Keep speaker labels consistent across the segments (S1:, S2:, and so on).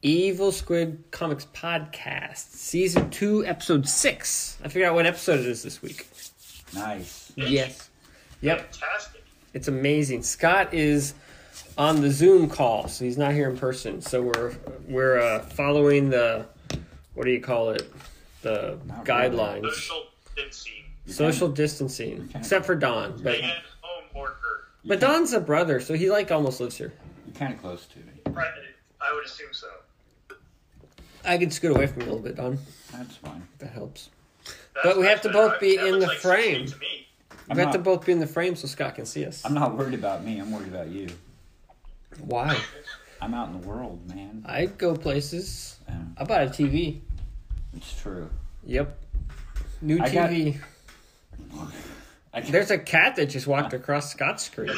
S1: Evil Squid Comics Podcast, Season 2, Episode 6. I figured out what episode it is this week.
S2: Nice.
S1: Yes. Yep,
S3: Fantastic.
S1: it's amazing. Scott is on the Zoom call, so he's not here in person. So we're we're uh, following the what do you call it? The
S2: Not really.
S1: guidelines.
S3: Social distancing.
S1: Social distancing,
S2: Okay.
S1: except for Don, but
S3: And home worker.
S1: but Don's a brother, so he like almost lives here.
S2: You're kind of close to me.
S3: Right, I would assume so.
S1: I can scoot away from you a little bit, Don. if
S2: That's fine.
S1: That helps.
S3: That's
S1: But we have
S3: much
S1: to
S3: better.
S1: both be
S3: That
S1: in
S3: looks
S1: the
S3: like
S1: frame.
S3: 16 To me.
S2: I'm
S1: we have to
S2: not-
S1: both be in the frame so Scott can see us.
S2: I'm not worried about me. I'm worried about you.
S1: Why?
S2: I'm out in the world, man.
S1: I go places.
S2: Um,
S1: I bought a TV.
S2: it's true.
S1: Yep. New
S2: I got-
S1: TV.
S2: I got,
S1: There's a cat that just walked across Scott's screen.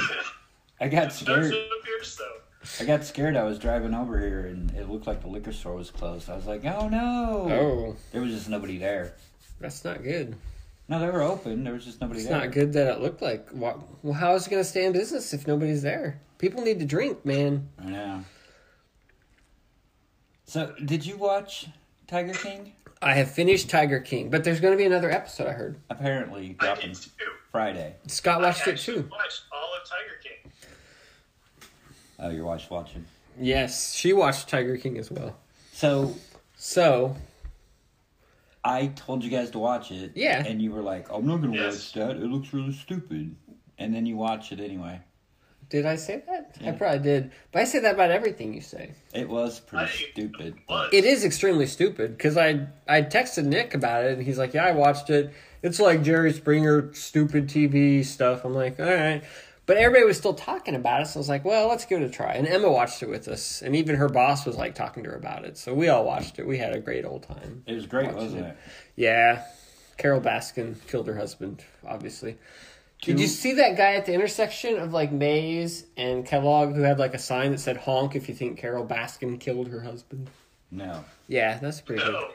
S2: I got
S3: Don't
S2: scared.
S3: sit up here, so.
S2: I got scared. I was driving over here and it looked like the liquor store was closed. I was like, oh no.
S1: Oh,
S2: There was just nobody there.
S1: that's not good.
S2: No, they were open. There was just nobody
S1: It's
S2: there.
S1: not good that it looked like. wha- Well, how is it going to stay in business if nobody's there? People need to drink, man.
S2: I know. So, did you watch Tiger King?
S1: I have finished Tiger King, but there's going to be another episode, I heard.
S2: Apparently,
S3: I
S2: dropping
S3: did too.
S2: Friday.
S1: Scott watched
S3: I
S1: it
S3: actually
S1: too.
S3: Watched all of Tiger King.
S2: Oh, your wife's watching.
S1: Yes, she watched Tiger King as well.
S2: So,
S1: So,
S2: I told you guys to watch it.
S1: Yeah.
S2: And you were like, I'm not going to
S3: Yes.
S2: watch that. It looks really stupid. And then you watch it anyway.
S1: did I say that? I
S2: Yeah.
S1: probably did. But I say that about everything you say.
S2: It was
S3: I
S2: pretty
S3: think it
S2: stupid.
S3: was.
S1: It is extremely stupid because I I texted Nick about it and he's like, "Yeah, I watched it. It's like Jerry Springer stupid TV stuff." I'm like, "All right," but everybody was still talking about it, so I was like, "Well, let's give it a try." And Emma watched it with us, and even her boss was like talking to her about it. So we all watched it. We had a great old time.
S2: It was great,
S1: watching
S2: wasn't it?
S1: Yeah, Carol Baskin killed her husband, obviously. Did
S2: Two-
S1: you see that guy at the intersection of like Mays and Kellogg who had like a sign that said "Honk if you think Carol Baskin killed her husband"?
S2: No.
S1: Yeah, that's pretty good.
S3: No.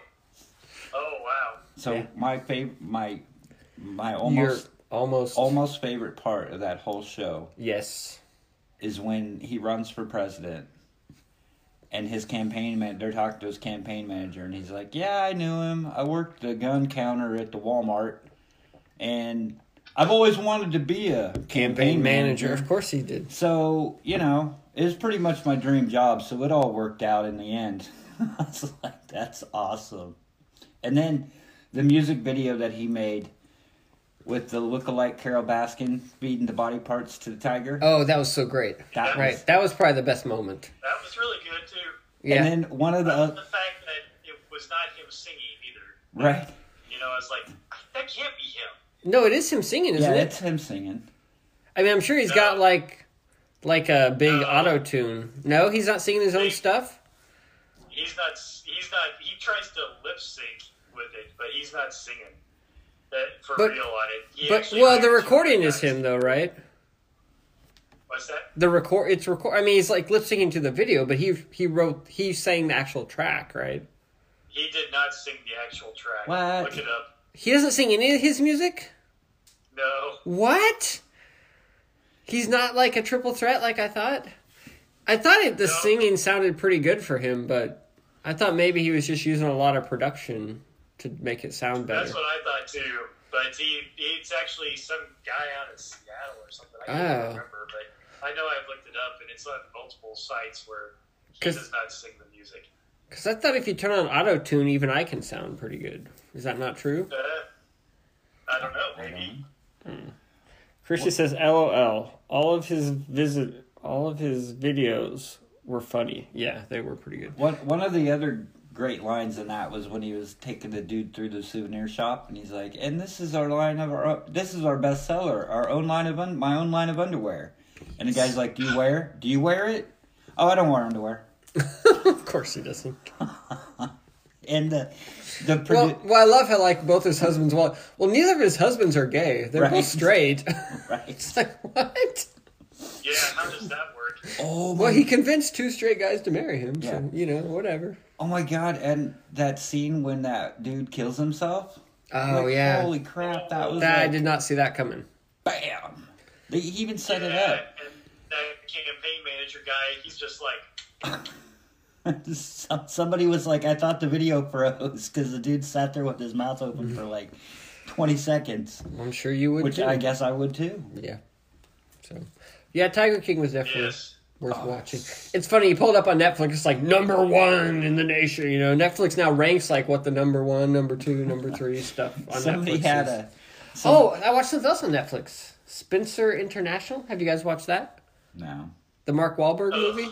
S3: Oh, wow.
S2: So
S1: Yeah.
S2: my favorite, my my
S1: You're
S2: almost
S1: almost
S2: almost favorite part of that whole show
S1: yes.
S2: is when he runs for president, and his campaign man, they're talking to his campaign manager, and he's like, "Yeah, I knew him. I worked the gun counter at the Walmart, and I've always wanted to be a campaign,
S1: Campaign manager.
S2: manager.
S1: Of course he did.
S2: So you know, it was pretty much my dream job. So it all worked out in the end. I was like, "That's awesome." And then the music video that he made with the look-alike Carol Baskin feeding the body parts to the tiger.
S1: Oh, that was so great.
S2: That
S1: right.
S2: was-
S1: That was probably the best moment.
S3: That was really good, too.
S1: Yeah.
S2: And then one of the
S3: The
S2: other,
S3: fact that it was not him singing either.
S2: right,
S3: You know, I was like, that can't be him.
S1: no, it is him singing,
S2: yeah,
S1: isn't
S2: that's
S1: it?
S2: him singing.
S1: I mean, I'm sure he's
S3: No.
S1: got like like a big
S3: No.
S1: auto tune. No, he's not singing his own
S3: Big-
S1: stuff.
S3: He's not. He's not. He tries to lip sync with it, but he's not singing. That for
S1: But-
S3: real on it. He
S1: But
S3: actually
S1: well, the
S3: hired
S1: recording
S3: two
S1: is
S3: guys.
S1: him though, right?
S3: What's that?
S1: The record it's record. I mean, he's like lip syncing to the video, but he he wrote he sang the actual track, right?
S3: He did not sing the actual track.
S2: What?
S3: Look it up.
S1: He doesn't sing any of his music.
S3: No.
S1: What? He's not like a triple threat like I thought. I thought it, the
S3: No.
S1: singing sounded pretty good for him, but I thought maybe he was just using a lot of production to make it sound better.
S3: That's what I thought too. But he it's actually some guy out in Seattle or something. I can't
S1: Oh.
S3: remember, but I know I've looked it up and it's on multiple sites where he
S1: 'Cause-
S3: does not sing the music.
S1: Because I thought if you turn on auto tune, even I can sound pretty good. Is that not true?
S3: Uh, I don't know.
S2: I don't
S3: Maybe
S2: know.
S1: Christian says, "LOL." All of his visit, all of his videos were funny. Yeah, they were pretty good.
S2: One one of the other great lines in that was when he was taking the dude through the souvenir shop, and he's like, "And this is our line of our this is our best seller, our own line of un, my own line of underwear." And the guy's like, "Do you wear? Do you wear it? Oh, I don't wear underwear."
S1: of course he doesn't.
S2: And the the produ-
S1: Well, well, I love how like both his husbands. Well, well, neither of his husbands are gay. They're
S2: Right.
S1: both straight.
S2: right?
S1: It's like what?
S3: yeah, how does that work?
S2: Oh my,
S1: Well, he convinced two straight guys to marry him,
S2: Yeah.
S1: so you know, whatever.
S2: oh my god! And that scene when that dude kills himself.
S1: Oh
S2: Like,
S1: yeah,
S2: Holy crap! That was
S1: that, I
S2: like,
S1: did not see that coming.
S2: bam. They he even set it
S3: Yeah,
S2: up.
S3: And that campaign manager guy, he's just like,
S2: Some- Somebody was like, I thought the video froze because the dude sat there with his mouth open for like 20 seconds,
S1: I'm sure you would.
S2: which
S1: too.
S2: I guess I would too.
S1: Yeah. So, yeah, Tiger King was definitely
S3: Yes.
S1: worth
S2: Oh,
S1: watching. It's funny you pulled up on Netflix. It's like number one in the nation. You know, Netflix now ranks like what the number one, number two, number three stuff on
S2: Somebody
S1: Netflix
S2: had
S1: is.
S2: a. some-
S1: Oh, I watched something else on Netflix. Spencer International. Have you guys watched that?
S2: No.
S1: The Mark Wahlberg movie.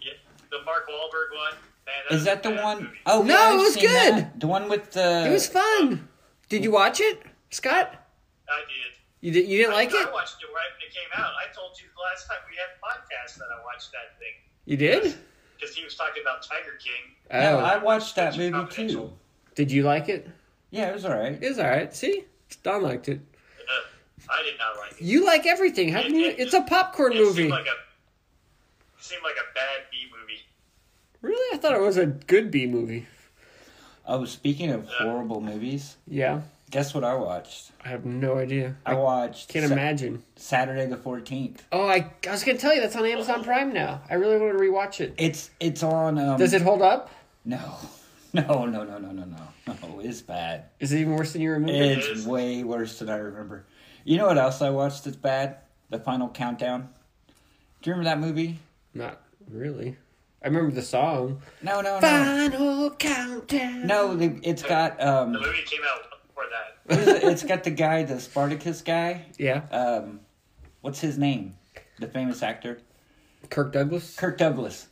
S3: Yeah, the Mark Wahlberg one. Man, that
S2: Is
S3: was a
S2: that the
S3: bad
S2: one
S3: movie.
S2: oh
S1: No,
S2: yeah, I've
S1: it was
S2: seen
S1: good.
S2: that. The one with the.
S1: It was fun. Did you watch it, Scott?
S3: I did.
S1: You did. You didn't like
S3: I
S1: it?
S3: watched it right when it came out. I told you the last time we had a podcast that I watched that thing
S1: You did.
S3: because he was talking about Tiger King.
S1: Oh,
S2: No, I watched that
S3: Kitchen
S2: movie too.
S3: Confidential.
S1: did you like it?
S2: Yeah, it was alright.
S1: It was all right. See, Don liked it.
S3: Uh, I did not like it.
S1: You like everything. How can you? It's a popcorn
S3: It
S1: movie.
S3: seemed like a it seemed like a bad B movie.
S1: Really? I thought it was a good B movie.
S2: Oh, speaking of horrible movies,
S1: Yeah.
S2: guess what I watched?
S1: I have no idea.
S2: I
S1: I
S2: watched
S1: can't
S2: Sa-
S1: imagine.
S2: Saturday the 14th.
S1: Oh, I, I was going to tell you that's on Amazon Prime now. I really want to rewatch it.
S2: It's it's on um
S1: Does it hold up?
S2: No. No, no, no, no, no, no. No, it's bad.
S1: Is it even worse than you remember?
S2: It's way worse than I remember. You know what else I watched that's bad? The Final Countdown. Do you remember that movie?
S1: Not really. I remember the song.
S2: No, no, no.
S1: Final countdown.
S2: No, the- it's got
S3: The
S2: um
S3: movie came out before that.
S2: what is it? it's got the guy, the Spartacus guy.
S1: Yeah,
S2: Um what's his name? The famous actor?
S1: Kirk Douglas.
S2: Kirk Douglas.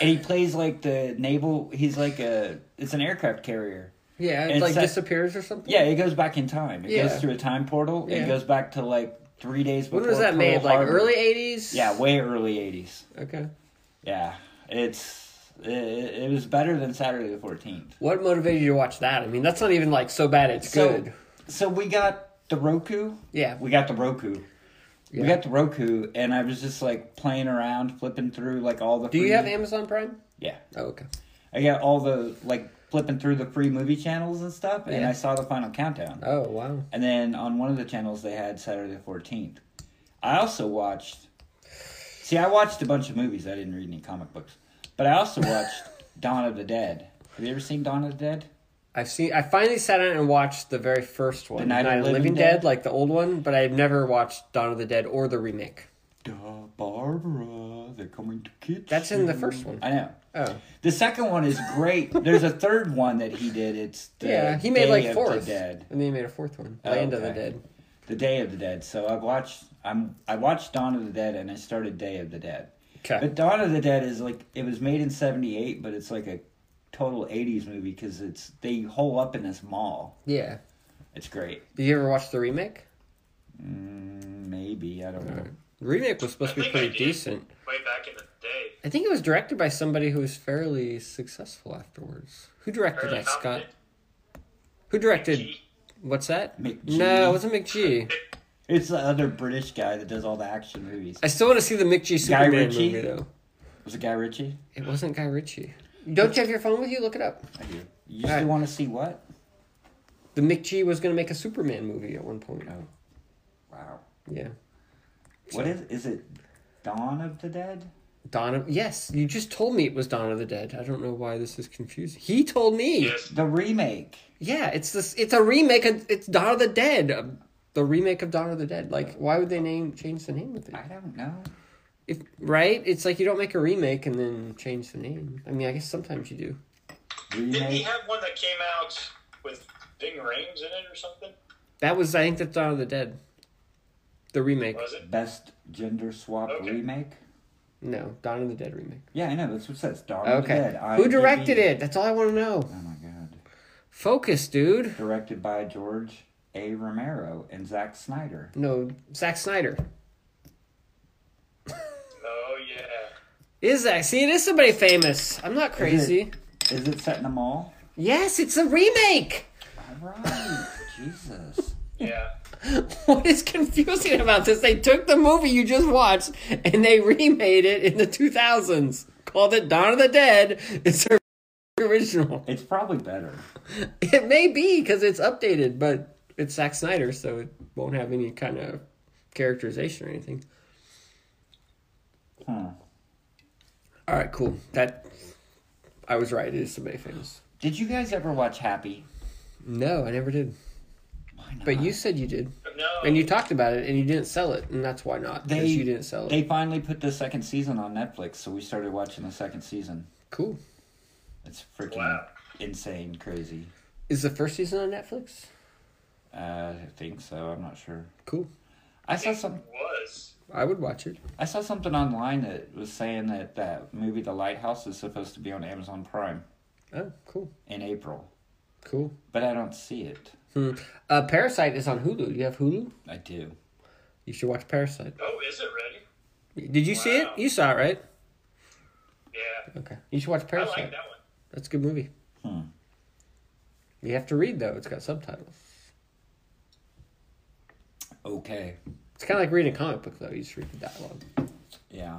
S2: And he plays like the naval he's like a it's an aircraft carrier.
S1: Yeah, it
S2: It's
S1: like
S2: that-
S1: disappears or something.
S2: Yeah, it goes back in time. It
S1: Yeah.
S2: goes through a time portal.
S1: Yeah.
S2: It goes back to like three days before.
S1: When was that
S2: Pearl
S1: made? Like
S2: Harbor.
S1: early '80s.
S2: Yeah, way early eighties.
S1: Okay.
S2: Yeah, it's it, it was better than Saturday the Fourteenth.
S1: What motivated you to watch that? I mean, that's not even like so bad. It's good.
S2: So we got the Roku.
S1: Yeah.
S2: we got the Roku.
S1: Yeah.
S2: We got the Roku, and I was just like playing around, flipping through like all the.
S1: Do
S2: free,
S1: you have Amazon Prime?
S2: Yeah,
S1: Oh, okay.
S2: I got all the like flipping through the free movie channels and stuff, and
S1: Yeah.
S2: I saw the Final Countdown.
S1: Oh, wow.
S2: And then on one of the channels, they had Saturday the 14th. I also watched. See, I watched a bunch of movies. I didn't read any comic books. But I also watched Dawn of the Dead. Have you ever seen Dawn of the Dead?
S1: I've seen. I finally sat down and watched the very first one,
S2: The Night of the Living
S1: Dead,
S2: Dead?
S1: like the old one, but I've never watched Dawn of the Dead or the remake.
S2: Duh, Barbara, they're coming to kids.
S1: That's in the first one.
S2: Hmm. I know.
S1: Oh,
S2: The second one is great. There's a third one that he did. It's the
S1: yeah, he made like
S2: Day of
S1: fourth,
S2: The Dead.
S1: and then he made a fourth one,
S2: Oh,
S1: Land of the
S2: okay.
S1: Dead.
S2: The Day of the Dead. So I watched. I'm. I watched Dawn of the Dead, and I started Day of the Dead.
S1: Okay,
S2: But Dawn of the Dead is like it was made in '78, but it's like a total '80s movie because it's they hole up in this mall.
S1: yeah.
S2: It's great.
S1: Did you ever watch the remake?
S2: Mm, maybe I don't know.
S1: The remake was supposed to be
S3: I think I
S1: pretty
S3: did.
S1: decent.
S3: Way back in the day.
S1: I think it was directed by somebody who was fairly successful afterwards. Who directed
S3: Fairly
S1: that, Scott?
S3: confident.
S1: Who directed?
S3: Gee,
S1: What's that?
S2: McGee.
S1: No, it wasn't McGee.
S2: It's the other British guy that does all the action movies.
S1: I still want to see the McGee
S2: Guy
S1: Superman
S2: Ritchie?
S1: movie though.
S2: Was it Guy Ritchie?
S1: It wasn't Guy Ritchie. Don't you have your phone with you? Look it up.
S2: I do. You still
S1: Alright.
S2: want to see what?
S1: The McGee was going to make a Superman movie at one point.
S2: Oh. Wow.
S1: Yeah.
S2: What is? Is it Dawn of the Dead?
S1: Dawn of Yes, you just told me it was Dawn of the Dead. I don't know why this is confusing. He told me.
S3: Yes.
S2: The remake.
S1: Yeah, it's this it's a remake of it's Dawn of the Dead. um, The remake of Dawn of the Dead. Like why would they name change the name of it?
S2: I don't know.
S1: If right? It's like you don't make a remake and then change the name. I mean, I guess sometimes you do.
S3: Didn't he
S2: Remake.
S3: have one that came out with Bing Rames in it or something?
S1: That was I think that's Dawn of the Dead. The remake.
S3: Was it?
S2: Best gender swap
S3: Okay.
S2: remake.
S1: No, Dawn of the Dead remake.
S2: Yeah, I know. That's what it says. Dawn of the
S1: Okay.
S2: Dead.
S1: Who
S2: IMDb.
S1: directed it? That's all I want to know.
S2: Oh my god.
S1: Focus, dude.
S2: directed by George A. Romero and Zack Snyder.
S1: No, Zack Snyder.
S3: Oh yeah.
S1: Is that? See, it is somebody famous. I'm not crazy.
S2: Is it set in a mall?
S1: Yes, it's a remake.
S2: All right, Jesus.
S3: Yeah.
S1: What is confusing about this? They took the movie you just watched and they remade it in the 2000s. Called it Dawn of the Dead. It's her original.
S2: It's probably better.
S1: It may be because it's updated, but it's Zack Snyder, so it won't have any kind of characterization or anything.
S2: Huh. Hmm.
S1: All right, cool. That I was right. It is the Mayfans.
S2: Did you guys ever watch Happy?
S1: No, I never did.
S2: Why not?
S1: But you said you did,
S3: No,
S1: and you talked about it, and you didn't sell it, and that's why not. Because
S2: They-
S1: you didn't sell it.
S2: They finally put the second season on Netflix, so we started watching the second season.
S1: cool.
S2: It's freaking
S3: Wow.
S2: insane, crazy.
S1: Is the first season on Netflix?
S2: Uh, I think so. I'm not sure.
S1: Cool.
S2: I saw
S3: it
S2: some.
S3: was.
S1: I would watch it.
S2: I saw something online that was saying that that movie, The Lighthouse, is supposed to be on Amazon Prime
S1: Oh, cool.
S2: in April,
S1: Cool.
S2: but I don't see it.
S1: Hmm. Uh, Parasite is on Hulu. Do you have Hulu?
S2: I do.
S1: You should watch Parasite.
S3: Oh, is it ready?
S1: Did you see it?
S3: Wow.
S1: You saw it, right?
S3: Yeah,
S1: Okay. You should watch Parasite.
S3: I like that one.
S1: That's a good movie.
S2: Hmm.
S1: You have to read though. It's got subtitles.
S2: Okay.
S1: It's kind of like reading a comic book though. You just read the dialogue.
S2: Yeah.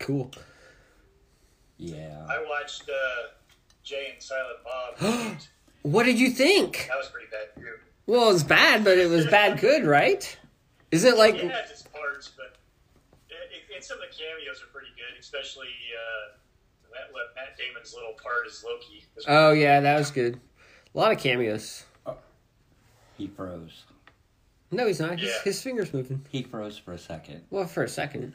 S1: Cool.
S2: Yeah.
S3: I watched uh, Jay and Silent Bob. that
S1: What did you think?
S3: was pretty bad too.
S1: Well, it's bad, but it was bad good, right? Is it like?
S3: Yeah, just parts, but it, it, and some of the cameos are pretty good, especially uh, Matt, what Matt Damon's little part is Loki. It's
S1: Oh yeah, that was good. A lot of cameos.
S2: He froze.
S1: No, he's not. His,
S3: Yeah.
S1: his fingers moving.
S2: He froze for a second.
S1: Well, for a second.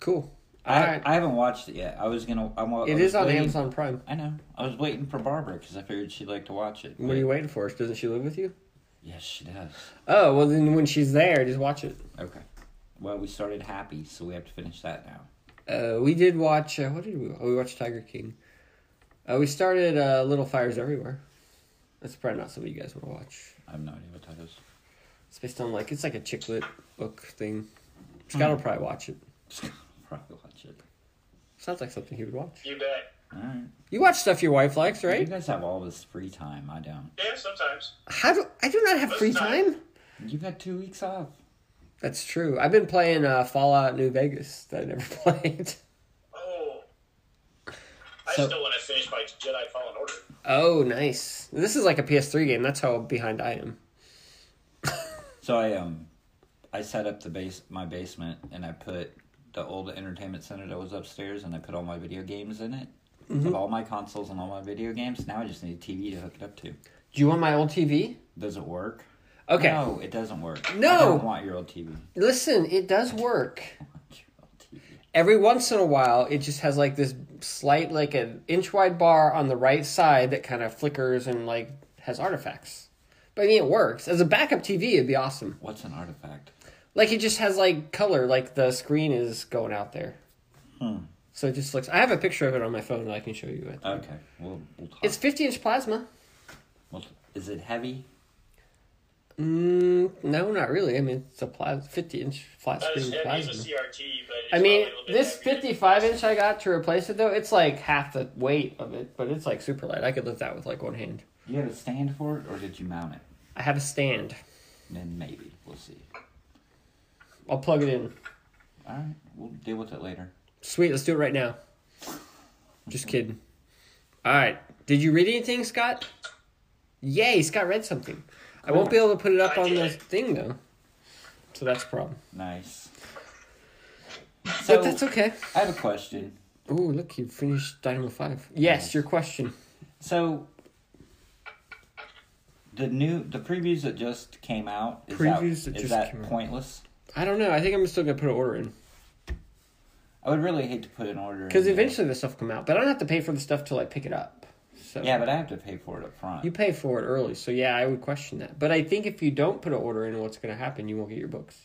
S1: Cool. All
S2: I,
S1: right.
S2: I haven't watched it yet. I was gonna. I'm, I
S1: it
S2: was
S1: is on
S2: waiting-
S1: Amazon Prime.
S2: I know. I was waiting for Barbara because I figured she'd like to watch it.
S1: What are you waiting for? Doesn't she live with you?
S2: Yes, she does.
S1: Oh well, then when she's there, just watch it.
S2: Okay. Well, we started happy, so we have to finish that now.
S1: Uh, we did watch. Uh, what did we? Oh, we watched Tiger King. Uh, we started uh, Little Fires Everywhere. That's probably not something you guys want to watch.
S2: I have no idea what that is.
S1: It's based on like it's like a chick lit book thing. Scott will probably watch it.
S2: Just gonna probably watch it.
S1: Sounds like something he would watch.
S3: You bet.
S2: All right.
S1: You watch stuff your wife likes,
S2: You
S1: right?
S2: guys have all this free time. I don't.
S3: Yeah, sometimes.
S1: How do I do not have free time?
S2: You've got two weeks off.
S1: That's true. I've been playing uh, Fallout New Vegas that I never played.
S3: Oh. I
S2: So-
S3: still want to finish my Jedi Fallen Order.
S1: Oh, nice. This is like a PS3 game. That's how behind I am.
S2: So I um, I set up the base my basement and I put the old entertainment center that was upstairs and I put all my video games in it.
S1: Mm-hmm.
S2: Of all my consoles and all my video games, now I just need a TV to hook it up to.
S1: Do you want my old TV?
S2: Does it work?
S1: Okay.
S2: No, it doesn't work.
S1: No!
S2: I don't want your old TV.
S1: Listen, it does work.
S2: I want your old TV.
S1: every once in a while it just has like this slight like an inch wide bar on the right side that kind of flickers and like has artifacts but i mean it works as a backup tv it'd be awesome
S2: What's an artifact?
S1: like it just has like color like the screen is going out there
S2: Hmm.
S1: so it just looks i have a picture of it on my phone that i can show you it
S2: Okay, we'll, we'll talk.
S1: it's 50 inch plasma
S2: Well, is it heavy?
S1: mm, no not really i mean it's a plas- 50 inch flat
S3: Not as
S1: screen
S3: heavy as a
S1: plasma
S3: CRT, but it's
S1: I mean,
S3: probably a little bit
S1: this
S3: heavier.
S1: 55 inch I got to replace it though, it's like half the weight of it, but it's like super light. I could lift that with like one hand.
S2: Do you have a stand for it, or did you mount it?
S1: I have a stand.
S2: Then maybe we'll see.
S1: I'll plug it in.
S2: All right, we'll deal with it later.
S1: Sweet, let's do it right now. Just kidding. All right. Did you read anything, Scott? Yay, Scott read something. I won't be able to put it up
S3: I
S1: on the
S3: did.
S1: thing though. So that's a problem.
S2: Nice. So
S1: but that's okay.
S2: I have a question.
S1: Oh, look, you finished Dynamo 5. Yes, your question.
S2: So the new the previews that just came out is
S1: Previews
S2: that,
S1: that just
S2: is that
S1: came out.
S2: pointless?
S1: I don't know. I think I'm still going to put an order in.
S2: I would really hate to put an order in
S1: Because
S2: there.
S1: eventually this stuff will come out, but I don't have to pay for the stuff till I pick it up. So
S2: Yeah, but I have to pay for it up front.
S1: you pay for it early, so yeah, I would question that. But I think if you don't put an order in, what's going to happen? You won't get your books.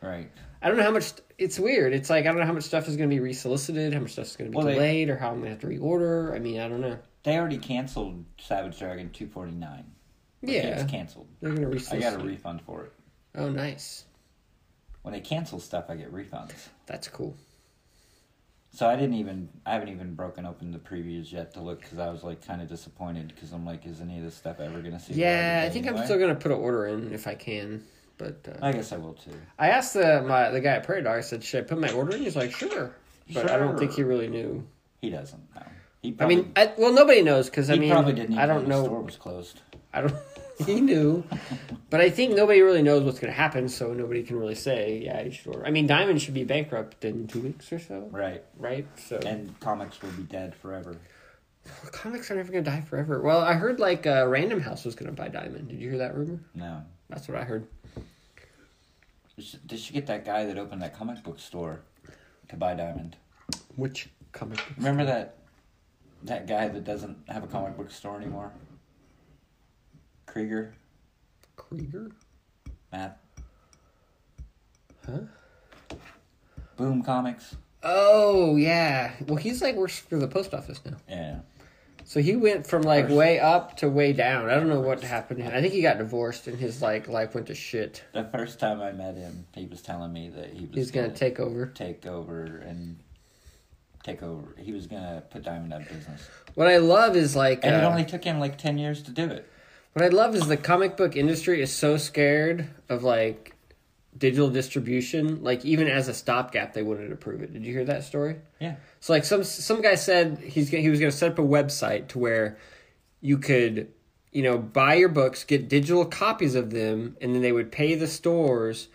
S2: Right.
S1: I don't know how much. It's weird. It's like I don't know how much stuff is going to be resolicited, how much stuff is going to be
S2: Well, they-
S1: delayed, or how I'm going to have to reorder. I mean, I don't know.
S2: They already canceled Savage Dragon 249.
S1: Yeah,
S2: It's canceled.
S1: they're going to
S2: I
S1: resolicit.
S2: got a refund for it.
S1: oh, nice.
S2: When they cancel stuff, I get refunds.
S1: That's cool.
S2: So I didn't even I haven't even broken open the previews yet to look because I was like kind of disappointed because I'm like, is any of this stuff ever gonna see? the light
S1: yeah,
S2: of
S1: I
S2: day
S1: think I'm
S2: anyway?
S1: still going to put an order in if I can. But uh,
S2: I guess I will too.
S1: I asked the my the guy at Prairie Dog. I said, "Should I put my order in?" He's like, "Sure," but I don't think he
S2: Sure.
S1: really knew.
S2: He doesn't know. He
S1: I
S2: probably,
S1: mean, I, well, nobody knows because I
S2: he
S1: mean,
S2: probably didn't. Even
S1: I don't
S2: the store
S1: know.
S2: was closed.
S1: I don't. he knew, but I think nobody really knows what's going to happen, so nobody can really say, yeah, you should order. I mean, Diamond should be bankrupt in two weeks or so,
S2: Right.
S1: right? So
S2: And comics will be dead forever.
S1: comics are never going to die forever. Well, I heard like uh, Random House was going to buy Diamond. Did you hear that rumor?
S2: No.
S1: That's what I heard.
S2: They should, they should get that guy that opened that comic book store to buy Diamond.
S1: Which comic?
S2: Remember that that guy that doesn't have a comic book store anymore? Krieger?
S1: Krieger?
S2: Matt?
S1: Huh?
S2: Boom Comics?
S1: Oh yeah. Well, he's like works for the post office now.
S2: Yeah.
S1: So he went from like
S2: First.
S1: way up to way down. I don't know what happened. I think he got divorced and his like life went to shit.
S2: The first time I met him, he was telling me that he was
S1: He's gonna
S2: gonna
S1: take over.
S2: take over and take over. He was gonna put Diamond out of business,
S1: What I love is like
S2: and it
S1: uh,
S2: only took him like ten years to do it.
S1: what I love is the comic book industry is so scared of like digital distribution. Like even as a stopgap, they wouldn't approve it. Did you hear that story?
S2: Yeah,
S1: So like some some guy said he's gonna- he was going to set up a website to where you could you know buy your books, get digital copies of them, and then they would pay the stores,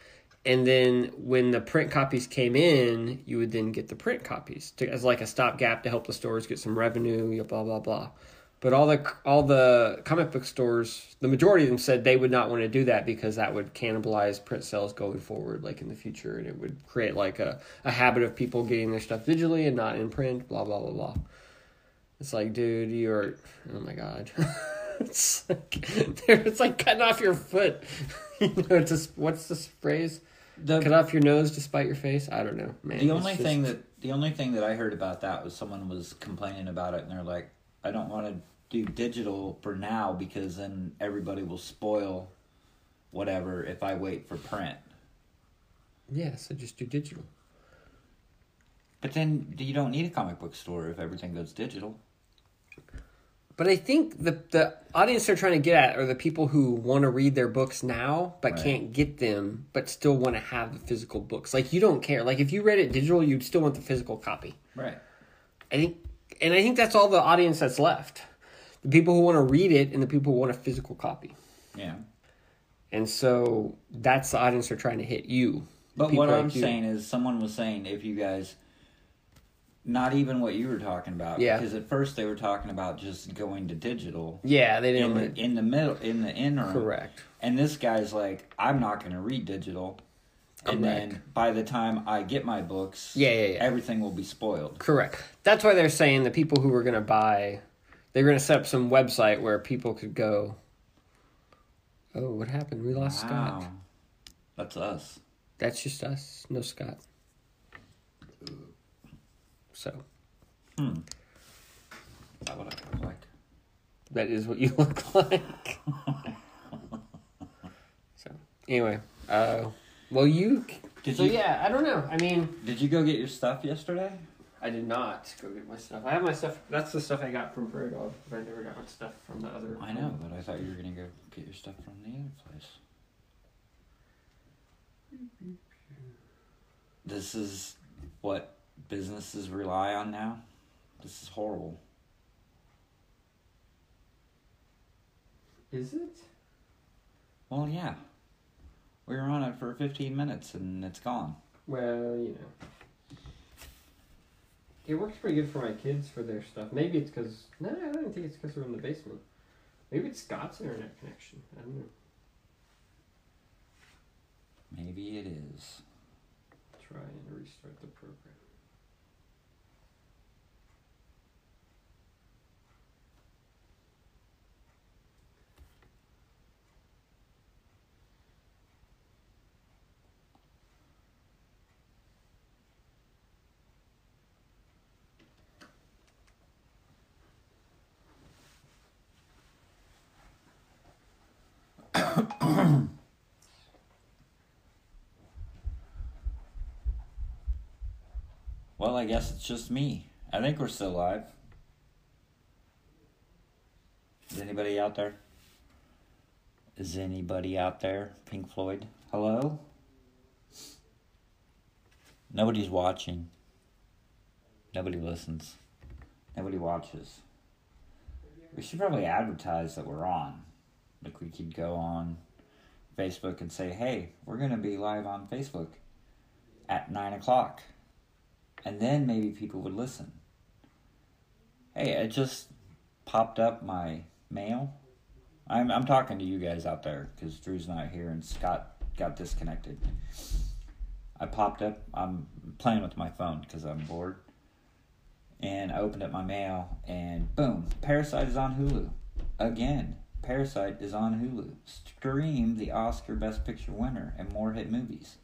S1: and then when the print copies came in, you would then get the print copies to, as like a stopgap to help the stores get some revenue. You know, blah blah blah. But all the all the comic book stores, the majority of them said they would not want to do that because that would cannibalize print sales going forward, like in the future, and it would create like a, a habit of people getting their stuff digitally and not in print. Blah blah blah blah. It's like, dude, you're oh my god. it's like it's like cutting off your foot. you know, it's just what's this phrase?
S2: the
S1: Cut off your nose to spite your face. I don't know, man.
S2: the
S1: it's
S2: only
S1: just-
S2: thing that the only thing that I heard about that was someone was complaining about it, and they're like, "I don't want to do digital for now because then everybody will spoil whatever if I wait for print."
S1: yeah, so just do digital.
S2: But then you don't need a comic book store if everything goes digital.
S1: But I think the the audience they're trying to get at are the people who want to read their books now but
S2: Right.
S1: can't get them, but still want to have the physical books. Like you don't care. Like if you read it digital, you'd still want the physical copy.
S2: Right.
S1: I think, and I think that's all the audience that's left: the people who want to read it and the people who want a physical copy.
S2: Yeah.
S1: And so that's the audience they're trying to hit. You, the
S2: But what
S1: people
S2: I'm
S1: like you.
S2: saying is, someone was saying if you guys, not even what you were talking about,
S1: Yeah.
S2: Because at first they were talking about just going to digital
S1: yeah, they
S2: in
S1: didn't.
S2: the,
S1: want-
S2: in the middle in the interim,
S1: correct.
S2: And this guy's like, I'm not going to read digital, and then by the time I get my books,
S1: Yeah, yeah, yeah.
S2: everything will be spoiled.
S1: Correct. That's why they're saying the people who were going to buy, they were going to set up some website where people could go. Oh, what happened? We lost Scott.
S2: Wow. That's us.
S1: That's just us. No Scott. So
S2: Is that what I look like?
S1: that is what you look like. so anyway, uh, well you.
S2: Did
S1: so
S2: you-
S1: yeah, I don't know. I mean.
S2: Did you go get your stuff yesterday?
S1: I did not go get my stuff. I have my stuff. That's the stuff I got from Prairie Dog, but I never got my stuff from the other.
S2: I know, but I thought you were going to go get your stuff from the other place. This is what businesses rely on now. This is horrible.
S1: Is it?
S2: Well, yeah. We were on it for 15 minutes and it's gone.
S1: Well, you know. It works pretty good for my kids for their stuff. Maybe it's because no, I don't think it's because we're in the basement. Maybe it's Scott's internet connection. I don't know.
S2: Maybe it is.
S1: Try and restart the program.
S2: Well, I guess it's just me. I think we're still live. Is anybody out there? Is anybody out there? Pink Floyd? Hello? Nobody's watching. Nobody listens. Nobody watches. We should probably advertise that we're on. Like we could go on Facebook and say, "Hey, we're gonna be live on Facebook at nine o'clock," and then maybe people would listen. Hey, it just popped up my mail. I'm I'm talking to you guys out there because Drew's not here and Scott got disconnected. I popped up. I'm playing with my phone because I'm bored, and I opened up my mail and boom, Parasite is on Hulu again. Parasite is on Hulu. Stream the Oscar Best Picture winner and more hit movies.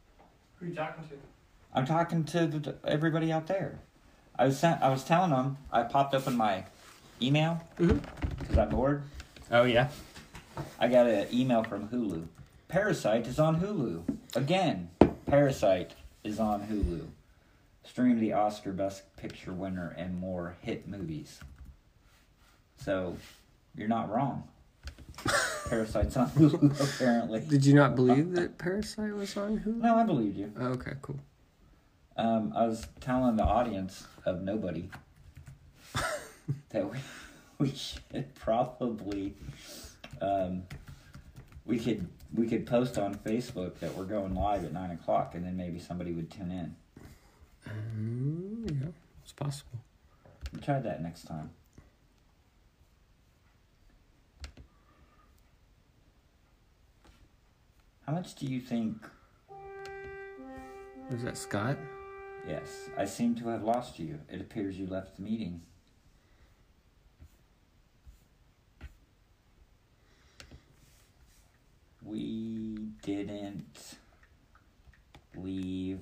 S4: Who are you talking to?
S2: I'm talking to the, everybody out there. I was sent, I was telling them I popped up in my email because I'm bored.
S1: Oh yeah.
S2: I got an email from Hulu. Parasite is on Hulu again. Parasite is on Hulu. Stream the Oscar Best Picture winner and more hit movies. So, you're not wrong. Parasite's on Hulu apparently.
S1: Did you not believe that Parasite was on Hulu?
S2: No, I believe you.
S1: Oh, okay, cool.
S2: Um, I was telling the audience of nobody that we, we should probably um, we could we could post on Facebook that we're going live at nine o'clock, and then maybe somebody would tune in.
S1: Mm, yeah, it's possible.
S2: We'll try that next time. How much do you think?
S1: Was that Scott?
S2: Yes, I seem to have lost you. It appears you left the meeting. We didn't leave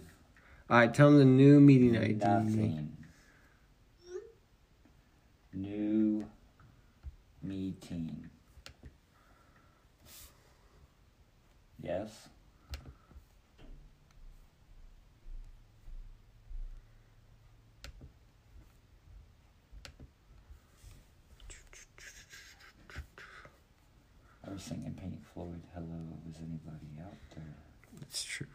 S1: All right, tell him the new meeting ID.
S2: nothing. New meeting. Yes. I was singing Pink Floyd, hello, is anybody out there?
S1: That's true.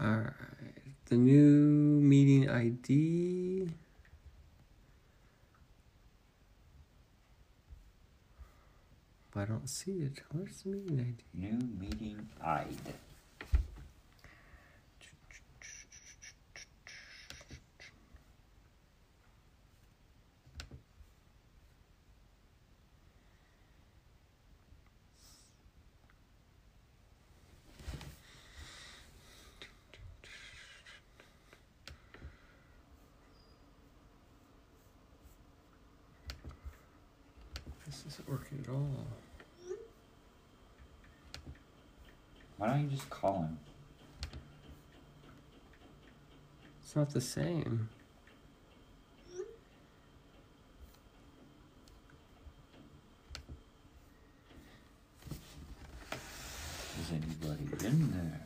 S1: All right, the new meeting ID. But I don't see it. Where's the meeting ID?
S2: New meeting eyed.
S1: This isn't working at all.
S2: Why don't you just call him?
S1: It's not the same.
S2: Is anybody in there?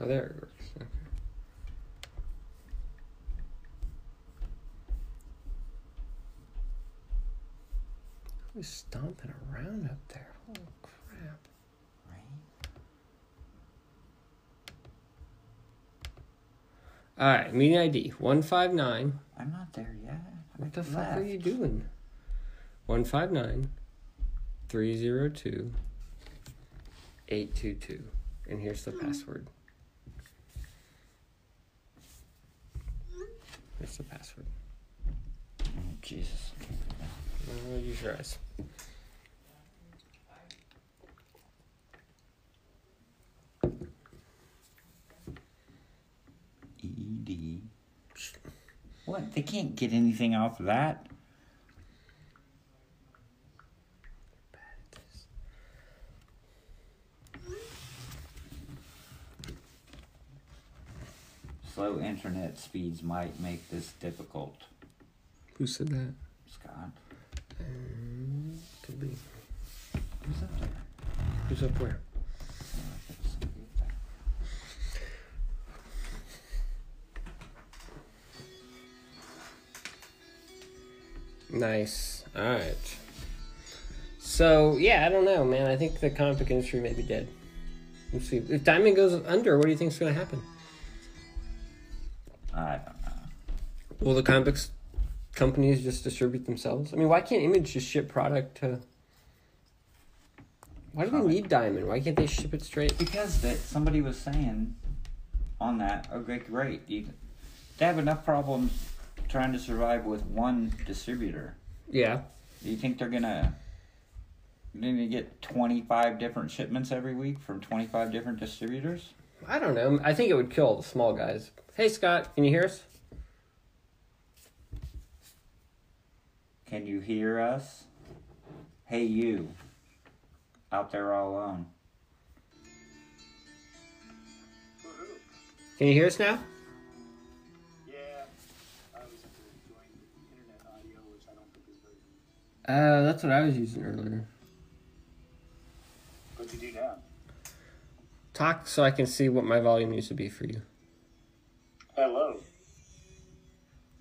S1: Oh, there it works. Okay. Who's stomping around up there? Holy crap.
S2: Right?
S1: All right, meeting ID 159.
S2: I'm not there yet.
S1: What
S2: I
S1: the fuck are
S2: left.
S1: you doing? 159 302 822. And here's the password. Here's the password.
S2: Oh, Jesus.
S1: Uh, use your eyes.
S2: ED. E What? They can't get anything off of that. Slow internet speeds might make this difficult,
S1: Who said that?
S2: Scott.
S1: Um, could be.
S2: Who's up there?
S1: Who's up where?
S2: Oh, I thought it was somebody up there.
S1: Nice. All right. So yeah, I don't know, man. I think the comic book industry may be dead. Let's see. If Diamond goes under, what do you think's going to happen?
S2: I don't know.
S1: Will the comic books companies just distribute themselves? I mean, why can't Image just ship product to? Why do they need Diamond? Why can't they ship it straight?
S2: Because that somebody was saying on that, okay, great. You, they have enough problems trying to survive with one distributor.
S1: Yeah.
S2: Do you think they're gonna? They're gonna get twenty five different shipments every week from twenty five different distributors.
S1: I don't know. I think it would kill the small guys. Hey Scott, can you hear us?
S2: Can you hear us? Hey, you. Out there all alone.
S3: Woohoo.
S1: Can you hear us now?
S3: Yeah. I was enjoying the internet audio, which I don't think is very good.
S1: Uh, that's what I was using earlier.
S3: What'd you do now?
S1: Talk so I can see what my volume needs to be for you.
S3: Hello.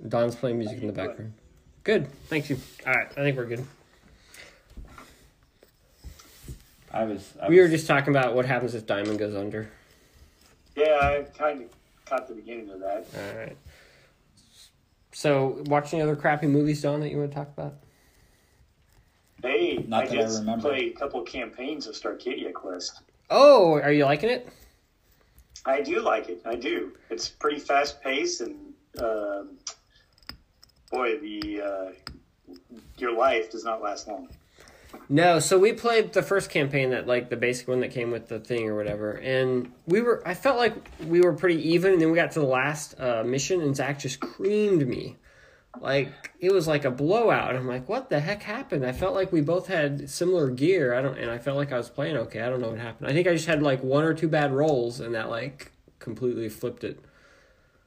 S1: Don's playing music in the background. Good. Thank you. All right. I think we're good.
S2: I was. I
S1: We were
S2: was-
S1: just talking about what happens if Diamond goes under.
S3: Yeah, I kind of caught the beginning of that.
S1: All right. So, watch any other crappy movies, Don, that you want to talk about?
S3: Hey,
S2: Not
S3: I
S2: that I
S3: did
S2: remember.
S3: play a couple campaigns of Starcadia Quest.
S1: Oh, are you liking it?
S3: I do like it. I do. It's pretty fast paced, and um boy, the uh, your life does not last long.
S1: No, so we played the first campaign that like the basic one that came with the thing or whatever, and we were I felt like we were pretty even, and then we got to the last uh, mission, and Zach just creamed me, like it was like a blowout. I'm like, what the heck happened? I felt like we both had similar gear. I don't, and I felt like I was playing okay. I don't know what happened. I think I just had like one or two bad rolls, and that like completely flipped it.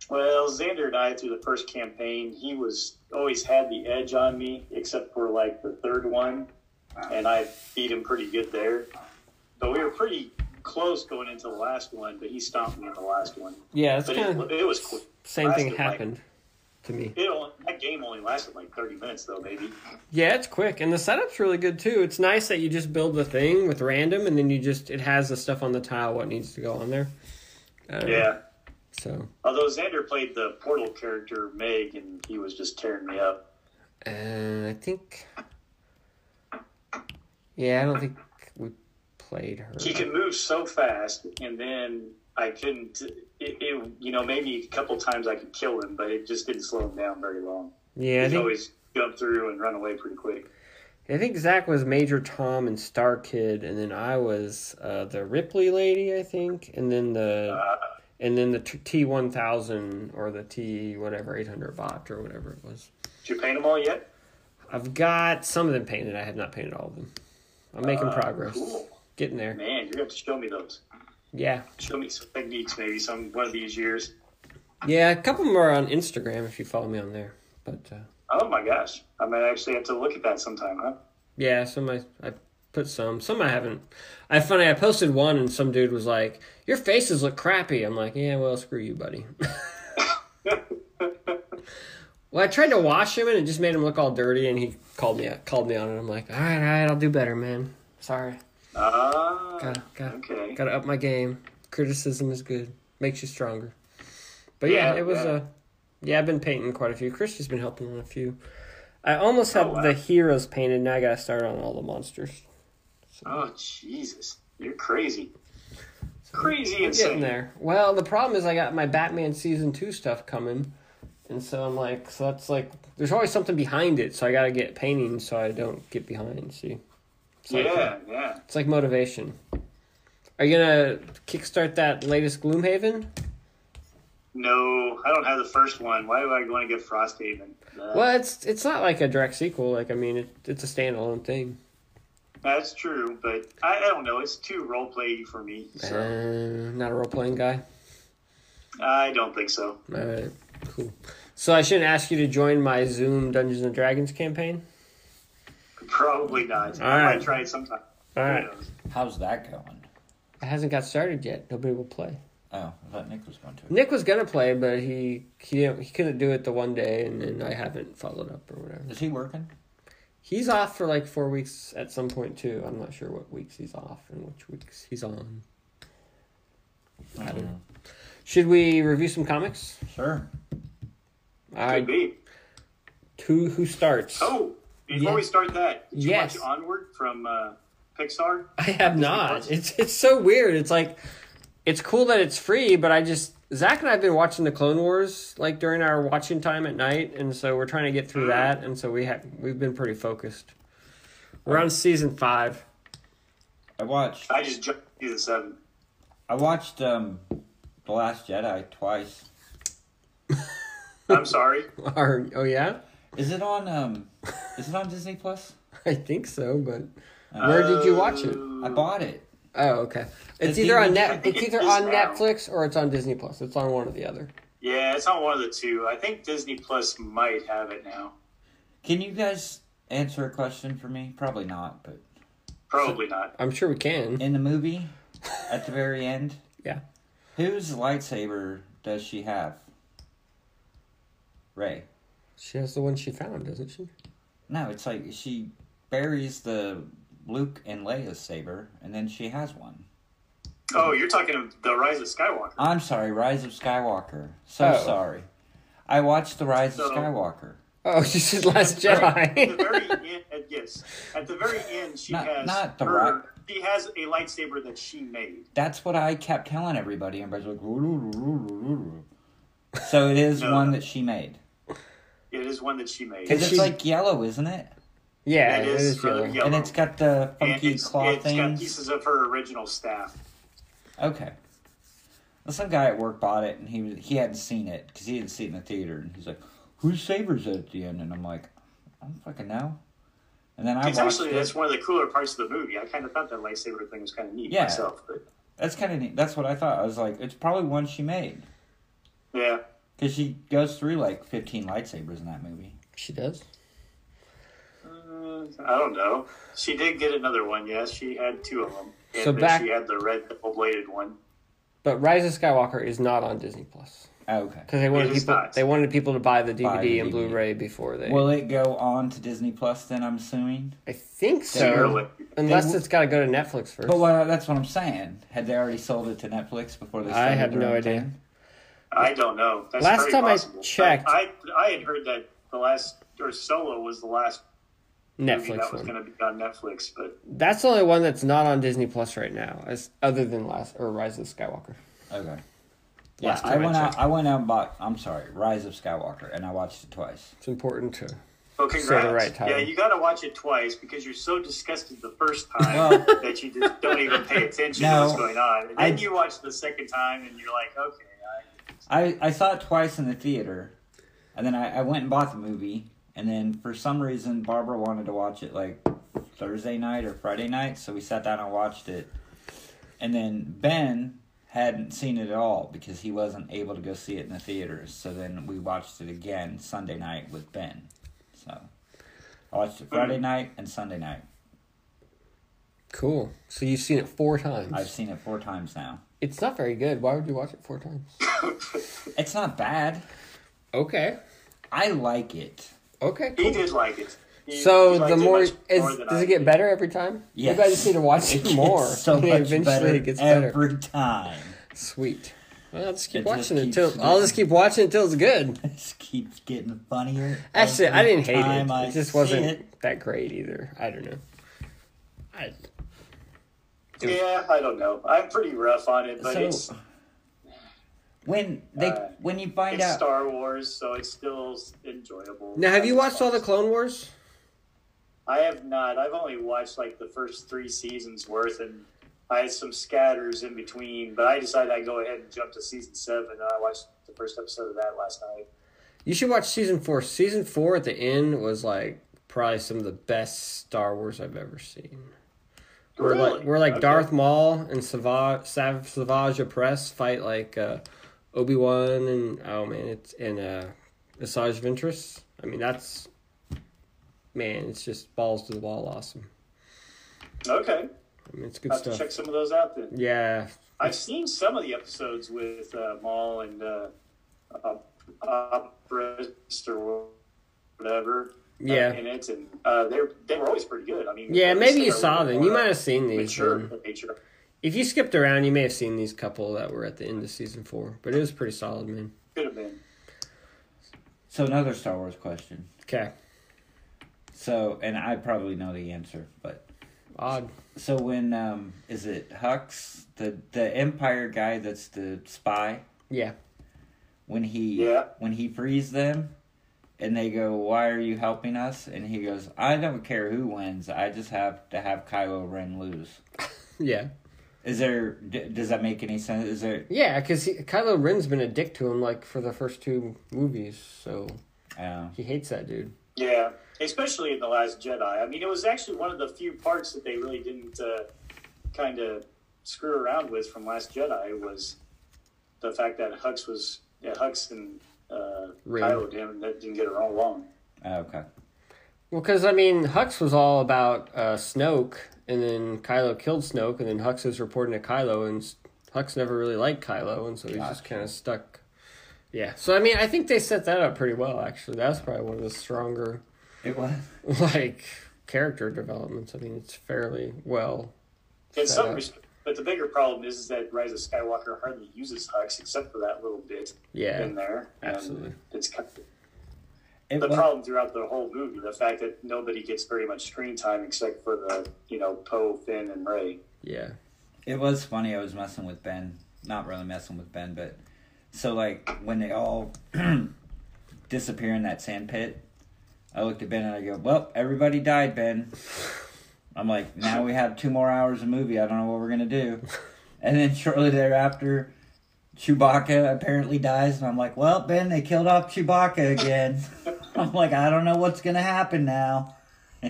S3: Well, Xander and I through the first campaign, he was always had the edge on me, except for like the third one, and I beat him pretty good there. But we were pretty close going into the last one, but he stomped me in the last one.
S1: Yeah, that's
S3: But
S1: kind of
S3: it, it was quick.
S1: same thing
S3: lasted, like-
S1: happened to me.
S3: It only, that game only lasted like thirty minutes though, maybe.
S1: Yeah, it's quick, and the setup's really good too. It's nice that you just build the thing with random, and then you just it has the stuff on the tile what needs to go on there. I don't know.
S3: Yeah.
S1: So
S3: Although Xander played the portal character Meg, and he was just tearing me up.
S1: uh, I think. Yeah, I don't think we played her.
S3: He could move so fast, and then I couldn't. It, it you know maybe a couple times I could kill him, but it just didn't slow him down very long.
S1: Yeah, I
S3: He'd
S1: think,
S3: always jump through and run away pretty quick.
S1: I think Zach was Major Tom and Star Kid, and then I was uh, the Ripley lady, I think, and then the
S3: Uh,
S1: and then the T one thousand or the T whatever eight hundred bot or whatever it was.
S3: did you paint them all yet?
S1: I've got some of them painted. I have not painted all of them. I'm making
S3: Uh,
S1: progress.
S3: Cool,
S1: Getting there.
S3: man. You're gonna have to show me those.
S1: Yeah.
S3: Show me some techniques, maybe some one of these years.
S1: Yeah, a couple of them are on Instagram if you follow me on there. But uh,
S3: Oh my gosh, I might actually have to look at that sometime, huh?
S1: yeah, some I, I put some. Some I haven't. I funny, I posted one and some dude was like, Your faces look crappy. I'm like, Yeah, well, screw you, buddy. well, I tried to wash him and it just made him look all dirty and he called me called me on it. I'm like, All right, all right, I'll do better, man. Sorry.
S3: Ah,
S1: Gotta, gotta,
S3: okay.
S1: Gotta up my game. Criticism is good. Makes you stronger. But yeah,
S3: Yeah,
S1: it was
S3: yeah.
S1: a. Uh, yeah, I've been painting quite a few. Christian's been helping on a few. I almost had
S3: Oh, wow.
S1: the heroes painted. Now I gotta start on all the monsters.
S3: Oh Jesus, you're crazy, crazy
S1: I'm getting
S3: insane.
S1: there. Well, the problem is I got my Batman season two stuff coming, and so I'm like, so that's like, there's always something behind it. So I gotta get painting so I don't get behind. See, it's like,
S3: Yeah, yeah.
S1: it's like motivation. Are you gonna kickstart that latest Gloomhaven?
S3: No, I don't have the first one. Why do I want to get Frosthaven? Uh,
S1: Well, it's it's not like a direct sequel. Like I mean, it, it's a standalone thing.
S3: That's true, but I, I don't know. It's too role play for me. So
S1: Uh, not a role playing guy.
S3: I don't think so.
S1: All right, cool. So I shouldn't ask you to join my Zoom Dungeons and Dragons campaign.
S3: Probably not.
S1: All
S3: I
S1: right.
S3: might try it sometime.
S1: All
S3: Who
S1: right,
S3: knows?
S2: How's that going?
S1: it hasn't got started yet. Nobody will play.
S2: Oh, I thought Nick was going to.
S1: Nick was gonna play, but he he didn't- he couldn't do it the one day, and then I haven't followed up or whatever.
S2: Is he working?
S1: He's off for like four weeks at some point too. I'm not sure what weeks he's off and which weeks he's on. I don't know. Should we review some comics?
S2: Sure.
S1: I
S3: Could be.
S1: who who starts?
S3: Oh, before
S1: Yeah.
S3: we start that, did you
S1: Yes.
S3: watch Onward from uh, Pixar?
S1: I have not.
S3: Plus?
S1: It's it's so weird. It's like it's cool that it's free, but I just Zach and I've been watching the Clone Wars like during our watching time at night, and so we're trying to get
S3: Mm.
S1: through that, and so we have we've been pretty focused. We're on season five.
S2: I watched.
S3: I just jumped to the seven.
S2: I watched um, the Last Jedi twice.
S3: I'm sorry.
S1: Or oh yeah,
S2: Is it on? Um, is it on Disney Plus?
S1: I think so. But where did you watch it?
S3: Uh,
S2: I bought it.
S1: Oh okay. It's
S2: It's
S1: either on
S2: either-
S3: I
S1: net.
S3: think
S1: It's
S3: it
S1: either
S3: is
S1: on
S3: now.
S1: Netflix or it's on Disney Plus. It's on one or the other.
S3: Yeah, it's not one of the two. I think Disney Plus might have it now.
S2: Can you guys answer a question for me? Probably not, but
S3: Probably not.
S1: I'm sure we can.
S2: in the movie, at the very end,
S1: Yeah.
S2: whose lightsaber does she have? Ray.
S1: She has the one she found, doesn't she?
S2: No, it's like she buries the Luke and Leia's saber, and then she has one.
S3: Oh, you're talking of the Rise of Skywalker.
S2: I'm sorry, Rise of Skywalker. So
S1: Oh.
S2: sorry. I watched the Rise of
S3: So-
S2: Skywalker.
S1: Oh, she said Last
S3: At the
S1: Jedi.
S3: very end, at- yes. At the very end, she
S2: Not-
S3: has
S2: not the
S3: her.
S2: rock.
S3: She has a lightsaber that she made.
S2: That's what I kept telling everybody. Everybody's like, "Ooh, ooh, ooh, ooh, ooh, ooh." so it is
S3: No.
S2: one that she made.
S3: It is one that she made.
S2: Because
S1: Is
S2: it's
S1: she-
S2: like yellow, isn't it?
S1: yeah,
S3: It is for
S1: yellow.
S3: the yellow.
S2: And it's got the
S3: And
S2: funky
S3: it's-
S2: claw
S3: it's got
S2: things.
S3: pieces of her original staff.
S2: Okay. Well, some guy at work bought it, and he was, he hadn't seen it because he hadn't seen it in the theater, and he's like, "Whose saber's it at the end?" And I'm like, "I don't fucking know." And then I
S3: It's
S2: watched
S3: actually
S2: it.
S3: that's
S2: That's,
S3: one of the cooler parts of the movie. I kind of thought that lightsaber thing was kind of neat
S2: Yeah.
S3: myself, but
S2: kind of neat. That's what I thought. I was like, "It's probably one she made,"
S3: yeah,
S2: because she goes through like 15 lightsabers in that movie.
S1: She does.
S3: uh, I don't know. She did get another one. Yes, she had two of them, and
S1: So
S3: then
S1: back-
S3: she had the red double bladed one.
S1: But Rise of Skywalker is not on Disney Plus
S2: Oh, okay.
S1: because they wanted
S3: It is
S1: people
S3: not.
S1: they wanted people to buy the DVD
S2: Buy the
S1: and
S2: DVD.
S1: Blu-ray before they.
S2: Will it go on to Disney Plus? Then I'm assuming.
S1: I think so,
S3: really-
S1: unless
S2: w-
S1: it's got to go to Netflix first.
S2: But what, that's what I'm saying. Had they already sold it to Netflix before they?
S1: I
S2: started
S1: have
S2: their
S1: no
S2: own
S1: idea.
S2: thing?
S3: I don't know. That's
S1: Last
S3: very
S1: time I
S3: possible. But
S1: checked-
S3: I, I had heard that the last or Solo was the last movie
S1: Netflix
S3: that was
S1: one.
S3: going to be on Netflix, but
S1: That's the only one that's not on Disney Plus right now, as other than Last or Rise of Skywalker.
S2: Okay. Yeah,
S1: Last
S2: I
S1: time I
S2: went out.
S1: checked.
S2: I went out and bought. I'm sorry, Rise of Skywalker, and I watched it twice.
S1: It's important to.
S3: Well, Oh, congrats.
S1: right title.
S3: Yeah, you got to watch it twice because you're so disgusted the first time
S2: Well-
S3: that you just don't even pay attention
S2: No.
S3: to what's going on. And then
S2: I-
S3: you watch the second time and you're like, okay, I,
S2: I, I saw it twice in the theater, and then I, I went and bought the movie, and then for some reason Barbara wanted to watch it like Thursday night or Friday night, so we sat down and watched it, and then Ben hadn't seen it at all because he wasn't able to go see it in the theaters. So then we watched it again Sunday night with Ben. So I watched it Friday night and Sunday night.
S1: Cool. So you've seen it four times.
S2: I've seen it four times now.
S1: It's not very good. Why would you watch it four times?
S2: It's not bad.
S1: Okay.
S2: I like it.
S1: Okay.
S3: he
S1: Cool.
S3: did like it. He- he
S1: So
S3: liked
S1: the
S3: it
S1: more,
S3: much
S1: is,
S3: than
S1: does
S3: I
S1: it get
S3: did.
S1: better every time?
S2: Yes.
S1: You guys just need to watch it,
S2: It's
S1: more.
S2: so
S1: And
S2: much
S1: eventually
S2: better
S1: it gets better.
S2: every time.
S1: Sweet. Well, I'll just keep
S2: It just
S1: watching it
S2: keeps
S1: till I'll just keep watching it till it's good.
S2: This keeps getting funnier.
S1: Actually, I
S2: every
S1: didn't hate
S2: time
S1: it.
S2: I
S1: It just
S2: see
S1: wasn't
S2: it.
S1: that great either. I don't know. I,
S3: Yeah, I don't know. I'm pretty rough on it, but it's
S2: So when they
S3: Uh,
S2: when you find
S3: it's
S2: out,
S3: Star Wars, so it's still enjoyable.
S1: now, have you
S3: It's
S1: watched all the
S3: fun.
S1: Clone Wars?
S3: I have not. I've only watched like the first three seasons worth, and I had some scatters in between. But I decided I'd go ahead and jump to season seven. And I watched the first episode of that last night.
S1: You should watch season four. Season four at the end was like probably some of the best Star Wars I've ever seen. We're like we're like
S3: Okay.
S1: Darth Maul and Savage Sav, Savage Opress fight like uh, Obi Wan and oh man it's and uh, Asajj Ventress. I mean that's man, it's just balls to the wall awesome.
S3: Okay,
S1: I mean, it's good
S3: I'll have to
S1: stuff.
S3: check some of those out then.
S1: Yeah,
S3: I've seen some of the episodes with uh, Maul and uh, uh, Oprist or whatever. uh,
S1: Yeah.
S3: in it, and uh, they they were always pretty good. I mean,
S1: yeah.
S3: those
S1: Maybe
S3: that
S1: you
S3: are
S1: saw
S3: really
S1: them. You
S3: more
S1: might have seen these.
S3: mature
S1: then.
S3: in nature.
S1: If you skipped around, you may have seen these couple that were at the end of season four. But it was pretty solid, man.
S3: Could have been.
S2: So another Star Wars question.
S1: Okay.
S2: So, and I probably know the answer, but
S1: Odd.
S2: so when um is it Hux, the the Empire guy that's the spy,
S1: Yeah.
S2: when he
S3: Yeah.
S2: when he frees them and they go, "Why are you helping us?" and he goes, "I don't care who wins. I just have to have Kylo Ren lose."
S1: Yeah.
S2: Is there d- does that make any sense? Is there
S1: Yeah, because Kylo Ren's been a dick to him like for the first two movies, so
S2: uh,
S1: he hates that dude.
S3: Yeah, especially in the Last Jedi. I mean, it was actually one of the few parts that they really didn't uh, kind of screw around with from Last Jedi was the fact that Hux was yeah, Hux and uh,
S1: Ray.
S3: Kylo didn't, that didn't get along. long.
S2: oh, okay.
S1: Well, because I mean, Hux was all about uh, Snoke, and then Kylo killed Snoke, and then Hux is reporting to Kylo, and S- Hux never really liked Kylo, and so he's just
S2: Gotcha.
S1: kind of stuck. Yeah, so I mean, I think they set that up pretty well. Actually, that's probably one of the stronger
S2: It was
S1: like character developments. I mean, it's fairly well.
S3: In some
S1: up.
S3: respect, but the bigger problem is, is that Rise of Skywalker hardly uses Hux except for that little bit
S1: Yeah,
S3: in there. And
S1: absolutely.
S3: it's kind of-
S2: it
S3: the
S2: was
S3: problem throughout the whole movie, the fact that nobody gets very much screen time except for the you know Poe, Finn, and Ray.
S1: yeah,
S2: It was funny. I was messing with Ben, not really messing with Ben, but so like when they all disappear in that sand pit, I looked at Ben and I go, "Well, everybody died, Ben." I'm like, now we have two more hours of movie. I don't know what we're gonna do. And then shortly thereafter, Chewbacca apparently dies, and I'm like, "Well, Ben, they killed off Chewbacca again." I'm like, I don't know what's gonna happen now.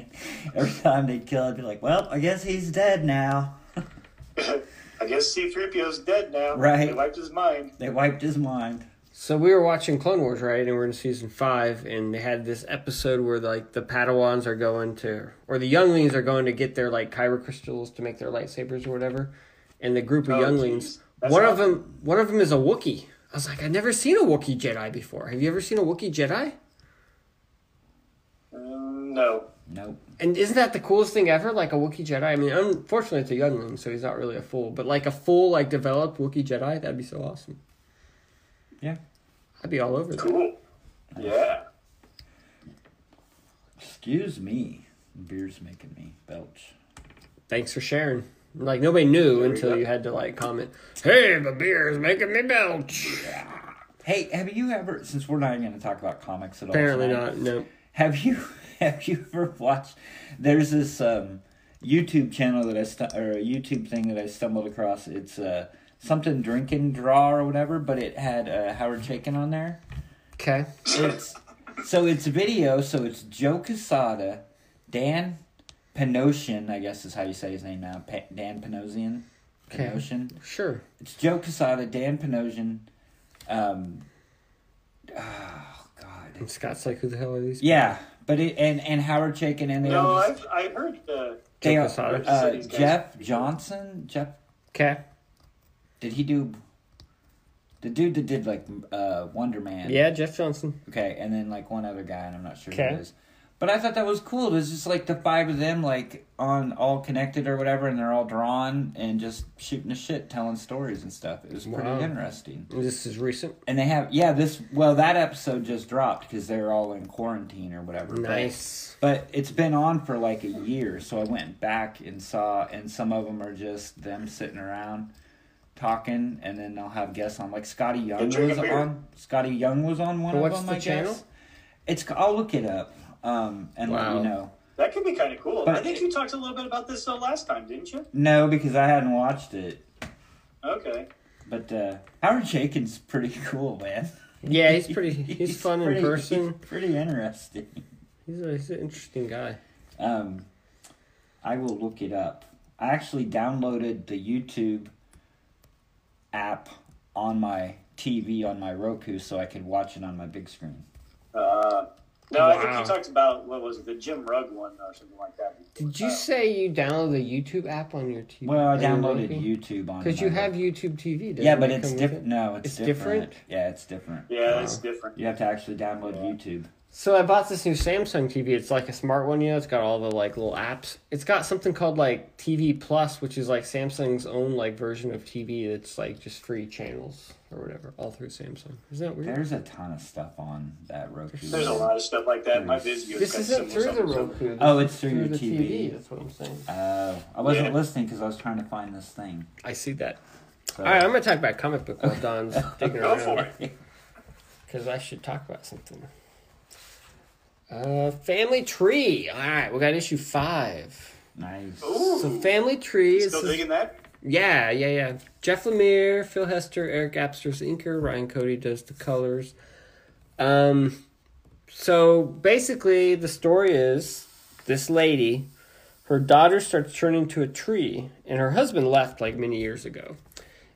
S2: Every time they kill, I'd be like, "Well, I guess he's dead now."
S3: I guess C-3PO's dead now.
S2: Right.
S3: They wiped his mind.
S2: They wiped his mind.
S1: So we were watching Clone Wars, right? And we're in season five, and they had this episode where like the Padawans are going to, or the younglings are going to get their like kyber crystals to make their lightsabers or whatever. And the group of
S3: Oh,
S1: younglings,
S3: geez. That's
S1: one of
S3: awesome.
S1: them, one of them is a Wookiee. I was like, I've never seen a Wookiee Jedi before. Have you ever seen a Wookiee Jedi?
S3: Um, no.
S2: Nope.
S1: And isn't that the coolest thing ever? Like a Wookiee Jedi. I mean, unfortunately, it's a youngling, so he's not really a fool. But like a full, like developed Wookiee Jedi, that'd be so awesome.
S2: Yeah.
S1: I'd be all over that.
S3: Cool. Yeah.
S2: Excuse me. Beer's making me belch.
S1: thanks for sharing. Like nobody knew
S3: There we
S1: until
S3: go.
S1: you had to like comment, "Hey, the beer is making me belch."
S2: Hey, have you ever? Since we're not going to talk about comics at all,
S1: Apparently
S2: tonight,
S1: not. No.
S2: Have you? Have you ever watched? There's this um, YouTube channel that I stu- or a YouTube thing that I stumbled across. It's uh, something drink and draw or whatever, but it had uh, Howard Chaykin on there.
S1: Okay.
S2: It's so it's video. So it's Joe Casada, Dan Panosian, I guess is how you say his name now. Pa- Dan Panosian.
S1: Okay.
S2: Panosian.
S1: Sure.
S2: It's Joe Casada, Dan Panosian. Um, oh God.
S1: Scott's like, "Who the hell are these?"
S2: Yeah, but it and and Howard Chaykin and they
S3: No,
S2: all
S3: I've,
S2: just,
S3: I heard the.
S2: they
S1: Joe
S2: are,
S1: Quesada.
S2: uh,
S3: These guys.
S2: Jeff Johnson. Jeff,
S1: Okay.
S2: did he do? The dude that did like uh, Wonder Man.
S1: Yeah, Jeff Johnson.
S2: Okay, and then like one other guy, and I'm not sure who
S1: Okay.
S2: it is. But I thought that was cool. It was just like the five of them, like on all connected or whatever, and they're all drawn and just shooting the shit, telling stories and stuff. It was pretty
S1: Wow.
S2: interesting.
S1: This is recent.
S2: And they have yeah, this well that episode just dropped because they're all in quarantine or whatever. but-
S1: Nice.
S2: But it's been on for like a year, so I went back and saw, and some of them are just them sitting around talking, and then they'll have guests on. Like Scotty Young
S3: They're drinking
S2: was
S3: beer.
S2: on. Scotty Young was on one
S1: And
S2: of
S1: what's
S2: them.
S1: the
S2: I
S1: channel?
S2: guess it's. I'll look it up um, and let
S1: Wow.
S2: you know.
S3: That could be kind of cool. I
S2: But-
S3: think you talked a little bit about this uh, last time, didn't you?
S2: No, because I hadn't watched it.
S3: Okay.
S2: But uh, Howard Chaykin's pretty cool, man.
S1: Yeah, he's pretty. He's, fun
S2: pretty-
S1: in person.
S2: he's pretty interesting.
S1: He's, a, he's an interesting guy.
S2: Um, I will look it up. I actually downloaded the YouTube app on my TV on my Roku so I could watch it on my big screen.
S3: Uh, No, I think
S1: Wow.
S3: he talked about what was it, the Jim Rugg one or something like that.
S1: Did you
S3: Uh,
S1: say you downloaded the YouTube app on your TV?
S2: Well, I downloaded YouTube on
S1: because you
S2: my-
S1: have YouTube TV. doesn't
S2: Yeah, but
S1: it
S2: it's
S1: come with it?
S2: different. No, it's,
S1: It's
S2: different.
S1: different?
S2: Yeah, it's different.
S3: Yeah, that's different.
S2: You have to actually download YouTube.
S1: So I bought this new Samsung TV. It's like a smart one, you know. It's got all the like little apps. It's got something called like TV Plus, which is like Samsung's own like version of TV. It's like just free channels or whatever, all through Samsung. Isn't that weird?
S2: There's a ton of stuff on that Roku.
S3: There's a lot of stuff like that. My Vizio
S1: this
S3: got
S1: isn't
S3: similar
S1: through the
S3: something.
S1: Roku. This
S2: Oh,
S1: is
S2: it's through your
S1: the
S2: TV.
S1: That's what I'm saying.
S2: Uh, I wasn't
S3: Yeah.
S2: listening because I was trying to find this thing.
S1: I see that.
S2: So,
S1: All right, I'm gonna talk about comic book while Don's digging
S3: Go for
S1: around
S3: it.
S1: because I should talk about something. Uh, Family Tree. All right, we got issue five.
S2: nice.
S3: Ooh,
S1: So Family Tree is
S3: still digging that?
S1: Yeah, yeah, yeah. Jeff Lemire, Phil Hester, Eric Apster's inker, Ryan Cody does the colors. Um, so basically, the story is this lady, her daughter starts turning into a tree, and her husband left like many years ago.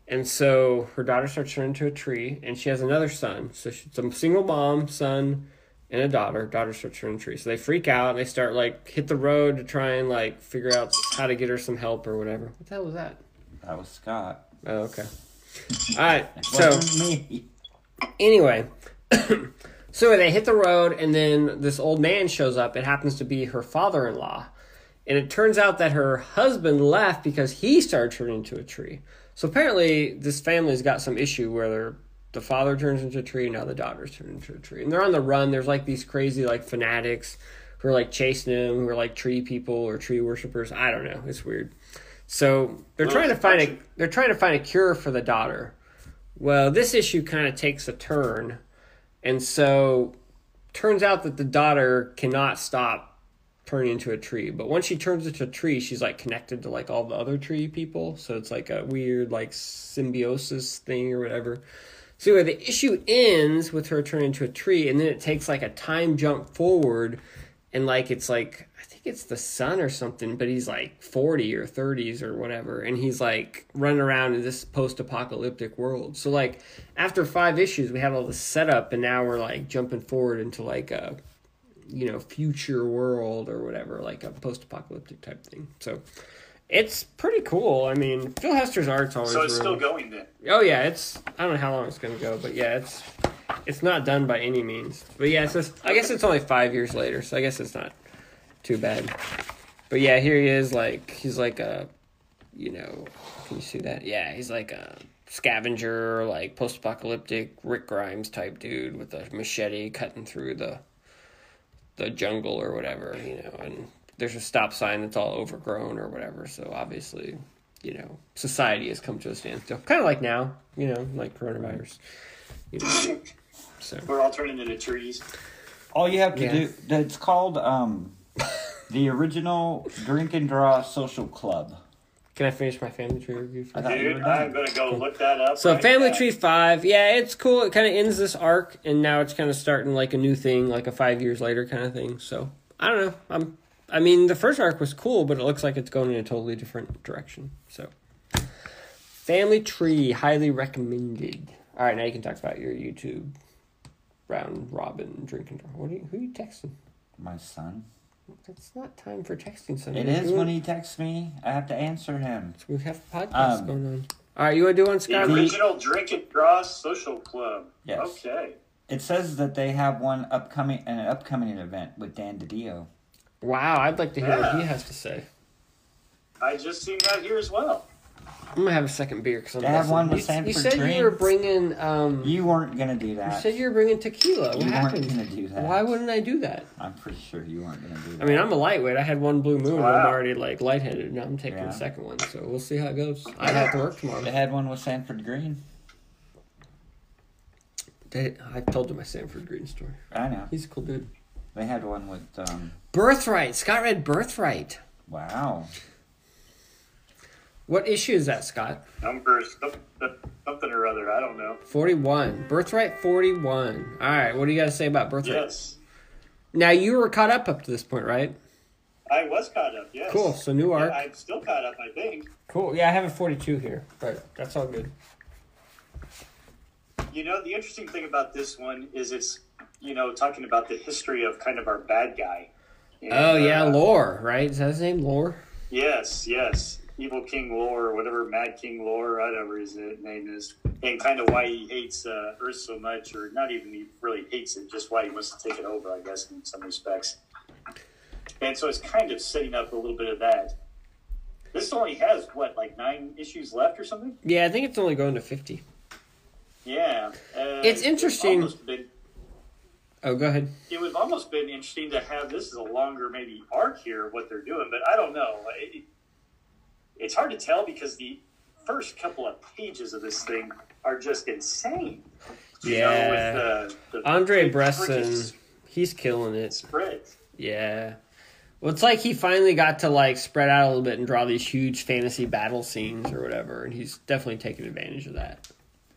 S1: And so her daughter starts turning into a tree, and she has another son. So she's a single mom, son, and a daughter. Daughter starts turning into a tree. So they freak out and they start like hit the road to try and like figure out how to get her some help or whatever. What the hell was that?
S2: That was Scott.
S1: Oh, okay. All right. So
S2: Wasn't me.
S1: anyway, so they hit the road, and then this old man shows up. It happens to be her father-in-law, and it turns out that her husband left because he started turning into a tree. So apparently, this family's got some issue where they're, the father turns into a tree, now the daughter's turned into a tree, and they're on the run. There's like these crazy like fanatics who are like chasing him, who are like tree people or tree worshippers. I don't know. It's weird. So they're trying to find a they're trying to find a cure for the daughter. Well, this issue kind of takes a turn, and so turns out that the daughter cannot stop turning into a tree. But once she turns into a tree, she's like connected to like all the other tree people. So it's like a weird like symbiosis thing or whatever. So anyway, the issue ends with her turning into a tree, and then it takes like a time jump forward, and like it's like I think it's the son or something, but he's like forty or thirties or whatever, and he's like running around in this post-apocalyptic world. So like after five issues, we have all this setup, and now we're like jumping forward into like a you know future world or whatever, like a post-apocalyptic type thing. So. It's pretty cool. I mean, Phil Hester's art's always
S3: So it's still
S1: really-
S3: going then.
S1: Oh yeah, it's I don't know how long it's gonna go, but yeah, it's it's not done by any means. But yeah, it's just, I guess it's only five years later, so I guess it's not too bad. But yeah, here he is, like he's like a, you know, can you see that? Yeah, he's like a scavenger, like post-apocalyptic Rick Grimes type dude with a machete cutting through the the jungle or whatever, you know, and there's a stop sign that's all overgrown or whatever. So obviously, you know, society has come to a standstill, kind of like now, you know, like coronavirus. You know, so
S3: We're all turning into trees.
S2: All you have to
S1: Yeah.
S2: do. It's called um, the original Drink and Draw Social Club.
S1: can I finish my family tree review? For
S2: I thought you were
S3: Dude,
S2: done.
S3: I'm gonna go look that up.
S1: So
S3: right
S1: Family
S3: now.
S1: Tree Five, yeah, it's cool. It kind of ends this arc, and now it's kind of starting like a new thing, like a five years later kind of thing. So I don't know. I'm, I mean, the first arc was cool, but it looks like it's going in a totally different direction. So Family Tree, highly recommended. All right, now you can talk about your YouTube round robin drinking. What are you, who are you texting?
S2: My son.
S1: It's not time for texting. Sunday.
S2: It is when he texts me. I have to answer him.
S1: we have a podcast
S2: Um,
S1: going on. All right, you want to do one,
S3: The
S1: Scott?
S3: original Drink and Draw Social Club.
S2: Yes.
S3: Okay.
S2: It says that they have one upcoming an upcoming event with Dan DiDio.
S1: Wow, I'd like to hear what he
S3: Yeah.
S1: has to say.
S3: I just seen that here as well.
S1: I'm gonna have a second beer because I'm.
S2: They have
S1: messing-
S2: one with
S1: you,
S2: Sanford
S1: you said
S2: Dreams.
S1: you were bringing. Um, you,
S2: You weren't gonna do that.
S1: said you were bringing tequila. What
S2: You weren't
S1: happened?
S2: gonna do that.
S1: Why wouldn't I do that?
S2: I'm pretty sure you weren't gonna do that.
S1: I mean, I'm a lightweight. I had one blue moon. and I'm
S3: Wow.
S1: already like lightheaded. Now I'm taking
S2: Yeah.
S1: the second one, so we'll see how it goes. I have to work
S2: They
S1: tomorrow.
S2: had one with Sanford Green.
S1: They- I've told you my Sanford Green story.
S2: I know.
S1: He's a cool dude.
S2: They had one with um.
S1: Birthright. Scott read Birthright.
S2: Wow.
S1: What issue is that, Scott?
S3: Number some- something or other. I don't know.
S1: Forty-one. Birthright. Forty-one. All right. What do you got to say about Birthright?
S3: Yes.
S1: Now you were caught up up to this point, right?
S3: I was caught up. Yes.
S1: Cool. So new
S3: Yeah,
S1: arc.
S3: I'm still caught up. I think.
S1: Cool. Yeah, I have a forty-two here, but that's all good.
S3: You know, the interesting thing about this one is it's you know, talking about the history of kind of our bad guy. And,
S1: Oh yeah,
S3: uh,
S1: Lore, right? Is that his name, Lore?
S3: Yes, yes. Evil King Lore, whatever Mad King Lore, whatever his name is, and kind of why he hates uh, Earth so much, or not even he really hates it, just why he wants to take it over, I guess, in some respects. And so it's kind of setting up a little bit of that. This only has, what, like nine issues left or something?
S1: Yeah, I think it's only going to fifty.
S3: Yeah. Uh,
S1: It's interesting.
S3: almost been-
S1: Oh, go ahead.
S3: it would have almost been interesting to have this as a longer maybe arc here what they're doing but i don't know it, it- it's hard to tell because the first couple of pages of this thing are just insane you know, with the, the
S1: Andre
S3: big
S1: Bresson,
S3: freaking
S1: he's killing it.
S3: spreads.
S1: Yeah. Well, it's like he finally got to like spread out a little bit and draw these huge fantasy battle scenes or whatever, and he's definitely taking advantage of that.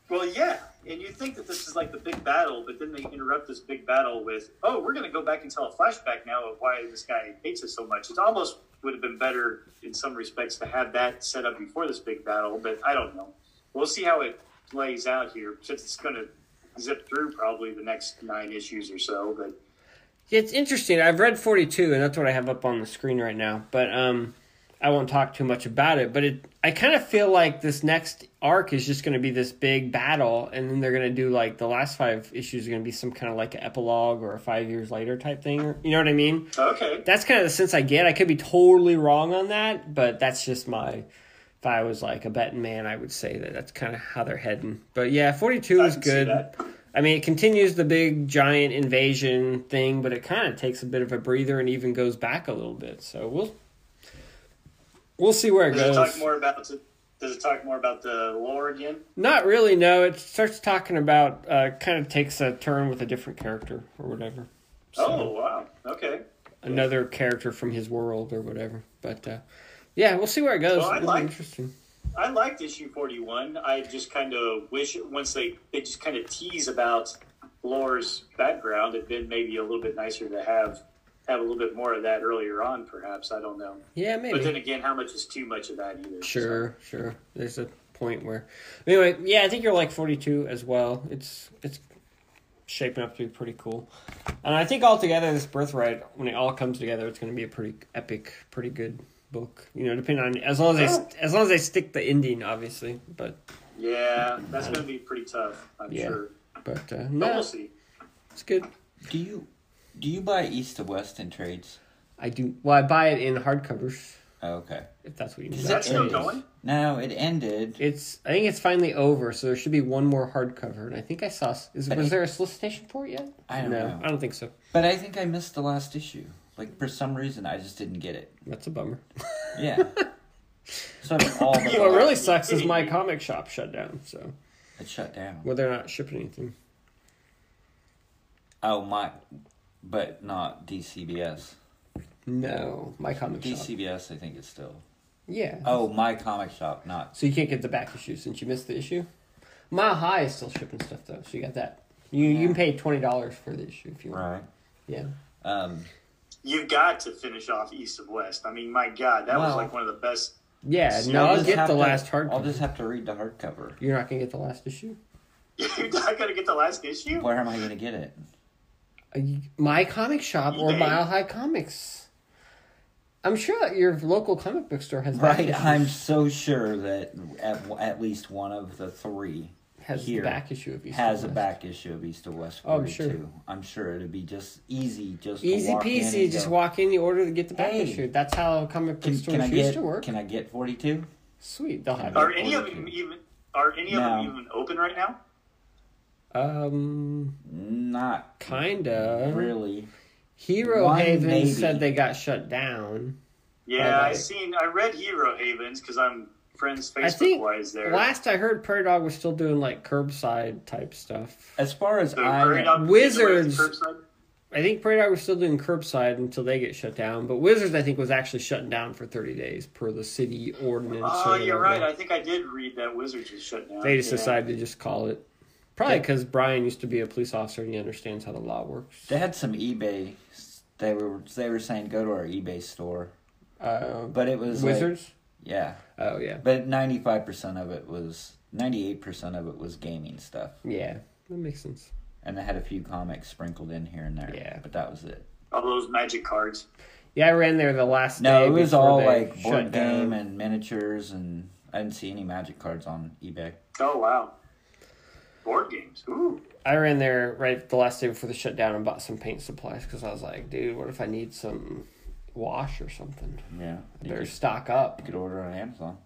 S3: well yeah and you think that this is like the big battle but then they interrupt this big battle with oh we're going to go back and tell a flashback now of why this guy hates us so much it almost would have been better in some respects to have that set up before this big battle but i don't know we'll see how it plays out here since it's going to zip through probably the next nine issues or so but
S1: Yeah, it's interesting. I've read 42, and that's what I have up on the screen right now. But um, I won't talk too much about it. But it, I kind of feel like this next arc is just going to be this big battle, and then they're going to do like the last five issues are going to be some kind of like an epilogue or a five years later type thing. or- You know what I mean?
S3: okay
S1: That's kind of the sense I get. I could be totally wrong on that, but that's just my. If I was like a betting man, I would say that that's kind of how they're heading. But yeah, 42
S3: I
S1: is
S3: can see
S1: good.
S3: that.
S1: I mean, it continues the big giant invasion thing, but it kind of takes a bit of a breather and even goes back a little bit. So we'll we'll see where it
S3: does it talk
S1: goes.
S3: more about does it talk more about the lore again
S1: Not really. No, it starts talking about uh, kind of takes a turn with a different character or whatever. So
S3: oh wow okay
S1: another character from his world or whatever. But uh, yeah, we'll see where it goes.
S3: Well, I
S1: It'll be
S3: like-
S1: interesting.
S3: I liked issue 41. I just kind of wish once they, they just kind of tease about Lore's background, it'd been maybe a little bit nicer to have have a little bit more of that earlier on, perhaps. I don't know.
S1: Yeah,
S3: But then
S1: maybe.
S3: again, how much is too much of that either?
S1: Sure, sure. There's a point where anyway. Yeah, I think you're like 42 as well. It's it's shaping up to be pretty cool. And I think altogether, this birthright, when it all comes together, it's going to be a pretty epic, pretty good book. You know, depending on as long as
S3: Oh.
S1: they st- as long as they stick the ending, obviously. But
S3: Yeah, that's going to be pretty tough, I'm
S1: Yeah.
S3: sure.
S1: but uh,
S3: But
S1: no,
S3: we'll see.
S1: it's good.
S2: Do you do you buy East to West in trades?
S1: I do. Well, I buy it in hardcovers
S2: Oh, okay.
S1: if that's what you mean.
S3: Is
S1: by
S3: that still
S1: trades.
S3: going?
S2: No, it ended.
S1: It's. I think it's finally over, so there should be one more hardcover. And I think I saw. s- Is was there a solicitation for it yet?
S2: I don't
S1: no,
S2: know.
S1: I don't think so.
S2: But I think I missed the last issue. Like for some reason, I just didn't get it.
S1: That's a bummer.
S2: Yeah. so all the
S1: what really sucks is my comic shop shut down. So
S2: it shut down.
S1: well, they're not shipping anything.
S2: Oh my, but not DCBS.
S1: No, my comic shop.
S2: DCBS, I think is still.
S1: Yeah.
S2: Oh, my comic shop, not.
S1: So you can't get the back issue since you missed the issue. Mile High is still shipping stuff though, so you got that. You you can pay twenty dollars for the issue if you want.
S2: Right.
S1: Yeah.
S2: Um,
S3: You've got to finish off East of West. I mean, my God, that was
S2: Well-
S3: like one of the best.
S1: Yeah.
S3: So
S1: no,
S2: I'll
S1: I'll
S2: just
S1: get
S2: have
S1: the
S2: to-
S1: last
S2: I'll
S1: hardcover.
S2: just have to read the hardcover.
S1: You're not gonna get the last issue.
S3: You're not going to get the last issue?
S2: Where am I going to get it?
S1: Uh, y- My comic shop or
S3: eBay.
S1: Mile High Comics. I'm sure your local comic book store has back
S2: Right.
S1: issues-
S2: I'm so sure that at, at least one of the three
S1: has
S2: here
S1: the back issue of East
S2: has a
S1: and West.
S2: back issue of East to West.
S1: Oh, I'm
S2: 42.
S1: sure.
S2: I'm sure it'd be just easy, just to
S1: Easy
S2: walk in
S1: peasy,
S2: and
S1: just
S2: go,
S1: walk in, you order, get the back
S2: Hey.
S1: issue. That's how comic book
S2: Can,
S1: stores
S2: can I
S1: used
S2: get?
S1: to work.
S2: Can I get 42?
S1: Sweet, they'll have
S3: Are
S1: it.
S3: any of them even. Are any of them
S2: No.
S3: even open right now?
S1: Um,
S2: Not
S1: kinda.
S2: really.
S1: Hero
S2: One
S1: Haven
S2: maybe.
S1: said they got shut down.
S3: Yeah,
S1: Right.
S3: I seen. I read Hero Havens because I'm friends
S1: I
S3: Facebook
S1: think
S3: wise there.
S1: last I heard, Prairie Dog was still doing like curbside type stuff.
S2: As far as
S3: So
S2: I
S3: hurry up,
S1: Wizards.
S3: get away with the curbside.
S1: I think Prairie Dog was still doing curbside until they get shut down. But Wizards, I think, was actually shutting down for thirty days per the city ordinance. or
S3: Oh, you're
S1: whatever.
S3: right. I think I did read that Wizards was shut down.
S1: They just
S3: Yeah.
S1: decided to just call it. Probably
S2: Yeah.
S1: because Brian used to be a police officer and he understands how the law works.
S2: They had some eBay. They were they were saying go to our eBay store,
S1: Uh,
S2: but it was like-
S1: Wizards?
S2: yeah,
S1: Oh, yeah.
S2: but ninety five percent of it was ninety eight percent of it was gaming stuff.
S1: Yeah, that makes sense.
S2: and they had a few comics sprinkled in here and there.
S1: Yeah.
S2: but that was it.
S3: All those magic cards.
S1: Yeah, I ran there the last
S2: No,
S1: day.
S2: it was
S1: before
S2: all
S1: they
S2: like
S1: shut
S2: board
S1: down.
S2: game and miniatures, and I didn't see any magic cards on eBay.
S3: Oh wow. Board games. Ooh.
S1: I ran there right the last day before the shutdown and bought some paint supplies because I was like, dude, what if I need some wash or something?
S2: Yeah,
S1: I
S2: you
S1: better
S2: could,
S1: stock up.
S2: you could order on Amazon.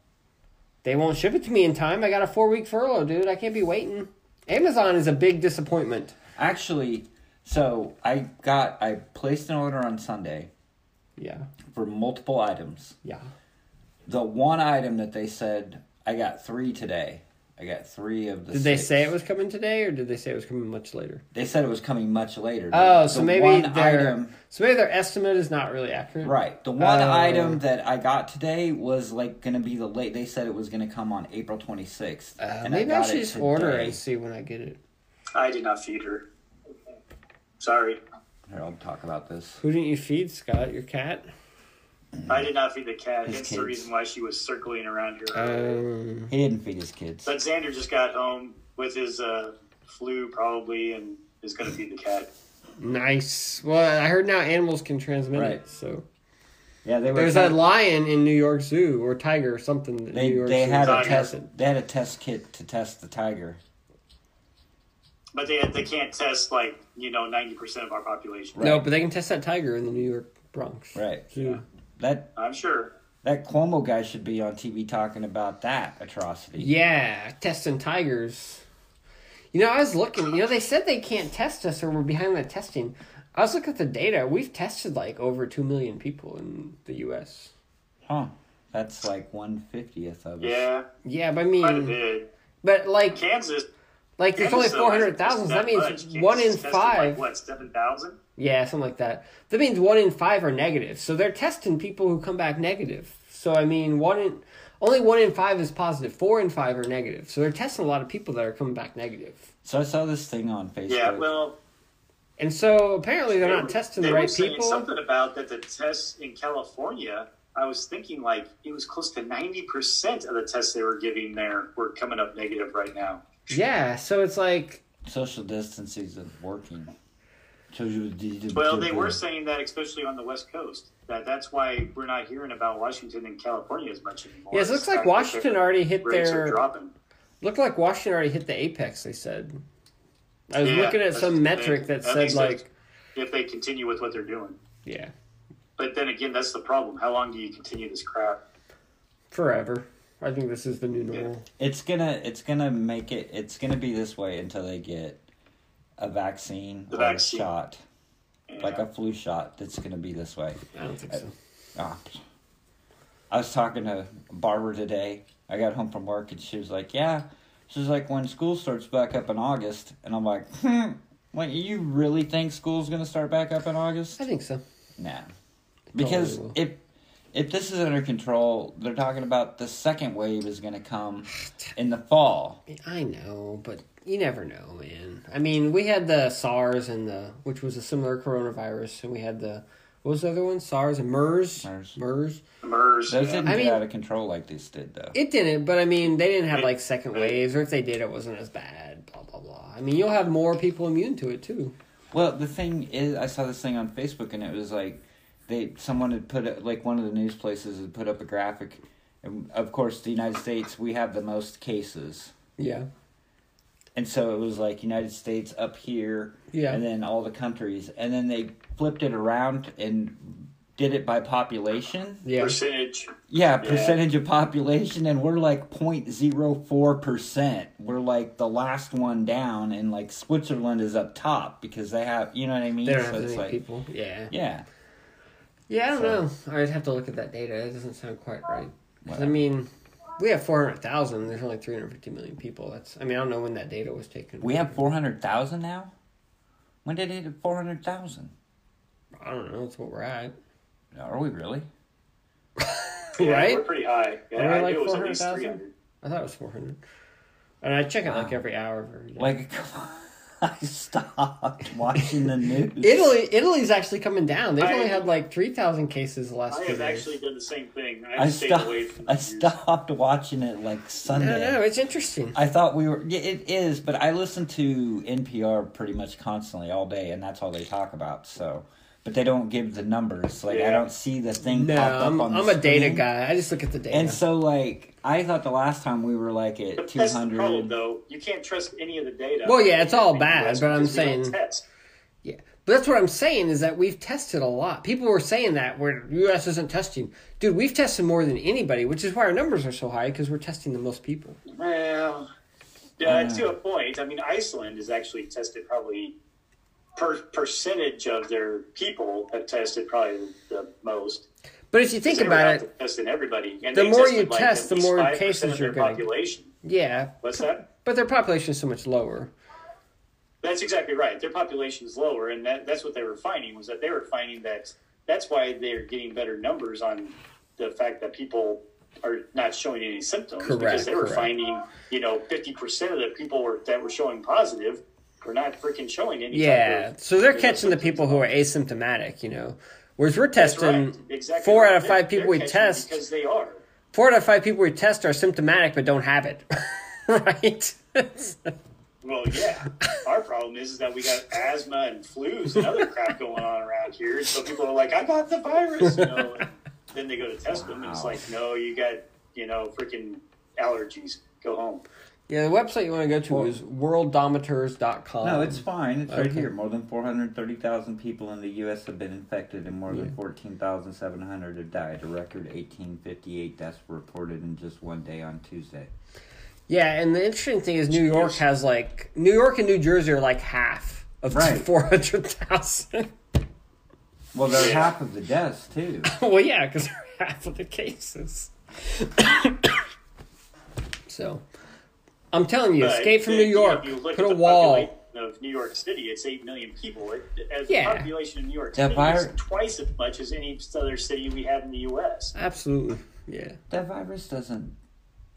S1: They won't ship it to me in time. I got a four week furlough, dude. I can't be waiting. Amazon is a big disappointment.
S2: Actually, so I got I placed an order on Sunday
S1: Yeah.
S2: for multiple items.
S1: Yeah.
S2: The one item that they said I got three today. I got three of the.
S1: Did they
S2: six.
S1: say it was coming today or did they say it was coming much later?
S2: They said it was coming much later. but
S1: Oh, so
S2: the
S1: maybe
S2: one
S1: their
S2: item
S1: so maybe their estimate is not really accurate.
S2: Right. The one
S1: Oh.
S2: item that I got today was like going to be the late. They said it was going to come on April 26th.
S1: Uh,
S2: and
S1: maybe I,
S2: got
S1: should
S2: it
S1: just order
S2: today.
S1: and see when I get it.
S3: I did not feed her. Sorry.
S2: Here, I'll talk about this.
S1: Who didn't you feed, Scott? Your cat?
S3: I did not feed the cat.
S2: His
S3: That's the
S2: kids.
S3: reason why she was circling around here.
S1: Um,
S2: He didn't feed his kids.
S3: but Xander just got home with his uh, flu probably and is going to feed the cat.
S1: nice. Well, I heard now animals can transmit it.
S2: Right.
S1: So
S2: Yeah, they were.
S1: there's
S2: trying-
S1: that lion in New York Zoo or tiger or something. That
S2: They
S1: New York
S2: they
S1: Zoo
S2: had a
S3: Tiger.
S2: test.
S1: tested.
S2: They had a test kit to test the tiger.
S3: But they they can't test like you know ninety percent of our population.
S1: No,
S2: Right.
S1: but they can test that tiger in the New York Bronx.
S2: Right.
S1: Zoo.
S2: That
S3: I'm sure.
S2: that Cuomo guy should be on TV talking about that atrocity.
S1: Yeah, testing tigers. You know, I was looking. You know, they said they can't test us or we're behind the testing. I was looking at the data. We've tested like over two million people in the U.S.
S2: Huh. That's like one fiftieth of us.
S3: Yeah,
S1: Yeah, but I
S3: quite a
S1: mean,
S3: bit.
S1: but like,
S3: Kansas.
S1: like there's Hmm. only
S3: Kansas, though,
S1: four hundred thousand.
S3: isn't
S1: So that
S3: much.
S1: means
S3: Kansas
S1: one in
S3: tested, like,
S1: five.
S3: what seven thousand?
S1: Yeah, something like that. That means one in five are negative. So they're testing people who come back negative. So I mean, one in only one in five is positive. Four in five are negative. So they're testing a lot of people that are coming back negative.
S2: So I saw this thing on Facebook.
S3: Yeah. Well,
S1: And so apparently they're
S3: They
S1: not
S3: were-
S1: testing the
S3: they were
S1: right
S3: saying
S1: people.
S3: Something about that the tests in California. I was thinking like it was close to ninety percent of the tests they were giving there were coming up negative right now.
S1: Yeah, so it's like
S2: social distancing is working. So you- you- you-
S3: Well, they
S2: you-
S3: were saying that especially on the West Coast. That that's why we're not hearing about Washington and California as much anymore.
S1: yeah, it looks
S3: It's not
S1: like
S3: that
S1: Washington
S3: their
S1: already hit
S3: rates are
S1: their
S3: dropping.
S1: looked like Washington already hit the apex. They said. I was
S3: Yeah,
S1: looking at
S3: that's
S1: some
S3: the
S1: metric
S3: thing.
S1: that
S3: That
S1: said
S3: makes
S1: like
S3: sense. If they continue with what they're doing,
S1: yeah
S3: but then again, that's the problem. How long do you continue this crap?
S1: forever. I think this is the new normal.
S2: It's gonna it's gonna make it it's gonna be this way until they get a vaccine
S3: The
S2: or
S3: vaccine.
S2: a shot.
S3: Yeah.
S2: Like a flu shot that's gonna be this way.
S1: I don't think so.
S2: Ah. I was talking to Barbara today. I got home from work and she was like, Yeah. She was like, When school starts back up in August and I'm like, Hmm Wait, you really think school's gonna start back up in August?
S1: I think so.
S2: Nah. Because
S1: will.
S2: if if this is under control, they're talking about the second wave is going to come in the fall.
S1: I know, but you never know, man. I mean, we had the SARS and the which was a similar coronavirus, and we had the what was the other one? SARS and MERS.
S2: MERS.
S1: MERS.
S3: MERS.
S2: Those
S3: yeah.
S2: didn't
S1: I
S2: get
S1: mean-
S2: out of control like this did, though.
S1: It didn't, but I mean, they didn't have like second
S3: Right.
S1: waves, or if they did, it wasn't as bad. Blah blah blah. I mean, you'll have more people immune to it too.
S2: Well, the thing is, I saw this thing on Facebook, and it was like they someone had put it, like one of the news places had put up a graphic. And of course, the United States we have the most cases,
S1: Yeah.
S2: and so it was like United States up here,
S1: Yeah.
S2: and then all the countries, and then they flipped it around and did it by population.
S1: Yeah.
S3: Percentage.
S2: Yeah, percentage of population, and we're like 0.04%. We're like the last one down, and like Switzerland is up top because they have, you know what I mean?
S1: They don't have that
S2: it's
S1: many
S2: like,
S1: people. Yeah.
S2: yeah,
S1: Yeah, I don't
S2: So-
S1: know. I'd have to look at that data. It doesn't sound quite right. 'Cause, I
S2: Wow.
S1: mean, we have four hundred thousand. There's only three hundred fifty million people. That's. I mean, I don't know when that data was taken.
S2: we have 400,000 now. When did it hit 400,000?
S1: I don't know. That's what we're at.
S2: Are we really?
S3: Yeah,
S1: right?
S3: We're pretty high. Yeah,
S1: We're
S3: I
S1: like
S3: knew it was at least
S1: 400,000?
S3: 300.
S1: I thought it was 400. And I check it like every hour. Or,
S2: Like, come on. I stopped watching the news.
S1: Italy, Italy's actually coming down. They've
S3: I-
S1: only had like three thousand cases the last
S3: I
S1: few
S3: have
S1: days.
S3: actually done the same thing. I,
S2: I
S3: stayed
S2: stopped.
S3: away from the
S2: I
S3: news.
S2: stopped watching it like
S1: no,
S2: Sunday.
S1: no, it's interesting.
S2: I thought we were. Yeah, it is, but I listen to NPR pretty much constantly all day, and that's all they talk about. So, but they don't give the numbers. Like I
S3: Yeah.
S2: don't see the thing.
S1: No,
S2: pop up
S1: I'm,
S2: on the
S1: I'm a data
S2: screen.
S1: guy. I just look at the data.
S2: And so, like, I thought the last time we were like at
S3: But
S2: two
S3: That's the problem,
S2: hundred.
S3: though. You can't trust any of the data.
S1: Well, yeah, it's all bad,
S3: Because
S1: but I'm
S3: we don't
S1: saying-
S3: test.
S1: Yeah, but that's what I'm saying is that we've tested a lot. People were saying that where the U.S. isn't testing, dude. We've tested more than anybody, which is why our numbers are so high because we're testing the most people.
S3: Well, yeah, to a point. I mean, Iceland has actually tested probably per percentage of their people have tested probably the most.
S1: But if you think about it,
S3: testing everybody. And
S1: the
S3: they
S1: more
S3: tested,
S1: you
S3: like,
S1: test,
S3: at
S1: the
S3: least
S1: more
S3: 5% of
S1: cases you're
S3: their
S1: gonna-
S3: population.
S1: yeah,
S3: What's that?
S1: but their population is so much lower.
S3: That's exactly right. Their population is lower, and that, that's what they were finding was that they were finding that that's why they're getting better numbers on the fact that people are not showing any symptoms
S1: Correct,
S3: because they were
S1: correct.
S3: finding you know fifty percent of the people were, that were showing positive were not freaking showing any. type
S1: Yeah,
S3: of-
S1: so they're
S3: there's no
S1: catching the
S3: symptoms.
S1: people who are asymptomatic, you know. Whereas we're
S3: That's right.
S1: testing
S3: Exactly
S1: four
S3: right.
S1: out of
S3: They're-
S1: 5 people
S3: they're
S1: we
S3: catching
S1: test.
S3: because they are.
S1: Four out of five people we test are symptomatic but don't have it, right?
S3: Well, yeah. Our problem is, is that we got asthma and flus and other crap going on around here. So people are like, I got the virus. You know, and then they go to test them, and it's like, no, you got, you know, freaking allergies. Go home.
S1: yeah, the website you want to go to is worldometers.com.
S2: No, it's fine. It's right
S1: Um, Okay.
S2: here. More than four hundred thirty thousand people in the U.S. have been infected, and more than fourteen thousand seven hundred have died. A record eighteen fifty eight deaths were reported in just one day on Tuesday.
S1: Yeah, and the interesting thing is New York has like New York and New Jersey are like half of
S2: Right.
S1: four hundred thousand.
S2: Well, they're half of the deaths too.
S1: well, yeah, because they're half of the cases. so, I'm telling you,
S3: But
S1: escape from
S3: if
S1: New
S3: you
S1: York.
S3: look
S1: Put
S3: at
S1: a
S3: the
S1: wall.
S3: population Of New York City, it's eight million people. It, as
S1: Yeah.
S3: the population in New York
S2: The
S3: City is
S2: vir-
S3: twice as much as any other city we have in the U.S.
S1: Absolutely, yeah.
S2: That virus doesn't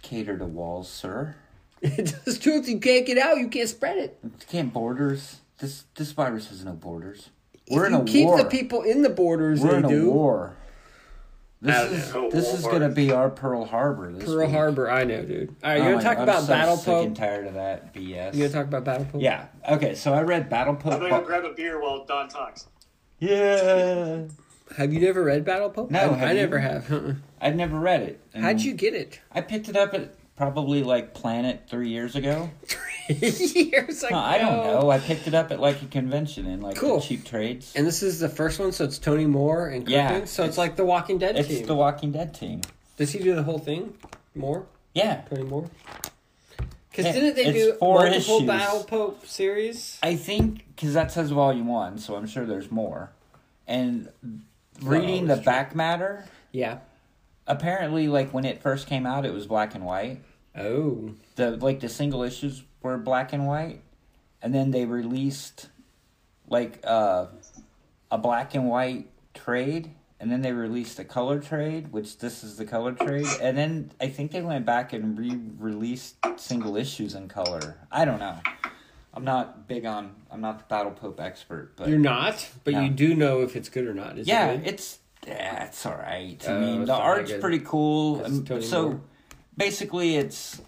S2: cater to walls, sir.
S1: It does too. If you can't get out, you can't spread it.
S2: It can't borders. This this virus has no borders. We're in
S1: you
S2: a
S1: keep
S2: war.
S1: the people in the borders.
S2: We're
S1: they
S2: in a
S1: do.
S2: war.
S1: I don't
S2: This is
S3: know.
S2: this is gonna be our Pearl Harbor. This
S1: Pearl
S2: week.
S1: Harbor, I know, dude. All right, you
S2: Oh
S1: want
S2: my
S1: to talk
S2: God,
S1: about
S2: I'm so
S1: Battle
S2: sick
S1: Pope?
S2: and tired of that BS.
S1: You want to talk about Battle Pope?
S2: yeah. Okay. So I read Battle Pope.
S3: I'm gonna go grab a beer while Don talks.
S2: yeah.
S1: Have you never read Battle Pope?
S2: No,
S1: I,
S2: have
S1: I
S2: you?
S1: never have. Uh-uh.
S2: I've never read it. And
S1: How'd you get it?
S2: I picked it up at probably like Planet three years ago.
S1: years ago.
S2: No, I don't know. I picked it up at like a convention in like the
S1: Cool.
S2: cheap trades.
S1: And this is the first one, so it's Tony Moore and Kirkland.
S2: Yeah,
S1: so it's,
S2: it's-
S1: like the Walking Dead
S2: It's
S1: team.
S2: the Walking Dead team.
S1: Does he do the whole thing? Moore,
S2: Yeah.
S1: Tony Moore. Because
S2: Yeah,
S1: didn't they
S2: it's
S1: do
S2: four
S1: multiple
S2: issues.
S1: Battle Pope series?
S2: I think because that says volume one, so I'm sure there's more. And reading the
S1: always true.
S2: back matter,
S1: Yeah.
S2: apparently, like when it first came out, it was black and white.
S1: Oh.
S2: The like the single issues were black and white, and then they released like uh, a black and white trade, and then they released a color trade, which this is the color trade, and then I think they went back and re-released single issues in color. I don't know. I'm not big on. I'm not the Battle Pope expert, but
S1: You're not, but
S2: No.
S1: you do know if it's good or not. Is it
S2: yeah,
S1: good?
S2: it's yeah, it's all right. I
S1: Oh,
S2: mean,
S1: it's not
S2: the
S1: that
S2: art's
S1: good.
S2: pretty cool.
S1: That's
S2: Um,
S1: Tony
S2: so
S1: Moore.
S2: basically, it's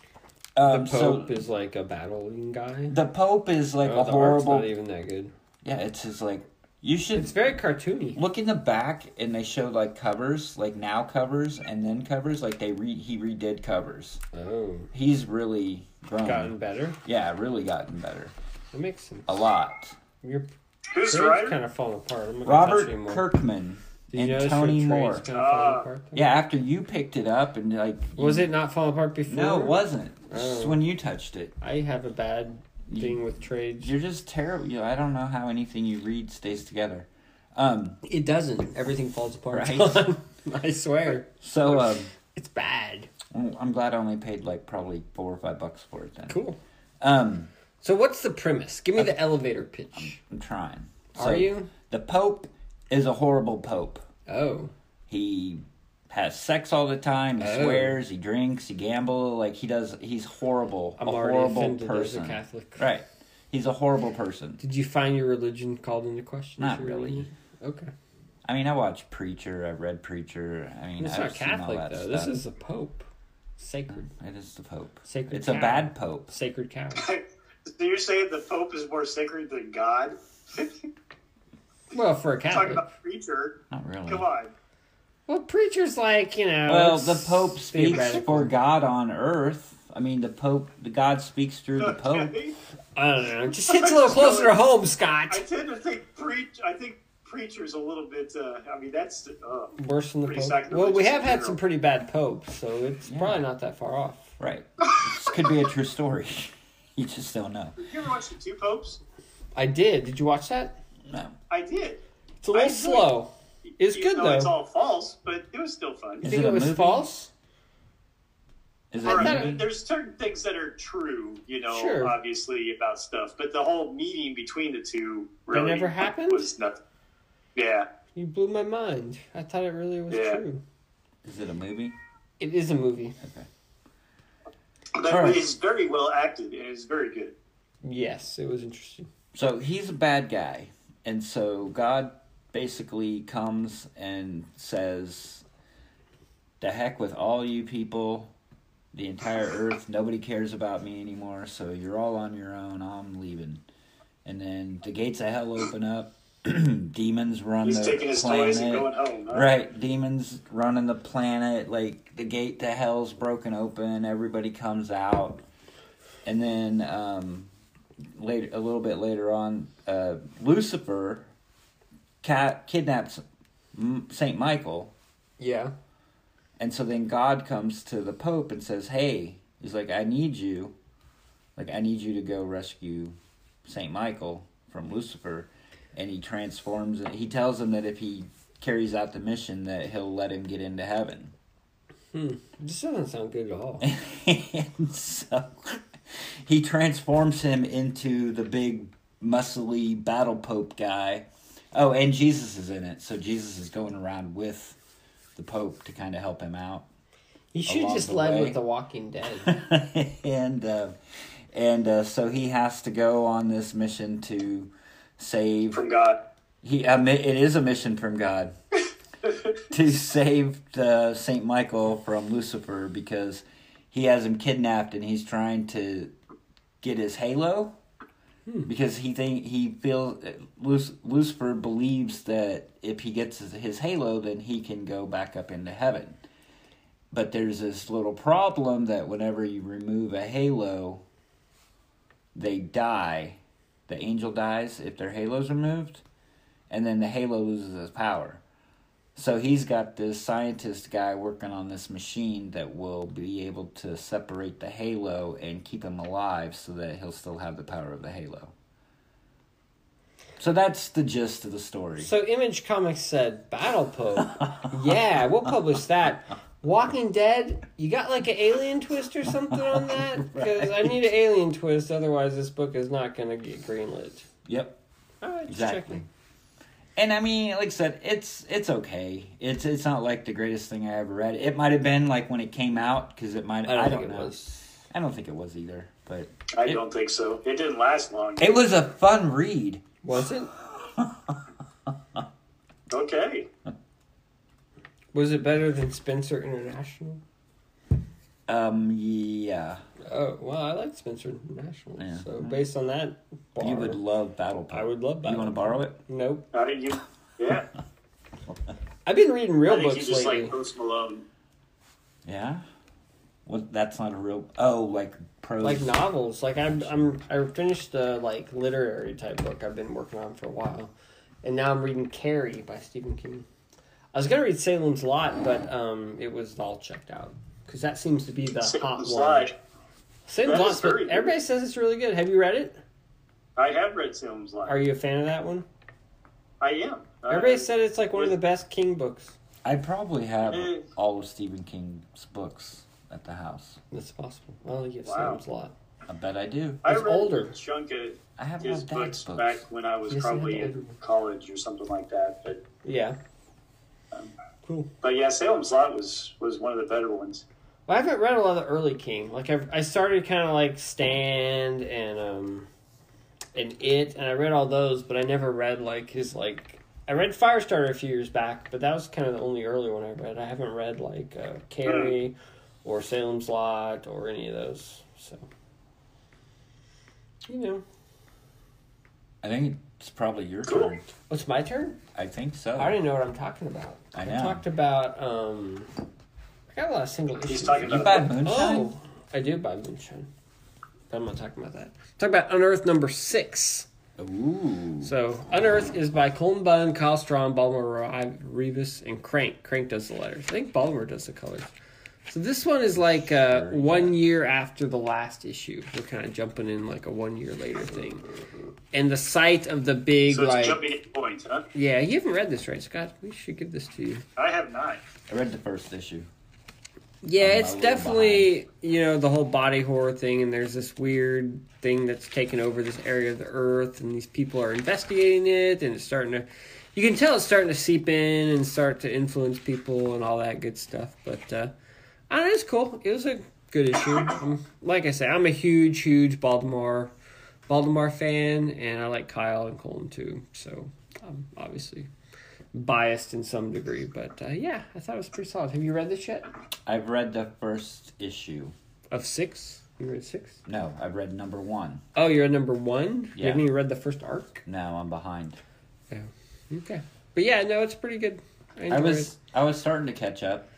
S1: the
S2: um,
S1: Pope
S2: so
S1: is like a battling guy.
S2: the Pope is like
S1: Oh,
S2: a
S1: the art's
S2: horrible.
S1: not even that good.
S2: yeah, it's his like you should
S1: It's very cartoony.
S2: look in the back, and they show like covers, like now covers and then covers. Like they re he redid covers.
S1: Oh,
S2: He's really grown.
S1: gotten better.
S2: Yeah, really gotten better
S1: That makes sense.
S2: a lot.
S1: Your
S3: Who's the
S1: trade's
S3: writer?
S1: kind of falling apart. I'm not gonna touch
S2: Robert
S1: it anymore.
S2: Kirkman
S1: Did you
S2: and
S1: notice
S2: Tony
S1: your
S2: Moore.
S1: Kind of falling
S3: Ah.
S1: apart there?
S2: Yeah, after you picked it up and like
S1: Was it not fall apart before?
S2: No, it wasn't. Just
S1: Oh.
S2: when you touched it.
S1: I have a bad thing with trades.
S2: You're just terrible. You know, I don't know how anything you read stays together. Um,
S1: It doesn't. Everything falls apart.
S2: Right.
S1: I swear,
S2: so um,
S1: it's bad.
S2: I'm- I'm glad I only paid like probably four or five bucks for it then.
S1: Cool. Uh,
S2: Um,
S1: So what's the premise? Give me the elevator pitch.
S2: I'm trying.
S1: Are you?
S2: The Pope is a horrible Pope.
S1: Oh,
S2: He has sex all the time. He
S1: Oh.
S2: swears. He drinks. He gambles. Like he does. He's horrible.
S1: I'm
S2: a
S1: already
S2: horrible
S1: offended as a
S2: person.
S1: Catholic.
S2: Right. He's a horrible person.
S1: Did you find your religion called into question? Is
S2: Not
S1: your
S2: really.
S1: religion- Okay.
S2: I mean, I watch Preacher. I've read Preacher. I mean,
S1: It's
S2: I've
S1: not
S2: seen all
S1: Catholic
S2: that
S1: though.
S2: stuff.
S1: This is a pope, sacred,
S2: It is the Pope.
S1: Sacred
S2: it's a
S1: cow.
S2: bad Pope.
S1: sacred cow.
S3: So you're saying the Pope is more sacred than God?
S1: Well, for a
S3: Talking
S1: Catholic,
S3: about preacher.
S2: Not really.
S3: Come on.
S1: well, preachers like you know.
S2: Well,
S1: it's
S2: the Pope speaks
S1: theoretical.
S2: for God on earth. I mean, the Pope, the God speaks through the Pope.
S3: Okay.
S1: I don't know. Just hits a little closer to home,
S3: I
S1: Scott.
S3: tend to think preach. I think preacher's a little bit. Uh, I mean, that's. Uh,
S1: Worse than the
S3: Pretty
S1: Pope.
S3: sacrilegious
S1: Well, we have
S3: in
S1: had
S3: general.
S1: some pretty bad popes, so it's probably not that far off.
S2: Right. this could be a true story. You just don't know.
S3: you ever watched the two popes?
S1: I did. Did you watch that?
S2: No.
S3: I did.
S1: It's a little
S3: I did.
S1: slow. It's
S3: Even
S1: good
S3: though.
S1: though.
S3: It's all false, but it was still fun.
S1: you
S2: Is
S1: think
S2: it
S1: it,
S2: a
S1: was
S2: movie?
S1: false?
S2: Is it
S1: I
S3: Or,
S2: a
S1: thought it-
S2: movie?
S3: there's certain things that are true, you know,
S1: Sure.
S3: obviously about stuff, but the whole meeting between the two really
S1: never happened?
S3: was nothing. Yeah,
S1: You blew my mind. I thought it really was
S3: Yeah.
S1: true.
S2: Is it a movie?
S1: It is a movie.
S3: but
S2: Alright.
S3: it's very well acted and it's very good.
S1: Yes, it was interesting.
S2: So he's a bad guy, and so God basically comes and says, "The heck with all you people, the entire earth. Nobody cares about me anymore. So you're all on your own. I'm leaving." And then the gates of hell open up. demons run
S3: He's
S2: the
S3: taking his
S2: planet.
S3: toys and going home. huh?
S2: Right, demons running the planet, like the gate to hell's broken open, everybody comes out. And then um later a little bit later on, uh Lucifer ca- kidnaps M- Saint Michael.
S1: Yeah.
S2: And so then God comes to the pope and says, "Hey, he's like I need you. Like I need you to go rescue Saint Michael from Lucifer." And he transforms it. He tells him that if he carries out the mission that he'll let him get into heaven.
S1: This doesn't sound good at all.
S2: Eh, and so he transforms him into the big muscly battle pope guy. Oh, and Jesus is in it. So Jesus is going around with the pope to kind of help him out.
S1: You should
S2: Along
S1: just
S2: the
S1: led
S2: way.
S1: with The Walking Dead.
S2: and uh, and uh, so he has to go on this mission to save.
S3: From God.
S2: He um, it it is a mission from God to save uh, Saint Michael from Lucifer because he has him kidnapped and he's trying to get his halo because he think he feels Luc- Lucifer believes that if he gets his, his halo, then he can go back up into heaven. But there's this little problem that whenever you remove a halo, they die. The angel dies if their halo's removed, and then the halo loses its power. So he's got this scientist guy working on this machine that will be able to separate the halo and keep him alive so that he'll still have the power of the halo. So that's the gist of the story.
S1: so Image Comics said Battle Pope. yeah, we'll publish that. Walking Dead, you got like an alien twist or something on that? Because I need an alien twist, otherwise this book is not going to get greenlit.
S2: Yep.
S1: All right, just
S2: Exactly.
S1: checking.
S2: And I mean, like I said, it's it's okay. It's it's not like the greatest thing I ever read. It might have been like when it came out because it might.
S1: I don't,
S2: I
S1: think
S2: don't
S1: it
S2: know.
S1: was.
S2: I don't think it was either. But
S3: I
S2: It-
S3: don't think so. It didn't last long.
S2: it was a fun read.
S1: Was it?
S3: Okay.
S1: Was it better than Spencer International?
S2: Um. Yeah.
S1: Oh, well, I like Spencer International.
S2: Yeah.
S1: So based on that,
S2: You
S1: borrow.
S2: would love Battle. Pope.
S1: I would love
S2: You
S1: Battle
S2: want to
S1: Pope.
S2: borrow it?
S1: Nope.
S3: How did Uh, you? Yeah.
S1: I've been reading real
S3: I think you
S1: books
S3: just
S1: lately.
S3: like Post Malone.
S2: Yeah. Well, that's not a real. Oh, like prose.
S1: like novels. Like I'm, I'm, I finished a like literary type book I've been working on for a while, and now I'm reading Carrie by Stephen King. I was gonna read Salem's Lot, but um, it was all checked out because that seems to be the hot
S3: Salem's
S1: one.
S3: Lot.
S1: Salem's
S3: That
S1: Lot.
S3: is very good.
S1: Everybody says it's really good. Have you read it?
S3: I have read Salem's Lot.
S1: Are you a fan of that one?
S3: I am. Uh,
S1: Everybody said it's like one of the best King books.
S2: I probably have
S3: Eh.
S1: Mm.
S2: all of Stephen King's books at the house.
S1: That's possible. I only give
S3: Wow.
S1: Salem's Lot.
S2: I bet I do.
S3: I
S1: It's
S3: read
S1: older.
S3: a chunk of
S2: I have
S3: his
S2: all Dad's
S3: books
S2: books.
S3: back when I was
S1: Yes, I have
S3: probably
S1: the older
S3: in
S1: one.
S3: college or something like that. But
S1: Yeah. Cool.
S3: but yeah, Salem's Lot was was one of the better ones.
S1: Well, I haven't read a lot of the early King. Like I've, I started kind of like Stand and um, and It, and I read all those, but I never read like his like. I read Firestarter a few years back, but that was kind of the only early one I read. I haven't read like uh, Carrie or Salem's Lot or any of those. So, you know,
S2: I think it's probably your
S3: Cool.
S2: turn.
S1: what's oh, my turn?
S2: I think so.
S1: I already know what I'm talking about.
S2: I
S1: I
S2: know.
S1: talked about. um I got a lot of single issues.
S3: He's talking
S2: you
S3: about
S2: buy moonshine?
S1: Oh, I do buy moonshine. But I'm not talking about that. Talk about Unearth number six.
S2: Ooh.
S1: So Unearth is by Colton Bunn, Kyle Strom, Baltimore Ro- Revis, and Crank. Crank does the letters. I think Baltimore does the colors. So this one is like uh, one year after the last issue. We're kind of jumping in like a one year later thing, and the site of the big
S3: So it's
S1: like
S3: jumping at points, huh?
S1: yeah. You haven't read this right, Scott? We should give this to you.
S3: I have nine.
S2: I read the first issue.
S1: Yeah,
S2: I'm
S1: it's
S2: a little
S1: definitely you know the whole body horror thing, and there's this weird thing that's taken over this area of the earth, and these people are investigating it, and it's starting to, you can tell it's starting to seep in and start to influence people and all that good stuff. But uh, I don't know, it's cool. It was a good issue. Um, like I say, I'm a huge, huge Baltimore, Baltimore fan, and I like Kyle and Colton too. So I'm obviously biased in some degree, but uh, yeah, I thought it was pretty solid. Have you read this yet?
S2: I've read the first issue.
S1: Of six? You read six?
S2: No, I've read number one.
S1: Oh, you're at number one? You
S2: Yeah.
S1: haven't even read the first arc?
S2: No, I'm behind.
S1: Yeah. Okay. But yeah, no, it's pretty good. I,
S2: I
S1: enjoyed
S2: was I was starting to catch up.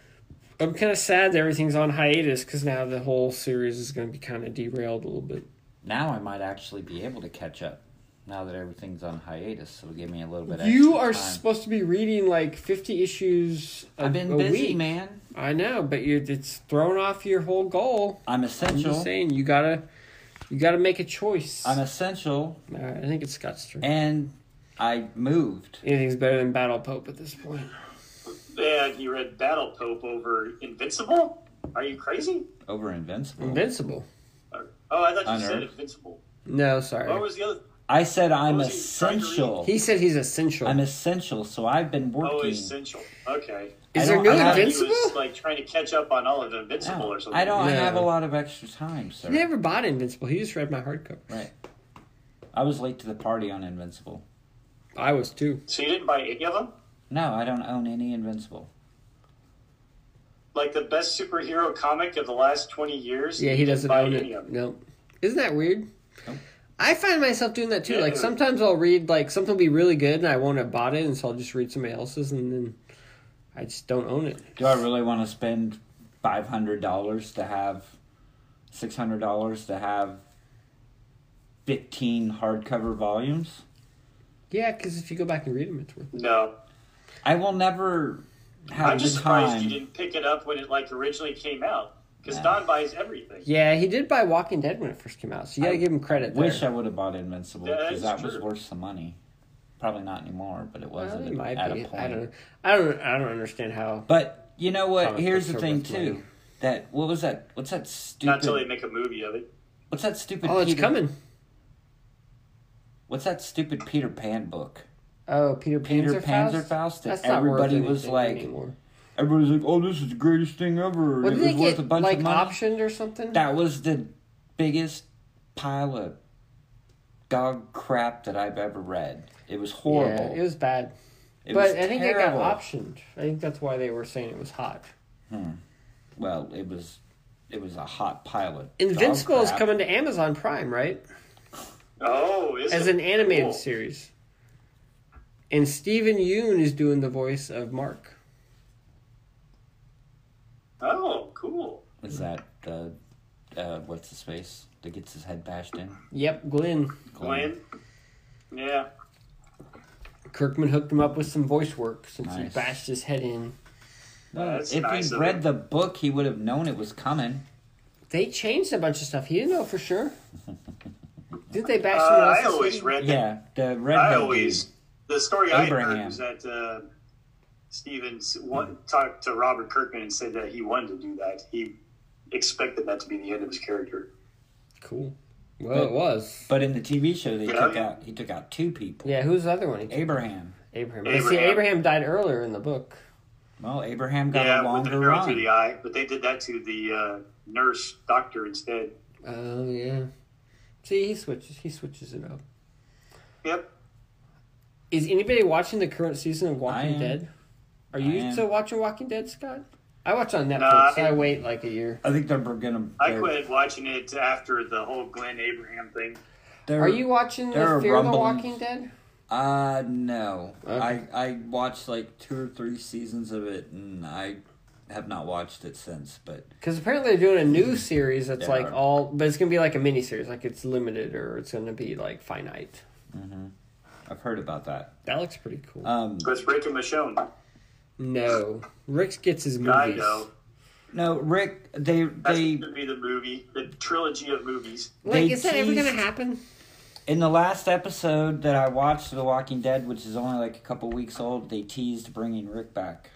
S1: it. I'm kind of sad that everything's on hiatus because now the whole series is going to be kind of derailed a little bit.
S2: Now I might actually be able to catch up. Now that everything's on hiatus, so it'll give me a little bit.
S1: you
S2: extra
S1: are
S2: time.
S1: supposed to be reading like 50 issues a,
S2: I've been
S1: a
S2: busy,
S1: week.
S2: man.
S1: I know, but you're, it's thrown off your whole goal.
S2: I'm
S1: I'm
S2: essential.
S1: just saying, you gotta, you gotta make a choice.
S2: I'm essential,
S1: All right, I think it's Scott's turn.
S2: and I moved.
S1: Anything's better than Battle Pope at this point.
S3: And he read Battle Pope over Invincible? Are you crazy?
S2: over Invincible.
S1: Invincible.
S3: Or- Oh, I thought you said
S2: Unearthed.
S3: Invincible.
S1: No, sorry.
S2: Oh.
S3: What was the other?
S2: I said I'm
S3: What was he trying to read?
S2: essential.
S1: He said he's essential.
S2: I'm essential, so I've been
S3: Oh,
S2: working.
S3: Essential. Okay.
S1: Is
S2: I
S1: there
S2: don't-
S1: new
S2: I
S3: thought
S2: haven't
S1: Invincible?
S3: He was like trying to catch up on all of Invincible or
S2: No,
S3: something.
S2: I don't
S1: Yeah.
S2: have a lot of extra time, sir.
S1: He never bought Invincible. He just read my hardcover.
S2: Right. I was late to the party on Invincible.
S1: I was too.
S3: So you didn't buy any of them?
S2: No, I don't own any Invincible.
S3: Like the best superhero comic of the last twenty years?
S1: Yeah, he
S3: you
S1: doesn't
S3: didn't buy
S1: own
S3: any of
S1: it.
S3: them.
S1: No. Isn't that weird?
S2: Nope.
S1: I find myself doing that too.
S3: Yeah.
S1: Like sometimes I'll read like something will be really good and I won't have bought it, and so I'll just read somebody else's, and then I just don't own it.
S2: Do I really want to spend five hundred dollars to have six hundred dollars to have fifteen hardcover volumes?
S1: Yeah, because if you go back and read them, it's worth. It.
S3: No,
S2: I will never have
S3: I'm just
S2: the
S3: surprised
S2: time.
S3: you didn't pick it up when it like originally came out. Because
S2: Nah.
S3: Don buys everything.
S1: Yeah, he did buy Walking Dead when it first came out, so you gotta
S2: I
S1: give him credit.
S2: Wish
S1: there.
S2: I would have bought Invincible
S3: Yeah,
S2: because
S3: it's
S2: that was
S3: true.
S2: worth some money. Probably not anymore, but it was
S1: Well,
S2: at,
S1: in
S2: a,
S1: my
S2: at a
S1: opinion,
S2: point.
S1: I don't. I don't. I don't understand how.
S2: But you know what?
S1: Comic
S2: Here's the
S1: books are
S2: thing
S1: worth
S2: too.
S1: money.
S2: That what was that? What's that
S3: Not till they
S2: stupid?
S3: make a movie of it.
S2: What's that stupid?
S1: Oh, it's
S2: Peter,
S1: coming.
S2: What's that stupid Peter Pan book?
S1: Oh, Peter
S2: Peter
S1: Panzerfaust.
S2: Panzerfaust that
S1: That's not worth
S2: everybody was
S1: anything
S2: like,
S1: anymore.
S2: Everybody's like, "Oh, this is the greatest thing ever."
S1: Well,
S2: and
S1: did
S2: it was
S1: they
S2: worth
S1: get
S2: a bunch
S1: like
S2: of money.
S1: optioned or something?
S2: That was the biggest pile of dog crap that I've ever read. It was horrible.
S1: Yeah, it was bad.
S2: It
S1: but
S2: was
S1: I think
S2: terrible.
S1: it got optioned. I think that's why they were saying it was hot.
S2: Well, it was, it was a hot pile of
S1: Invincible
S2: dog
S1: is
S2: crap.
S1: coming to Amazon Prime, right?
S3: Oh, is
S1: As
S3: it?
S1: an animated
S3: Cool.
S1: series. And Steven Yoon is doing the voice of Mark.
S3: Oh, cool.
S2: Is that the, uh, what's the space that gets his head bashed in?
S1: Yep, Glenn.
S3: Glenn. Yeah.
S1: Kirkman hooked him up with some voice work since he
S2: Nice.
S1: bashed his head in.
S2: Well,
S3: That's
S2: if
S3: nice
S2: he
S3: of
S2: read
S3: him.
S2: the book, he would have known it was coming.
S1: They changed a bunch of stuff. He didn't know for sure. Did they bash
S3: Uh,
S1: someone else's
S3: I always
S1: head in?
S3: read.
S2: Yeah, the red.
S3: I
S2: belt
S3: always.
S2: dude.
S3: The story I
S2: Abraham.
S3: heard was that uh, Stevens won, talked to Robert Kirkman and said that he wanted to do that. He expected that to be the end of his character.
S1: Cool. Well, it
S2: But-
S1: was.
S2: But in the TV show, they
S3: Yeah.
S2: took out. He took out two people.
S1: Yeah, who's the other one? He-
S2: Abraham.
S1: Abraham. But See,
S3: Abraham.
S1: Abraham died earlier in the book.
S2: Well, Abraham got
S3: yeah,
S2: a
S3: with the
S2: longer
S3: arrow through
S2: run.
S3: the eye, but they did that to the uh, nurse doctor instead.
S1: Oh yeah. See, he switches. He switches it up.
S3: Yep.
S1: Is anybody watching the current season of Walking
S2: am.
S1: Dead? Are
S2: I
S1: you
S2: am.
S1: still watching Walking Dead, Scott? I watch on Netflix.
S3: I-
S1: I wait like a year.
S2: I think they're gonna.
S3: I
S2: they're-
S3: quit watching it after the whole Glenn Abraham thing.
S2: they're-
S1: Are you watching
S2: there
S1: the
S2: are
S1: Fear the
S2: rumblings.
S1: Walking Dead?
S2: Uh, no.
S1: Okay.
S2: I I watched like two or three seasons of it, and I have not watched it since. But
S1: Because apparently they're doing a
S2: Mm-hmm.
S1: new series that's
S2: Yeah.
S1: like all, but it's gonna be like a mini series, like it's limited or it's gonna be like finite.
S2: I've heard about that.
S1: That looks pretty cool.
S2: Um,
S3: With Rick and Michonne.
S1: no, Rick gets his
S3: I
S1: movies.
S3: know.
S2: no, Rick. They
S3: That's
S2: they
S3: going to be the movie, the trilogy of movies.
S1: Like,
S2: They
S1: is that ever
S2: teased-
S1: gonna happen?
S2: in the last episode that I watched of The Walking Dead, which is only like a couple weeks old, they teased bringing Rick back.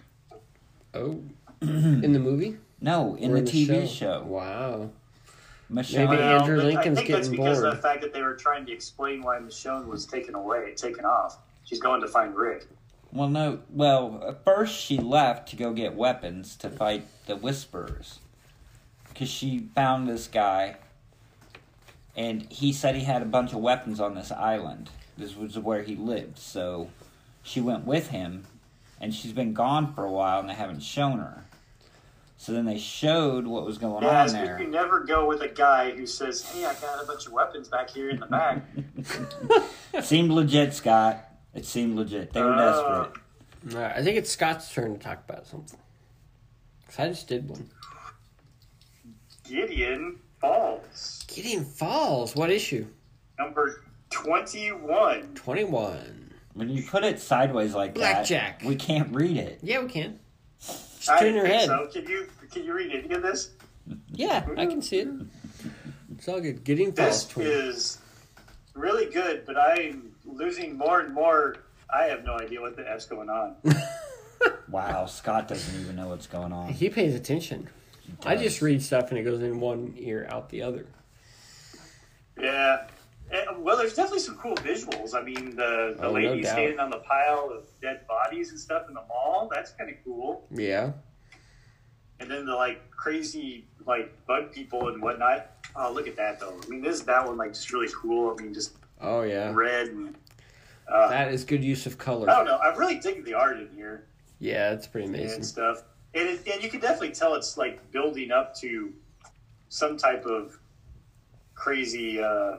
S1: Oh, in the movie
S2: No, in
S1: Or
S2: the, TV show.
S1: Wow.
S2: Michelle.
S1: Maybe- Andrew
S3: but
S1: Lincoln's
S3: I think that's
S1: getting
S3: because of
S1: bored.
S3: the fact that they were trying to explain why Michonne was taken away, taken off. She's going to find Rick.
S2: Well, no. Well, at first she left to go get weapons to fight the Whisperers. Because she found this guy, and he said he had a bunch of weapons on this island. This was where he lived. So she went with him, and she's been gone for a while, and they haven't shown her. So then they showed what was going
S3: Yeah,
S2: on
S3: it's
S2: there.
S3: because you never go with a guy who says, "Hey, I got a bunch of weapons back here in the back."
S2: seemed legit, Scott. It seemed legit. They were
S3: Oh.
S2: desperate.
S1: All right, I think it's Scott's turn to talk about something. 'Cause I just did one.
S3: Gideon Falls,
S1: Gideon Falls. What issue?
S3: number twenty-one.
S1: Twenty-one.
S2: When you put it sideways like
S1: Blackjack.
S2: that, we can't read it.
S1: Yeah, we can. Just
S3: I
S1: turn your
S3: think
S1: head. Oh,
S3: So, can you can you read any of this?
S1: Yeah, I can see it. It's all good. Gideon Falls.
S3: This
S1: 20.
S3: is really good, but I'm losing more and more. I have no idea what the f's going on.
S2: Wow, Scott doesn't even know what's going on.
S1: He pays attention. I just read stuff and it goes in one ear out the other.
S3: Yeah. Eh, Well, there's definitely some cool visuals. I mean, the, the
S1: Oh, no
S3: lady
S1: doubt.
S3: standing on the pile of dead bodies and stuff in the mall, that's kind of cool.
S1: Yeah.
S3: And then the, like, crazy, like, bug people and whatnot. Oh, look at that, though. I mean, this that one, like, just really cool. I mean, just
S1: Oh yeah.
S3: red and... Uh,
S1: That is good use of
S3: I
S1: color.
S3: don't know. I really dig the art in here
S1: Yeah, it's pretty amazing.
S3: and stuff. And, it, and you can definitely tell it's, like, building up to some type of crazy uh,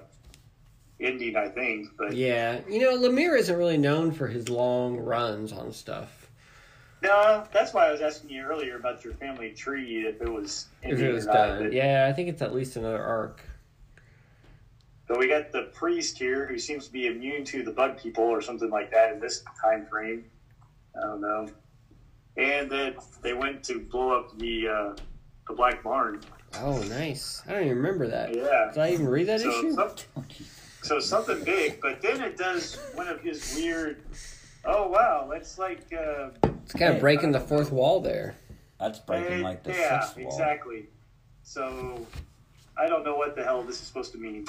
S3: ending, I think. But
S1: Yeah, you know Lemire isn't really known for his long runs on stuff.
S3: No, that's why I was asking you earlier about your family tree if it was
S1: If it was
S3: or not,
S1: done,
S3: but-
S1: yeah, I think it's at least another arc.
S3: But we got the priest here who seems to be immune to the bug people or something like that in this time frame. I don't know. And that they went to blow up the uh, the black barn.
S1: Oh, nice! I don't even remember that.
S3: Yeah.
S1: Did I even read that
S3: So,
S1: issue?
S3: some, so something big, but then it does one of his weird. Oh wow, let's like. Uh,
S1: It's kind of breaking the fourth wall there.
S2: That's breaking like the
S3: yeah,
S2: sixth wall.
S3: exactly. So I don't know what the hell this is supposed to mean.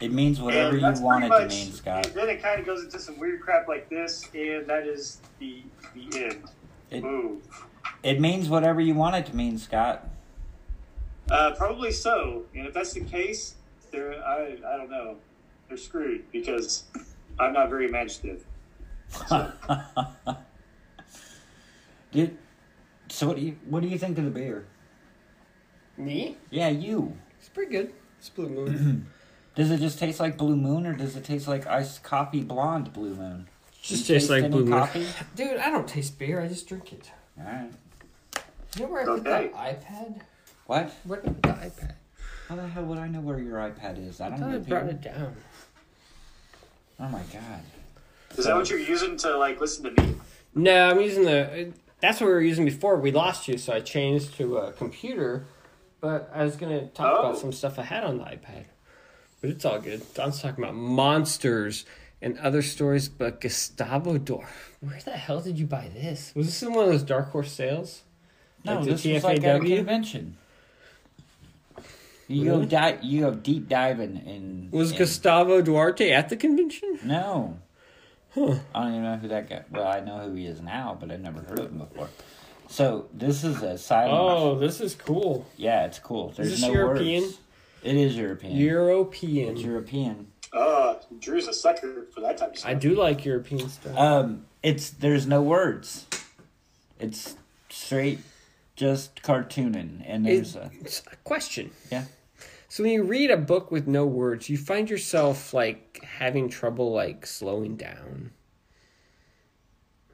S2: It means whatever
S3: And
S2: you
S3: that's
S2: want it to
S3: pretty much-
S2: mean, Scott.
S3: And then it kind of goes into some weird crap like this, and that is the the end.
S2: It-
S3: Ooh.
S2: It means whatever you want it to mean, Scott.
S3: Uh, probably so. And if that's the case, they're I I don't know. They're screwed because I'm not very imaginative.
S2: Did so? What do you what do you think of the beer?
S1: Me?
S2: Yeah, you.
S1: It's pretty good. It's Blue Moon.
S2: Does it just taste like Blue Moon, or does it taste like iced coffee blonde Blue Moon?
S1: Just
S2: You
S1: tastes
S2: taste
S1: like
S2: any
S1: Blue Moon.
S2: coffee?
S1: Dude, I don't taste beer. I just drink it.
S2: All right.
S1: You know where I put
S3: Okay.
S1: that iPad?
S2: What?
S1: Where did I put the iPad?
S2: How the hell would I know where your iPad is? I
S1: I
S2: don't
S1: thought I
S2: live
S1: brought
S2: here.
S1: it down.
S2: Oh my god.
S3: Is that what you're using to like listen to me?
S1: No, I'm using the. That's what we were using before. We lost you, so I changed to a computer. But I was gonna talk about
S3: Oh.
S1: some stuff I had on the iPad. But it's all good. Don's talking about monsters and other stories, but Gustavo Dorf. Where the hell did you buy this? Was this in one of those Dark Horse sales?
S2: No,
S1: Like the
S2: this is like at a
S1: TFAW?
S2: convention. You go di- You go deep diving in.
S1: Was
S2: in-
S1: Gustavo Duarte at the convention?
S2: No. I don't even know who that guy. Well, I know who he is now, but I've never heard of him before. So this is a silent.
S1: Oh, this is cool.
S2: Yeah, it's cool. There's
S1: this
S2: no
S1: European?
S2: words. It is European.
S1: European.
S2: It's European.
S3: Uh, Drew's a sucker for that type of stuff.
S1: I do like European stuff.
S2: Um, it's there's no words. It's straight, just cartooning, and there's a
S1: It's a question.
S2: yeah.
S1: So when you read a book with no words, you find yourself like having trouble like slowing down.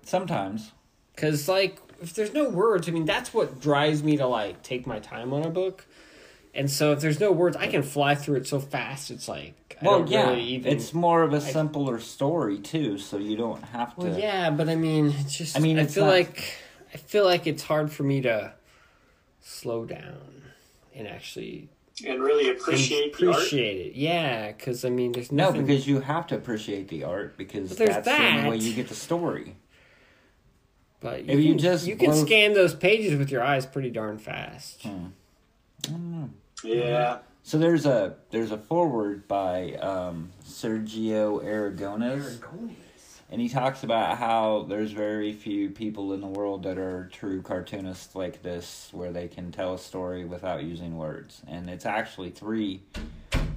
S2: Sometimes
S1: Cause like if there's no words, I mean that's what drives me to like take my time on a book. And so if there's no words, I can fly through it so fast. It's like I
S2: well,
S1: don't
S2: yeah,
S1: really even.
S2: it's more of a simpler story too, so you don't have to.
S1: well, yeah, but I mean, it's just.
S2: I
S1: I
S2: mean,
S1: mean, I
S2: it's
S1: feel
S2: not-
S1: like I feel like it's hard for me to slow down and actually
S3: and really appreciate, the art.
S1: appreciate it. Yeah, because I mean, there's
S2: No,
S1: nothing.
S2: because you have to appreciate the art because
S1: there's
S2: that's the only way
S1: that.
S2: you get the story.
S1: But
S2: If you
S1: can-
S2: just
S1: you can
S2: blow-
S1: scan those pages with your eyes pretty darn fast.
S2: Hmm.
S3: Yeah,
S2: So there's a there's a foreword by um, Sergio Aragonés, and he talks about how there's very few people in the world that are true cartoonists like this, where they can tell a story without using words. And it's actually three.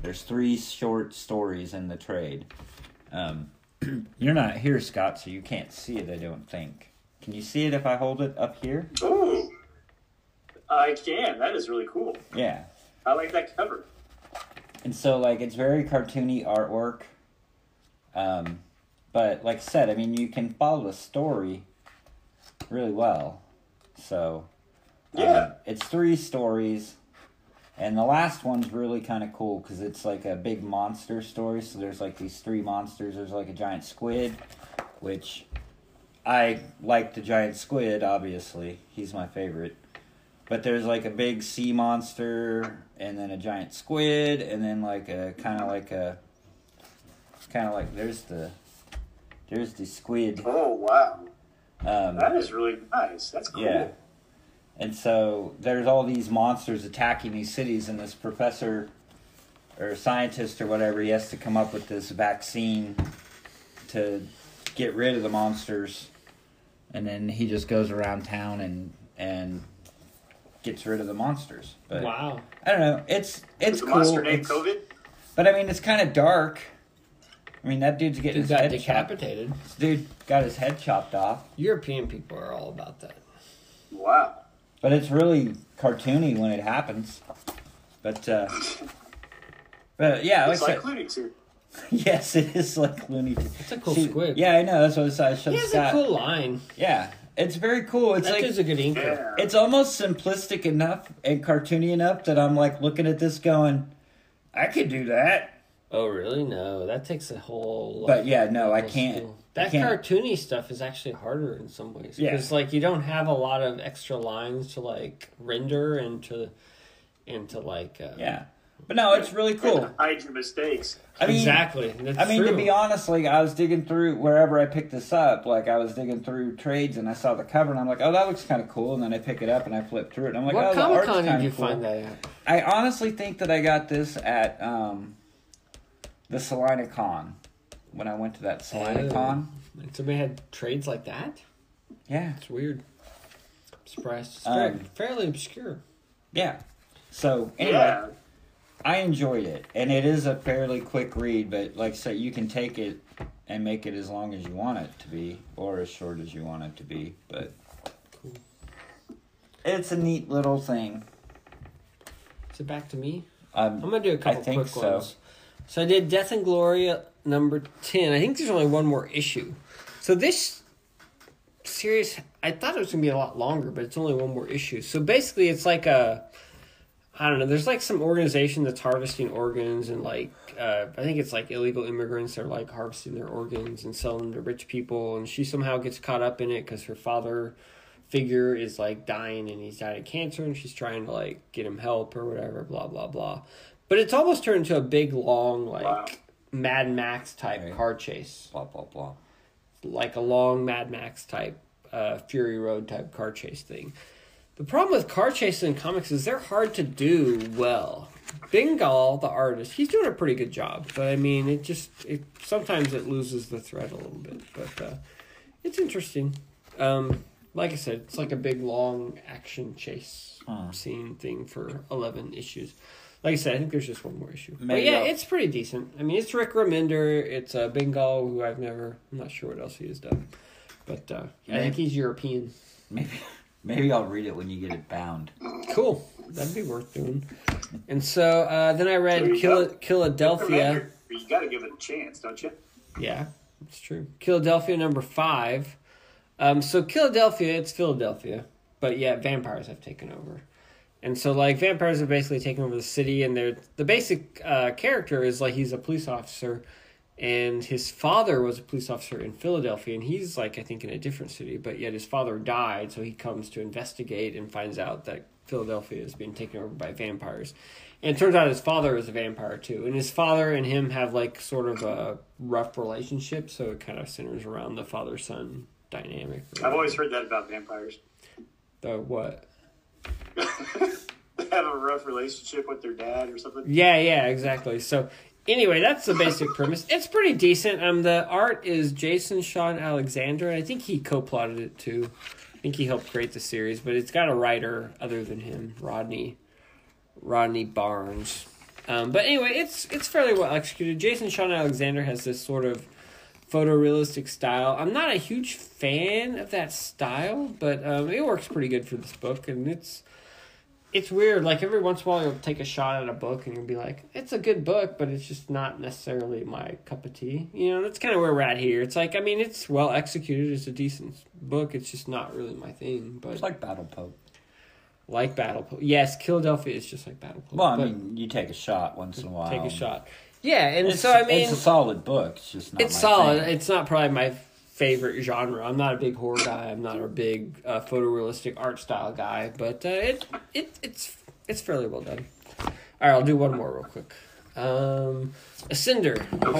S2: There's three short stories in the trade. Um, you're not here, Scott, so you can't see it. I don't think. Can you see it if I hold it up here?
S3: ooh, I can. That is really cool.
S2: Yeah.
S3: I like that cover.
S2: And so like it's very cartoony artwork. Um but like I said, I mean you can follow the story really well. So um,
S3: Yeah.
S2: it's three stories. And the last one's really kind of cool because it's like a big monster story. So there's like these three monsters. There's like a giant squid, which I like the giant squid, obviously. He's my favorite. But there's like a big sea monster, and then a giant squid, and then like a kind of like a kind of like there's the there's the squid.
S3: Oh wow,
S2: Um,
S3: that is really nice. That's cool.
S2: yeah. And so there's all these monsters attacking these cities, and this professor or scientist or whatever, he has to come up with this vaccine to get rid of the monsters. And then he just goes around town and and gets rid of the monsters. But
S1: Wow.
S2: I don't know. It's it's
S3: Is the
S2: cool.
S3: monster named
S2: It's-
S3: COVID.
S2: But I mean, it's kind of dark. I mean, that dude's getting
S1: Dude
S2: his
S1: got
S2: head chopped.
S1: decapitated.
S2: This dude got his head chopped off.
S1: European people are all about that.
S3: Wow.
S2: But it's really cartoony when it happens. But uh But yeah, like
S3: It's
S2: I
S3: like
S2: said,
S3: Looney Tunes.
S2: yes, it is like Looney Tunes.
S1: It's a cool
S2: See,
S1: squid.
S2: Yeah, I know. That's what I said. I showed
S1: He has
S2: Scott.
S1: a cool line.
S2: Yeah, it's very cool. It's
S1: That
S2: like
S1: dude's a good inker.
S3: Yeah.
S2: it's almost simplistic enough and cartoony enough that I'm like looking at this going, I could do that.
S1: Oh, really? No, that takes a whole.
S2: But yeah, no, I can't.
S1: skill.
S2: I
S1: That
S2: can't.
S1: cartoony stuff is actually harder in some ways
S2: Yeah.
S1: because, like, you don't have a lot of extra lines to like render and to and to like. Uh,
S2: Yeah, but no, it's really cool.
S3: Hide your mistakes.
S2: I mean,
S1: exactly. That's
S2: I mean,
S1: true.
S2: to be honest, like I was digging through wherever I picked this up. Like I was digging through trades, and I saw the cover, and I'm like, "Oh, that looks kind of cool." And then I pick it up, and I flip through it, and I'm like,
S1: what
S2: "Oh, the
S1: Comic
S2: art's
S1: Con
S2: kind
S1: did
S2: of
S1: you
S2: cool."
S1: find that at?
S2: I honestly think that I got this at um, the Salina Con when I went to that Salina
S1: Oh.
S2: Con.
S1: Like, somebody had trades like that.
S2: Yeah,
S1: It's weird. I'm surprised. It's
S2: Um,
S1: fair- fairly obscure.
S2: yeah. So anyway,
S3: Yeah.
S2: I enjoyed it, and it is a fairly quick read. But like I said, you can take it and make it as long as you want it to be, or as short as you want it to be. But
S1: Cool.
S2: it's a neat little thing.
S1: Is it back to me?
S2: Um,
S1: I'm gonna do a couple
S2: think
S1: quick
S2: so.
S1: ones. So I did Death and Glory at number ten. I think there's only one more issue. So this series, I thought it was gonna be a lot longer, but it's only one more issue. So basically, it's like a I don't know. There's like some organization that's harvesting organs, and like uh, I think it's like illegal immigrants that are like harvesting their organs and selling them to rich people. And she somehow gets caught up in it because her father figure is like dying and he's dying of cancer, and she's trying to like get him help or whatever. Blah blah blah. But it's almost turned into a big long like
S3: Wow.
S1: Mad Max type
S2: Right.
S1: car chase,
S2: blah blah blah.
S1: like a long Mad Max type uh, Fury Road type car chase thing. The problem with car chases in comics is they're hard to do well. Bengal, the artist, he's doing a pretty good job, but I mean, it just it sometimes it loses the thread a little bit. But uh, it's interesting. Um, like I said, it's like a big long action chase scene thing for eleven issues. Like I said, I think there's just one more issue. but
S2: Made
S1: yeah,
S2: up.
S1: it's pretty decent. I mean, it's Rick Remender. It's uh, Bengal, who I've never. I'm not sure what else he has done, but uh, I
S2: Maybe-
S1: think he's European.
S2: Maybe maybe I'll read it when you get it bound.
S1: Cool. That'd be worth doing. And so uh, then I
S3: There
S1: read
S3: you
S1: Kil-
S3: go.
S1: Philadelphia.
S3: Remember, You got to give it a chance, don't you?
S1: Yeah, it's true. Philadelphia number five. Um, so Philadelphia, it's Philadelphia, but yeah, vampires have taken over, and so like vampires have basically taken over the city, and they're the basic uh, character is like he's a police officer, and his father was a police officer in Philadelphia, and he's like I think in a different city, but yet his father died, so he comes to investigate and finds out that Philadelphia is being taken over by vampires. And it turns out his father is a vampire too. And his father and him have like sort of a rough relationship, so it kind of centers around the father son dynamic.
S3: I've always heard that about vampires.
S1: the what?
S3: They have a rough relationship with their dad or something.
S1: Yeah, yeah, exactly. So anyway, that's the basic premise. It's pretty decent. Um the art is Jason Sean Alexander. I think he co-plotted it too. I think he helped create the series, but it's got a writer other than him, Rodney Rodney Barnes. Um, but anyway, it's it's fairly well executed. Jason Sean Alexander has this sort of photorealistic style. I'm not a huge fan of that style, but um, it works pretty good for this book, and it's it's weird. Like every once in a while, you'll take a shot at a book and you'll be like, "It's a good book, but it's just not necessarily my cup of tea." You know, that's kind of where we're at here. It's like, I mean, it's well executed. It's a decent book. It's just not really my thing. But
S2: It's
S1: like,
S2: like Battle Pope.
S1: Battle Pope, yes, Philadelphia is just like Battle Pope.
S2: Well, I
S1: but-
S2: mean, you take a shot once in a while.
S1: take a shot. Yeah, and
S2: It's,
S1: so I mean,
S2: it's a
S1: it's,
S2: solid book. It's just not. my
S1: solid.
S2: thing.
S1: It's not probably my favorite genre. I'm not a big horror guy. I'm not a big uh, photorealistic art style guy, but uh, it it it's it's fairly well done. All right, I'll do one more real quick. Um, Ascender,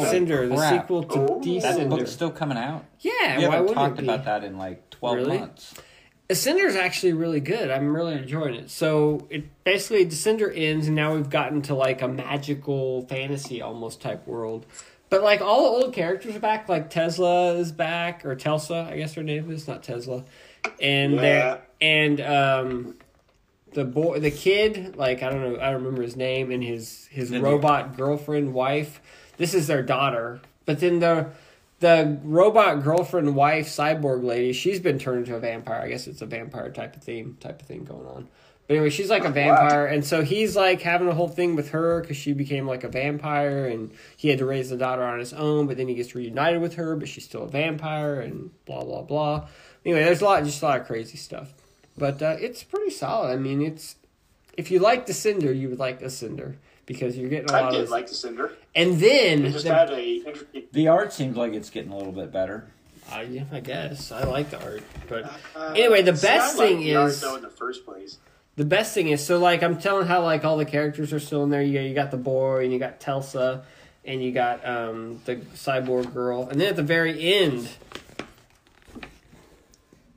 S1: Cinder, the
S2: crap.
S1: sequel to
S3: Oh.
S2: That
S1: Descender.
S2: book's still coming out.
S1: Yeah,
S2: we
S1: why
S2: haven't
S1: wouldn't
S2: talked
S1: it be?
S2: about that in like twelve
S1: Really?
S2: months.
S1: Ascender's actually really good. I'm really enjoying it. So it basically Descender ends, and now we've gotten to like a magical fantasy almost type world. But like all the old characters are back. Like Tesla is back, or Telsa, I guess her name is not Tesla. And they're and um, the boy, the kid, like I don't know, I don't remember his name, and his his
S2: Lydia.
S1: robot girlfriend wife. This is their daughter, but then the the robot girlfriend wife cyborg lady. She's been turned into a vampire. I guess it's a vampire type of theme type of thing going on. But anyway, she's like a vampire, and so he's like having a whole thing with her because she became like a vampire, and he had to raise the daughter on his own. But then he gets reunited with her, but she's still a vampire, and blah blah blah. Anyway, there's a lot, just a lot of crazy stuff. But uh, it's pretty solid. I mean, it's if you like the Cinder, you would like the Cinder because you're getting a
S3: I
S1: lot of.
S3: did
S1: this-
S3: like the Cinder.
S1: and then
S3: It just
S1: the-
S3: had a interesting.
S2: The art seems like it's getting a little bit better.
S1: I, yeah, I guess I like the art, but
S3: Uh,
S1: Anyway, the
S3: see,
S1: best
S3: I like
S1: thing
S3: the art,
S1: is-
S3: though, in the first place.
S1: the best thing is so like I'm telling how like all the characters are still in there. You you got the boy and you got Telsa, and you got um the cyborg girl, and then at the very end,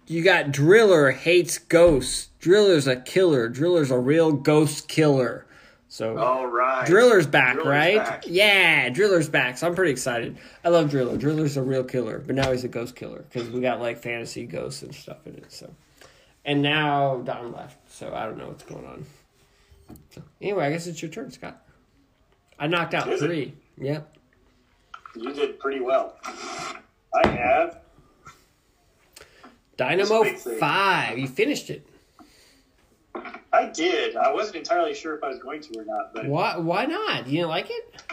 S1: you got Driller hates ghosts. Driller's a killer. Driller's a real ghost killer. So
S3: All right,
S1: Driller's back,
S3: Driller's
S1: right?
S3: back.
S1: Yeah, Driller's back. So I'm pretty excited. I love Driller. Driller's a real killer, but now he's a ghost killer because we got like fantasy ghosts and stuff in it. So, and now Don left, so I don't know what's going on. So, anyway, I guess it's your turn, Scott. I knocked out
S3: Is it?
S1: three. Yep.
S3: You did pretty well. I have.
S1: Dynamo
S3: big thing.
S1: five. You finished it.
S3: I did. I wasn't entirely sure if I was going to or not, but
S1: Why? Why not? You didn't like it?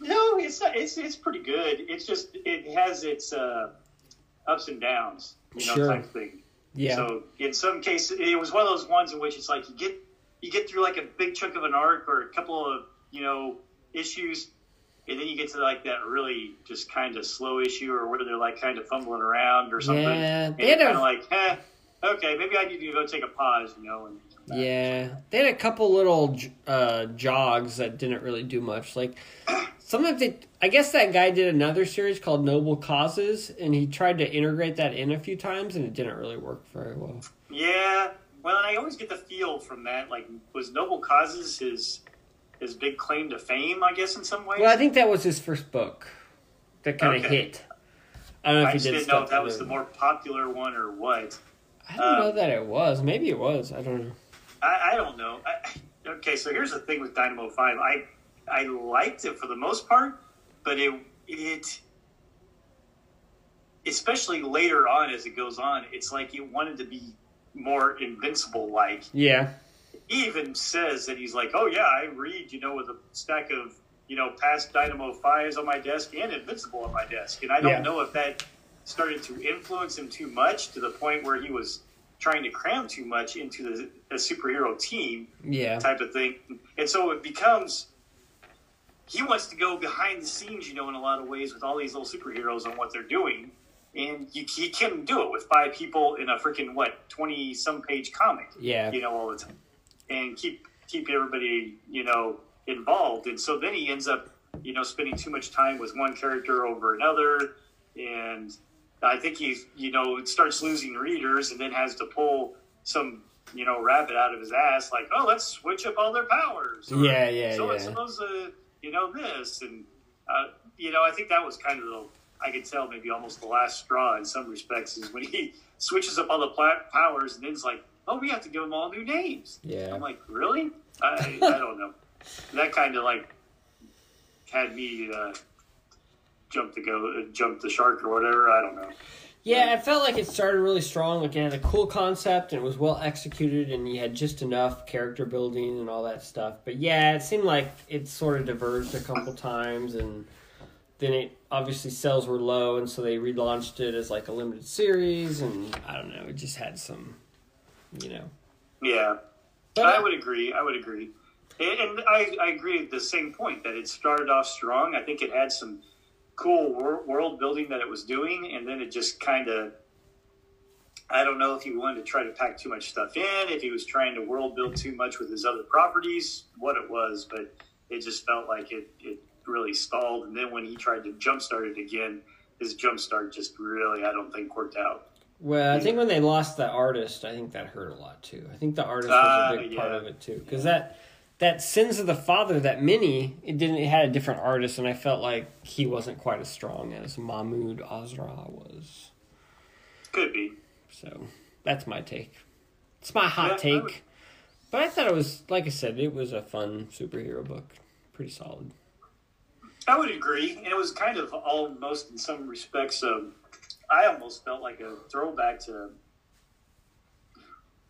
S3: no, it's not, it's it's pretty good. It's just it has its uh, ups and downs, you know,
S1: Sure.
S3: type thing.
S1: Yeah.
S3: So in some cases, it was one of those ones in which it's like you get you get through like a big chunk of an arc or a couple of you know issues, and then you get to like that really just kind of slow issue or where they're like kind of fumbling around or something.
S1: Yeah,
S3: and
S1: they
S3: you're
S1: had a-
S3: kind of like, eh, okay, maybe I need to go take a pause, you know. And come back.
S1: Yeah, they had a couple little j- uh, jogs that didn't really do much. Like sometimes they, I guess that guy did another series called Noble Causes, and he tried to integrate that in a few times, and it didn't really work very well.
S3: Yeah. Well, and I always get the feel from that. Like, was Noble Causes his his big claim to fame? I guess in some ways.
S1: Well, I think that was his first book that kind of
S3: Okay.
S1: hit. I don't know
S3: I
S1: if he
S3: just
S1: did
S3: didn't know
S1: stuff
S3: if that was
S1: other-
S3: the more popular one or what.
S1: I don't know
S3: um,
S1: that it was. Maybe it was. I don't know.
S3: I, I don't know. I, okay, so here's the thing with Dynamo Five. I I liked it for the most part, but it it especially later on as it goes on, it's like it wanted to be more invincible like.
S1: Yeah.
S3: He even says that he's like, Oh yeah, I read, you know, with a stack of, you know, past Dynamo fives on my desk and Invincible on my desk. And I don't
S1: Yeah.
S3: know if that started to influence him too much to the point where he was trying to cram too much into the, the superhero team
S1: Yeah.
S3: type of thing. And so it becomes he wants to go behind the scenes, you know, in a lot of ways with all these little superheroes on what they're doing. And you, he couldn't do it with five people in a freaking what twenty some page comic,
S1: Yeah.
S3: you know, all the time, and keep keep everybody you know involved. And so then he ends up you know spending too much time with one character over another, and I think he's you know it starts losing readers, and then has to pull some you know rabbit out of his ass, like oh let's switch up all their powers, or,
S1: Yeah, yeah,
S3: so
S1: yeah.
S3: it's supposed to, you know, this and uh, you know, I think that was kind of the I could tell maybe almost the last straw in some respects is when he switches up all the pla- powers and then's like, oh, we have to give them all new names.
S1: Yeah.
S3: I'm like, really? I, I don't know. That kind of like had me uh, jump the go, uh, jump the shark or whatever. I don't know.
S1: Yeah, it felt like it started really strong. Like it had a cool concept and it was well executed, and you had just enough character building and all that stuff. But yeah, it seemed like it sort of diverged a couple times, and then it obviously sales were low, and so they relaunched it as like a limited series, and I don't know, it just had some, you know.
S3: Yeah,
S1: But
S3: I would agree. I would agree. And, and I, I agree at the same point that it started off strong. I think it had some cool wor- world building that it was doing, and then it just kind of. I don't know if he wanted to try to pack too much stuff in, if he was trying to world build too much with his other properties, what it was, but it just felt like it, it really stalled. And then when he tried to jumpstart it again, his jumpstart just really, I don't think, worked out.
S1: Well,
S3: Hmm.
S1: I think when they lost the artist, I think that hurt a lot too. I think the artist
S3: Ah,
S1: was a big part
S3: yeah.
S1: of it too, because that that Sins of the Father, that mini, it didn't. It had a different artist, and I felt like he wasn't quite as strong as Mahmoud Azra was.
S3: Could be.
S1: So that's my take. It's my hot
S3: Yeah, I
S1: take.
S3: would-
S1: But I thought it was, like I said, it was a fun superhero book. Pretty solid.
S3: I would agree, and it was kind of almost in some respects. Um, I almost felt like a throwback to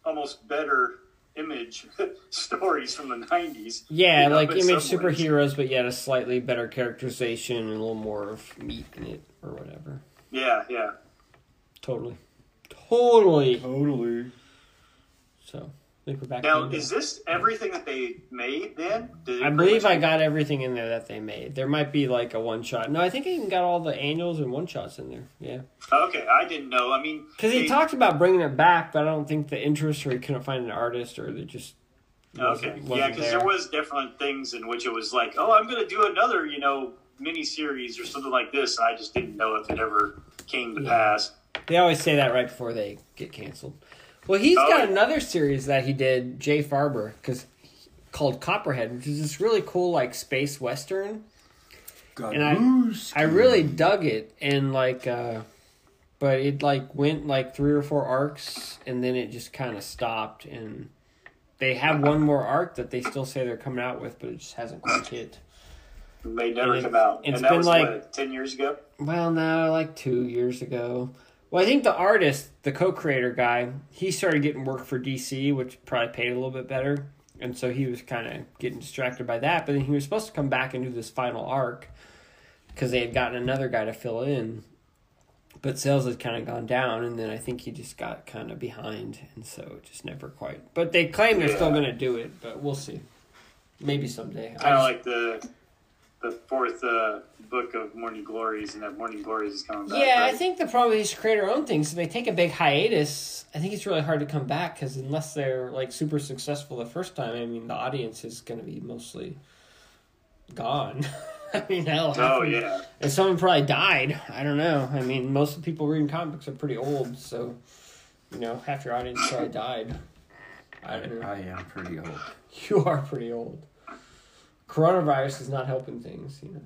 S3: almost better image stories from the '90s.
S1: Yeah,
S3: you know,
S1: like
S3: in
S1: image
S3: some ways.
S1: superheroes, but yet a slightly better characterization and a little more of meat in it or whatever.
S3: Yeah, yeah.
S1: Totally. Totally.
S2: Totally.
S1: So I think we're back.
S3: Now,
S1: to
S3: is this everything that they made then? Did
S1: I
S3: it pretty
S1: believe
S3: much-
S1: I got everything in there that they made. There might be like a one shot. No, I think I even got all the annuals and one shots in there. Yeah,
S3: Okay, I didn't know. I mean,
S1: because he
S3: they-
S1: talked about bringing it back, but I don't think the interest or he couldn't find an artist or they just
S3: Okay,
S1: wasn't-
S3: yeah,
S1: wasn't
S3: because there was different things in which it was like, oh, I'm going to do another, you know, mini series or something like this. And I just didn't know if it ever came to
S1: Yeah.
S3: pass.
S1: They always say that right before they get canceled. Well, he's
S3: Oh,
S1: got
S3: yeah.
S1: another series that he did, Jay Farber, because called Copperhead, which is this really cool like space western. And I- I really dug it and like uh but it like went like three or four arcs and then it just kind of stopped and they have one more arc that they still say they're coming out with but it just hasn't quite hit.
S3: It may never
S1: And
S3: come
S1: it's-
S3: out.
S1: it's
S3: and that
S1: been
S3: was
S1: like-
S3: what, ten years ago.
S1: Well, no, like 2 years ago. Well, I think the artist, the co-creator guy, he started getting work for DC, which probably paid a little bit better. And so he was kind of getting distracted by that, but then he was supposed to come back and do this final arc because they had gotten another guy to fill in. But sales had kind of gone down, and then I think he just got kind of behind, and so it just never quite. But they claim they're still
S3: Yeah.
S1: going to do it, but we'll see. Maybe someday. I
S3: Kind of
S1: just-
S3: like the the fourth uh, book of Morning Glories, and that Morning Glories is coming back.
S1: Yeah, I
S3: right?
S1: think the problem is to create their own thing. So they take a big hiatus. I think it's really hard to come back because unless they're like super successful the first time, I mean, the audience is going to be mostly gone. I mean, hell. half
S3: Oh
S1: of-
S3: yeah,
S1: And someone probably died. I don't know. I mean, most of the people reading comic books are pretty old, so you know, half your audience probably died. I don't know.
S2: I am pretty old.
S1: You are pretty old. Coronavirus is not helping things. You know,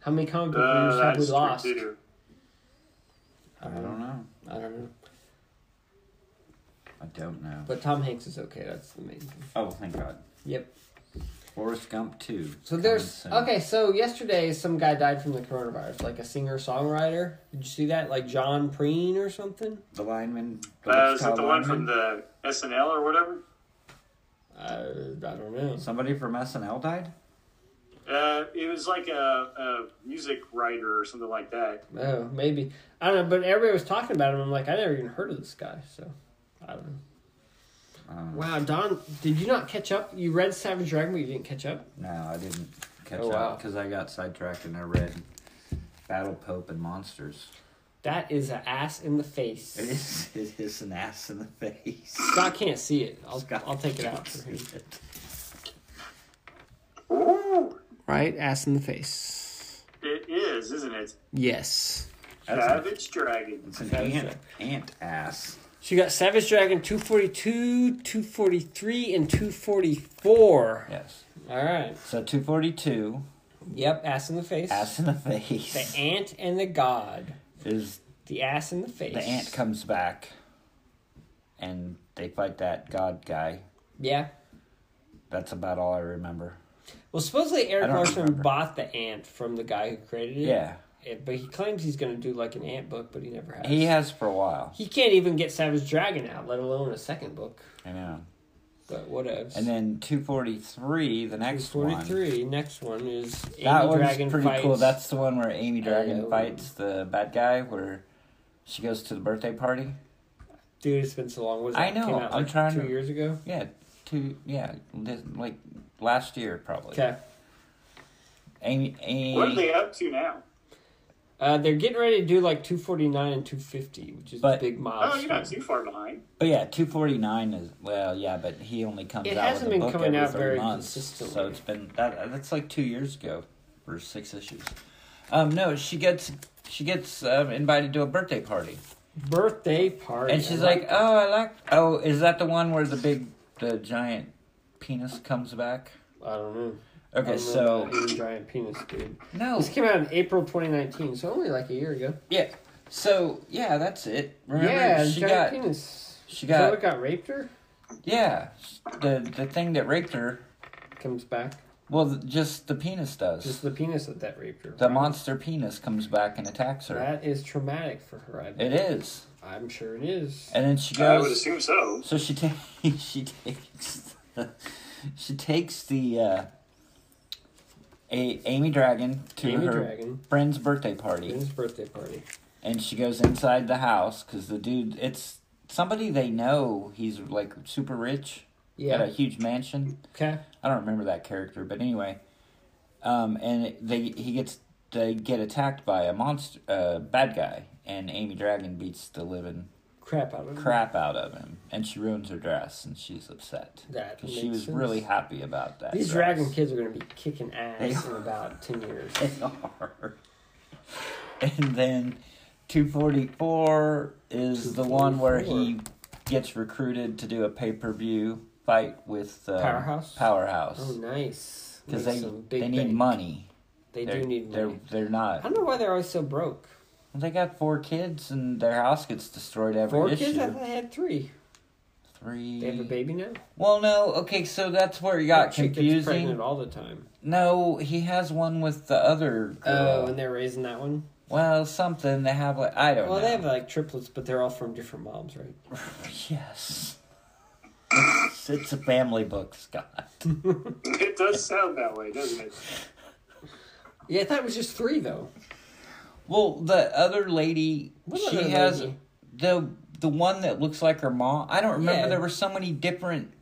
S1: how many comic book
S3: uh,
S1: readers have we
S3: that's
S1: lost?
S3: true too.
S2: I don't know.
S1: I don't know.
S2: I don't know.
S1: But Tom Hanks is okay. That's the main thing.
S2: Oh, thank God.
S1: Yep.
S2: Forrest Gump two.
S1: So there's
S2: coming soon.
S1: okay. So yesterday, some guy died from the coronavirus, like a singer songwriter. Did you see that? Like John Preen or something.
S2: The lineman.
S3: Uh, is it the one from the SNL or whatever?
S1: Uh, I don't know.
S2: Somebody from SNL died.
S3: Uh, it was like a, a music writer or something like that.
S1: Oh, maybe I don't know. But everybody was talking about him. I'm like, I never even heard of this guy. So I don't know.
S2: Um,
S1: Wow, Don, did you not catch up? You read Savage Dragon, but you didn't catch up.
S2: No, I didn't catch
S1: Oh, wow.
S2: up because I got sidetracked and I read Battle Pope and Monsters.
S1: That is an ass in the face.
S2: It is, it is an ass in the face.
S1: Scott can't see it. I'll
S2: Scott
S1: I'll take it
S2: can't
S1: out for
S2: see
S1: him.
S2: it.
S3: Ooh,
S1: Right, ass in the face.
S3: it is, isn't it?
S1: Yes.
S2: That's a-
S3: Savage Dragon.
S2: It's an
S1: That is
S2: ant, ant ass.
S1: So you got Savage Dragon 242, 243, and 244.
S2: Yes.
S1: All right.
S2: So 242,
S1: Yep, ass in the face.
S2: ass in the
S1: The
S2: face,
S1: ant and the god.
S2: is
S1: The ass in the face.
S2: the ant comes back and they fight that god guy.
S1: Yeah.
S2: That's about all I remember.
S1: Well, supposedly
S2: I
S1: Eric
S2: don't
S1: Larson
S2: remember.
S1: bought the ant from the guy who created it.
S2: Yeah.
S1: Eh, But he claims he's going to do like an ant book, but he never has.
S2: He has for a while.
S1: He can't even get Savage Dragon out, let alone a second book.
S2: I know.
S1: But whatevs.
S2: And then 243, the next one.
S1: 43. Next one is Amy
S2: That one's
S1: Dragon
S2: pretty
S1: fights.
S2: cool. That's the one where Amy Dragon
S1: Hello.
S2: fights the bad guy, where she goes to the birthday party.
S1: Dude, it's been so long. Was
S2: I
S1: that- Came
S2: know,
S1: out
S2: I'm
S1: like
S2: trying
S1: two
S2: to-
S1: years ago.
S2: Yeah, two. Yeah, this- like last year probably.
S1: Okay.
S2: Amy.
S3: What are
S2: Amy
S3: they up to now?
S1: Uh, they're getting ready to do like 249 and 250, which is
S2: But-
S1: a big
S3: Oh,
S1: milestone.
S3: you're not too far behind.
S2: but yeah, two forty nine is well. Yeah, but he only comes
S1: It
S2: out
S1: hasn't
S2: with a
S1: been
S2: book
S1: coming
S2: every
S1: out
S2: three
S1: very
S2: months,
S1: consistently.
S2: So it's been that. That's like two years ago for six issues. Um, no, she gets she gets um, invited to a birthday party,
S1: Birthday party.
S2: and she's like, "Oh, I like. Oh, is that the one where the big the giant penis comes back?"
S1: I don't know. I
S2: Okay,
S1: don't
S2: so
S1: know
S2: Oh.
S1: about Amy giant penis, dude.
S2: no,
S1: This came out in April 2019, so only like a year ago.
S2: yeah, so yeah, that's it. Remember,
S1: yeah,
S2: she
S1: giant
S2: got
S1: penis.
S2: she
S1: Is that
S2: got
S1: what got raped her?
S2: yeah, the the thing that raped her.
S1: Comes back.
S2: Well, th- just the penis does.
S1: Just the penis that that raped her.
S2: the monster penis comes back and attacks her.
S1: That is traumatic for her. I
S2: It is,
S1: I'm sure it is.
S2: and then she
S3: I would
S2: goes.
S3: assume so.
S2: So she takes she takes the, she takes the uh, a Amy Dragon to
S1: Amy
S2: her
S1: Dragon.
S2: friend's birthday party.
S1: His birthday party.
S2: and she goes inside the house because the dude it's somebody they know he's like super rich got
S1: Yeah.
S2: a huge mansion
S1: Okay.
S2: i don't remember that character but anyway um and they he gets they get attacked by a monster uh bad guy and amy dragon beats the living
S1: Crap out of her.
S2: crap out of him and she ruins her dress and she's upset
S1: That
S2: 'Cause she
S1: makes
S2: was
S1: sense.
S2: really happy about that
S1: These
S2: dress.
S1: dragon kids are going to be kicking
S2: They
S1: ass in about 10 years.
S2: They are. And then 244 is the one where he gets recruited to do a pay per view fight with uh,
S1: Powerhouse? Oh,
S2: Powerhouse.
S1: nice.
S2: Because
S1: Make some
S2: they, they need
S1: bank.
S2: money.
S1: They
S2: They're-
S1: do need
S2: they're,
S1: money.
S2: They're
S1: I
S2: not.
S1: don't know why they're always so broke.
S2: They got four kids and their house gets destroyed every
S1: Four
S2: issue.
S1: kids? I thought they had three.
S2: Three.
S1: They have a baby now?
S2: Well, no. Okay, so that's where it got
S1: That chick gets pregnant
S2: confusing.
S1: all the time.
S2: No, he has one with the other
S1: Oh,
S2: girl.
S1: and they're raising that one?
S2: well, something. They have like I don't
S1: Well,
S2: know.
S1: they have like triplets, but they're all from different moms, right?
S2: Yes. It's, it's a family book, Scott.
S3: It does sound that way, doesn't it?
S1: Yeah, I thought it was just three, though.
S2: Well, the other lady,
S1: What
S2: she
S1: other
S2: has
S1: lady?
S2: the the one that looks like her mom. I don't remember.
S1: Yeah.
S2: There were so many different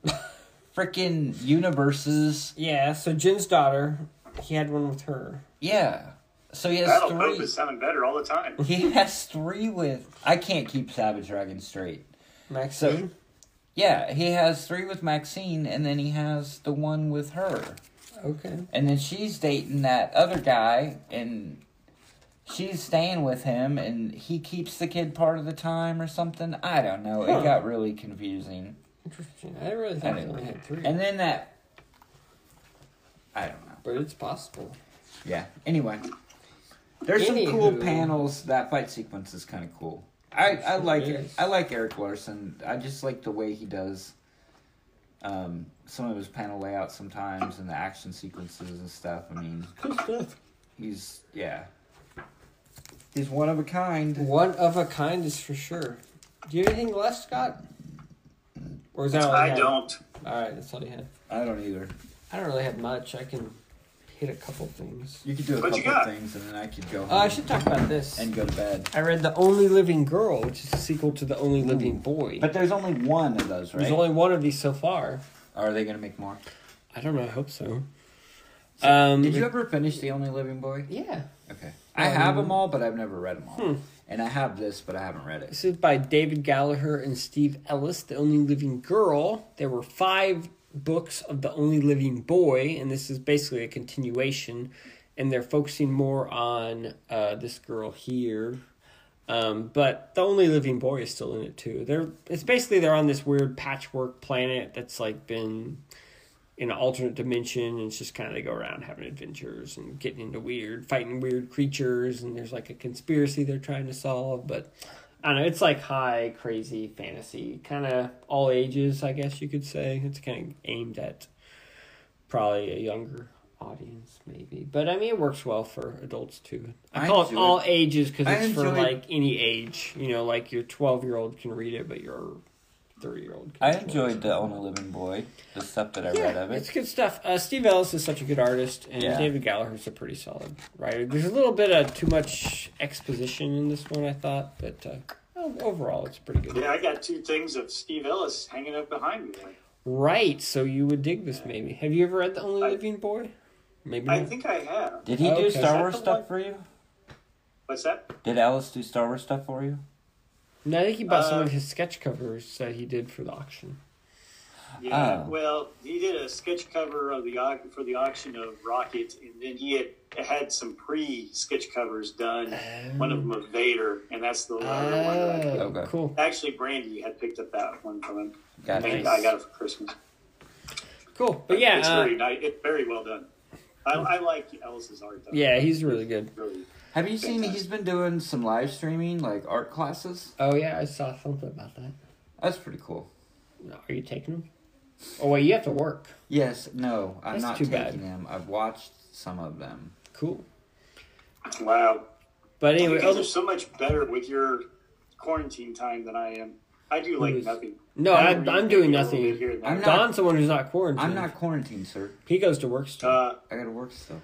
S2: freaking universes.
S1: Yeah, so Jen's daughter, he had one with her.
S2: Yeah. So he has
S3: Battle Pope
S2: three.
S3: is sounding better all the time.
S2: He has three with. I can't keep Savage Dragon straight.
S1: Maxine?
S2: Yeah, he has three with Maxine, and then he has the one with her.
S1: okay.
S2: And then she's dating that other guy, and she's staying with him, and he keeps the kid part of the time or something. I don't know.
S1: Huh.
S2: It got really confusing.
S1: Interesting. I really
S2: I
S1: thought they
S2: don't
S1: only
S2: know.
S1: had three.
S2: And then that. I don't know.
S1: But it's possible.
S2: Yeah. Anyway, there's some cool
S1: Anywho.
S2: panels. That fight sequence is kind of cool. I, I
S1: It
S2: like
S1: is.
S2: I like Eric Larson. I just like the way he does. um, some of his panel layouts sometimes and the action sequences and stuff. I mean,
S1: Good stuff.
S2: he's yeah, he's one of a kind.
S1: One of a kind is for sure. Do you have anything left, Scott? Or is that all you
S3: I
S1: had?
S3: don't.
S1: All right, that's all you had.
S2: I don't either.
S1: I don't really have much. I can hit a couple things.
S2: You could do a
S3: What you
S2: couple of
S3: got?
S2: things, and then I could go
S1: Uh, I
S2: home
S1: should talk about this.
S2: and go to bed.
S1: I read The Only Living Girl, which is a sequel to The Only Living Boy.
S2: But there's only one of those, right?
S1: There's only one of these so far.
S2: Are they gonna make more?
S1: I don't know. I hope so. Um,
S2: Did you ever finish the Only Living Boy?
S1: Yeah.
S2: Okay, I have them all, but I've never read them all. And I have this, but I haven't read it.
S1: This is by David Gallagher and Steve Ellis, The Only Living Girl. There were five books of The Only Living Boy, and this is basically a continuation. And they're focusing more on uh, this girl here. Um, but the only living boy is still in it too. They're it's basically they're on this weird patchwork planet that's like been in an alternate dimension and it's just kind of they go around having adventures and getting into weird fighting weird creatures and there's like a conspiracy they're trying to solve but i don't know it's like high crazy fantasy kind of all ages i guess you could say it's kind of aimed at probably a younger audience maybe but i mean it works well for adults too i,
S2: I
S1: call it
S2: enjoyed-
S1: all ages because
S2: I
S1: it's for
S2: enjoyed-
S1: like any age you know like your 12 year old can read it but your 30 year old
S2: I enjoyed the Only Living Boy, the stuff that I read of
S1: It's
S2: it.
S1: good stuff. Uh, Steve Ellis is such a good artist, and
S2: Yeah.
S1: David Gallagher's a pretty solid writer. There's a little bit of too much exposition in this one, I thought, but uh, oh, overall, it's pretty good.
S3: Yeah, I got two things of Steve Ellis hanging up behind me.
S1: Right, so you would dig this maybe. Have you ever read The Only
S3: I-
S1: Living Boy? Maybe
S3: I
S1: not.
S3: think I have.
S2: Did he
S1: Okay.
S2: do
S1: Is
S2: Star
S3: that
S2: Wars
S3: the
S2: stuff
S3: one-
S2: for you?
S3: What's that?
S2: Did Alice do Star Wars stuff for you?
S1: No, I think he bought some
S3: Uh,
S1: of his sketch covers that he did for the auction.
S3: Yeah.
S2: Oh.
S3: Well, he did a sketch cover of the au- for the auction of Rocket, and then he had had some pre sketch covers done. One of them of Vader, and that's the other one. that Uh, I picked.
S1: Oh,
S2: Okay.
S1: cool.
S3: Actually, Brandy had picked up that one from him. I
S2: Gotcha.
S3: think
S1: Nice.
S3: I got it for Christmas.
S1: Cool. But yeah,
S3: it's
S1: uh,
S3: very nice. It's very well done. I, I like Ellis's art though.
S1: yeah, he's really good.
S3: Really.
S2: Have you seen
S3: Fantastic.
S2: he's been doing some live streaming, like art classes?
S1: Oh, yeah, I saw something about that.
S2: That's pretty cool.
S1: Are you taking him? Oh, wait, you have to work.
S2: Yes, no, I'm
S1: That's
S2: not
S1: too
S2: taking
S1: bad.
S2: them. I've watched some of them.
S1: Cool.
S3: Wow.
S1: But
S3: You
S1: anyway,
S3: guys
S1: other
S3: are so much better with your quarantine time than I am. I do like
S1: Who's-
S3: nothing.
S1: No, I,
S3: I
S1: I'm doing
S3: Over
S1: nothing.
S3: here,
S2: I'm not-
S1: Don's the one who's not quarantined.
S2: I'm not quarantined, sir.
S1: He goes to work still.
S3: uh,
S2: I gotta work still.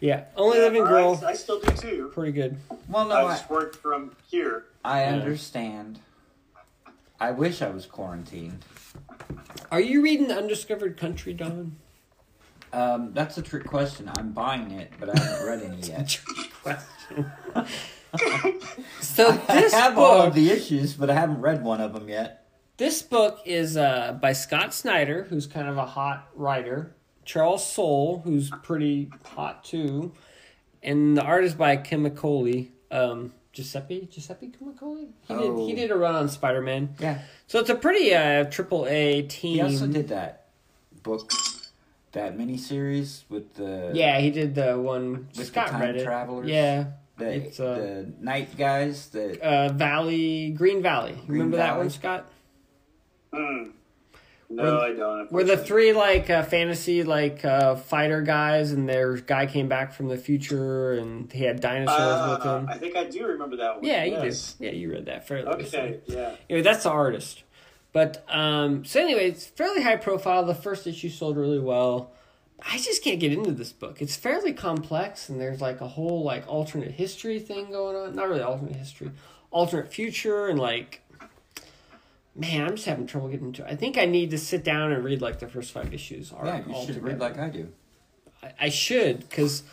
S1: yeah, only
S3: yeah,
S1: living
S3: I-
S1: girl.
S3: I, still do too.
S1: Pretty good.
S2: Well, no,
S3: I
S2: I,
S3: just work from here.
S2: I understand. I wish I was quarantined.
S1: Are you reading Undiscovered Country, Don?
S2: Um, that's a trick question. I'm buying it, but I haven't read any yet.
S1: So this
S2: I have all
S1: book,
S2: of the issues, but I haven't read one of them yet.
S1: this book is uh, by Scott Snyder, who's kind of a hot writer. Charles Soule, who's pretty hot too, and the art is by Chemicoli. Um, Giuseppe Giuseppe Chemicoli. He did he
S2: Oh.
S1: did a run on Spider Man.
S2: Yeah, Mm.
S1: So it's a pretty uh, triple A team.
S2: he also did that book, that miniseries with the
S1: Yeah, he did the one
S2: the
S1: Scott
S2: time
S1: read it.
S2: travelers?
S1: Yeah,
S2: the,
S1: it's, uh,
S2: the night guys that
S1: uh, Valley Green Valley. Remember that
S2: Valley? Oh,
S1: one, Scott?
S3: Hmm.
S1: Where-
S3: No, I don't.
S1: Where the three like uh, fantasy like uh, fighter guys, and their guy came back from the future, and he had dinosaurs
S3: Uh,
S1: with him.
S3: I think I do remember that one.
S1: Yeah, you
S3: yes.
S1: do. Yeah, you read that fairly. recently.
S3: Okay, yeah.
S1: Anyway, that's the artist. But um, so anyway, it's fairly high profile. The first issue sold really well. I just can't get into this book. It's fairly complex, and there's like a whole like alternate history thing going on. Not really alternate history, alternate future, and like, man, I'm just having trouble getting into. it. I think I need to sit down and read like the first five issues. All
S2: yeah you should read like I do.
S1: I- I should because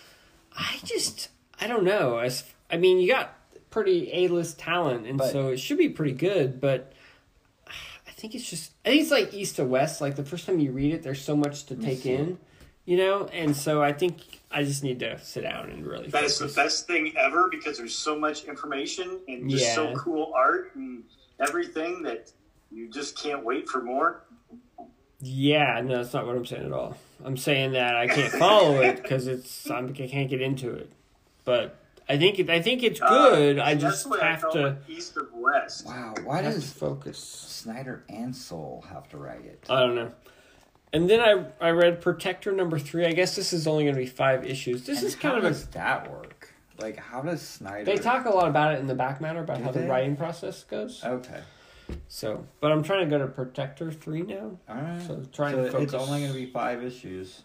S1: I just I don't know. As I mean, you got pretty A list talent, and
S2: But-
S1: so it should be pretty good. But I think it's just I think it's like east to west. Like the first time you read it, there's so much to take
S2: see.
S1: in, you know. And so I think I just need to sit down and really.
S3: That is the
S1: focus.
S3: best thing ever because there's so much information and just
S1: Yeah.
S3: so cool art and everything that you just can't wait for more.
S1: Yeah, no, that's not what I'm saying at all. I'm saying that I can't follow it because it's I'm, I can't get into it. But I think it, I think it's good.
S3: Uh,
S1: I
S3: that's
S1: just
S3: the way I
S1: have
S3: felt
S1: to.
S3: with East of West.
S2: Wow, why
S1: have to
S2: does
S1: focus.
S2: Snyder and Soul have to write it?
S1: I don't know. And then I I read Protector number three. I guess this is only going to be five issues. This
S2: And
S1: is kind
S2: how
S1: of a
S2: does that work? Like, how does Snyder?
S1: They talk a lot about it in the back matter about
S2: Do
S1: how the
S2: they? Oh.
S1: writing process goes.
S2: Okay,
S1: So, but I'm trying to go to Protector three now.
S2: all right.
S1: So
S2: So,
S1: try and
S2: it's
S1: focus.
S2: only going to be five issues.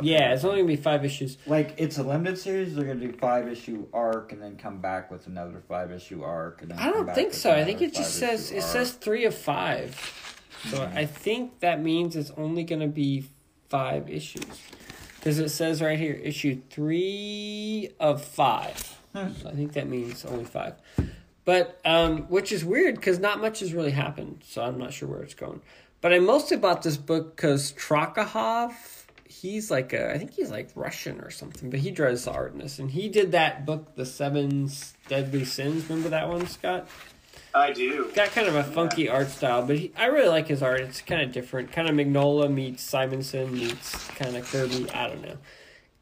S1: Yeah, it's only gonna be five issues.
S2: like it's a limited series. They're going to do five issue arc and then come back with another five issue arc. And then
S1: I
S2: come
S1: don't
S2: back
S1: think
S2: with
S1: so. I
S2: another
S1: think it just
S2: five-issue
S1: says it
S2: arc.
S1: says three of five. So
S2: Hmm.
S1: I think that means it's only gonna be five issues, because it says right here issue three of five.
S2: Hmm.
S1: So I think that means only five. But um, which is weird because not much has really happened, so I'm not sure where it's going. But I mostly bought this book because Trokhov, he's like a, I think he's like Russian or something, but he draws the art in this, and he did that book, The Seven Deadly Sins. Remember that one, Scott?
S3: I do.
S1: Got kind of a funky art style, but he, I really like his art. It's kind of different, kind of Mignola meets Simonson meets kind of Kirby. I don't know.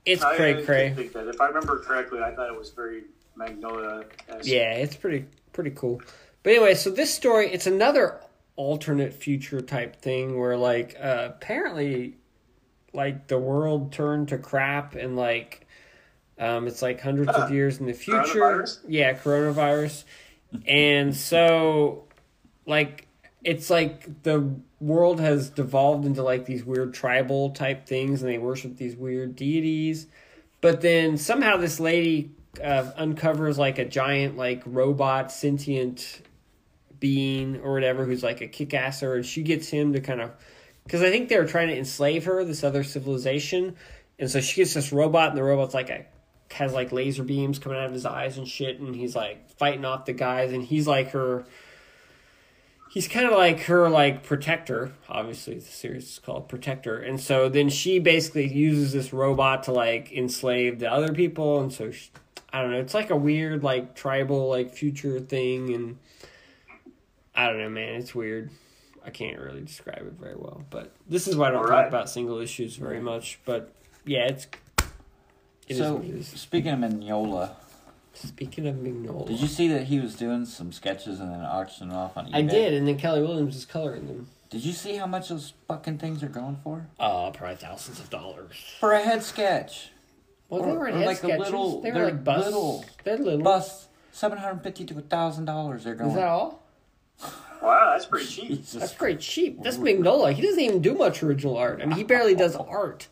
S1: It's
S3: I uh,
S1: cray
S3: did
S1: cray.
S3: think that. If I remember correctly, I thought it was very Magnolia.
S1: Yeah, it's pretty pretty cool. But anyway, so this story it's another alternate future type thing where like uh, apparently like the world turned to crap and like um, it's like hundreds of years in the future.
S3: Coronavirus?
S1: Yeah, coronavirus. and so like it's like the world has devolved into like these weird tribal type things and they worship these weird deities but then somehow this lady uh, uncovers like a giant like robot sentient being or whatever who's like a kick-asser and she gets him to kind of because i think they were trying to enslave her this other civilization and so she gets this robot and the robot's like a has like laser beams coming out of his eyes and shit and he's like fighting off the guys and he's like her he's kind of like her like protector obviously the series is called protector and so then she basically uses this robot to like enslave the other people and so she, i don't know it's like a weird like tribal like future thing and i don't know man it's weird i can't really describe it very well but this is why i don't talk
S3: Alright.
S1: about single issues very much but yeah it's it is
S2: so
S1: what it is.
S2: speaking of Mignola,
S1: speaking of mignola
S2: did you see that he was doing some sketches and then auctioning off on eBay?
S1: i did and then kelly williams is coloring them
S2: Did you see how much those fucking things are going for?
S1: uh probably thousands of dollars
S2: For a head sketch.
S1: Well,
S2: Or-
S1: they were
S2: or
S1: head
S2: like a
S1: sketches.
S2: little-
S1: they were
S2: they're
S1: like bus.
S2: little-
S1: They're little.
S2: Plus seven hundred fifty to thousand dollars they're going.
S1: Is that all?
S3: Wow, that's pretty cheap.
S2: Jesus
S1: That's pretty cheap. That's Magnola. He doesn't even do much original art. I mean, he barely does art,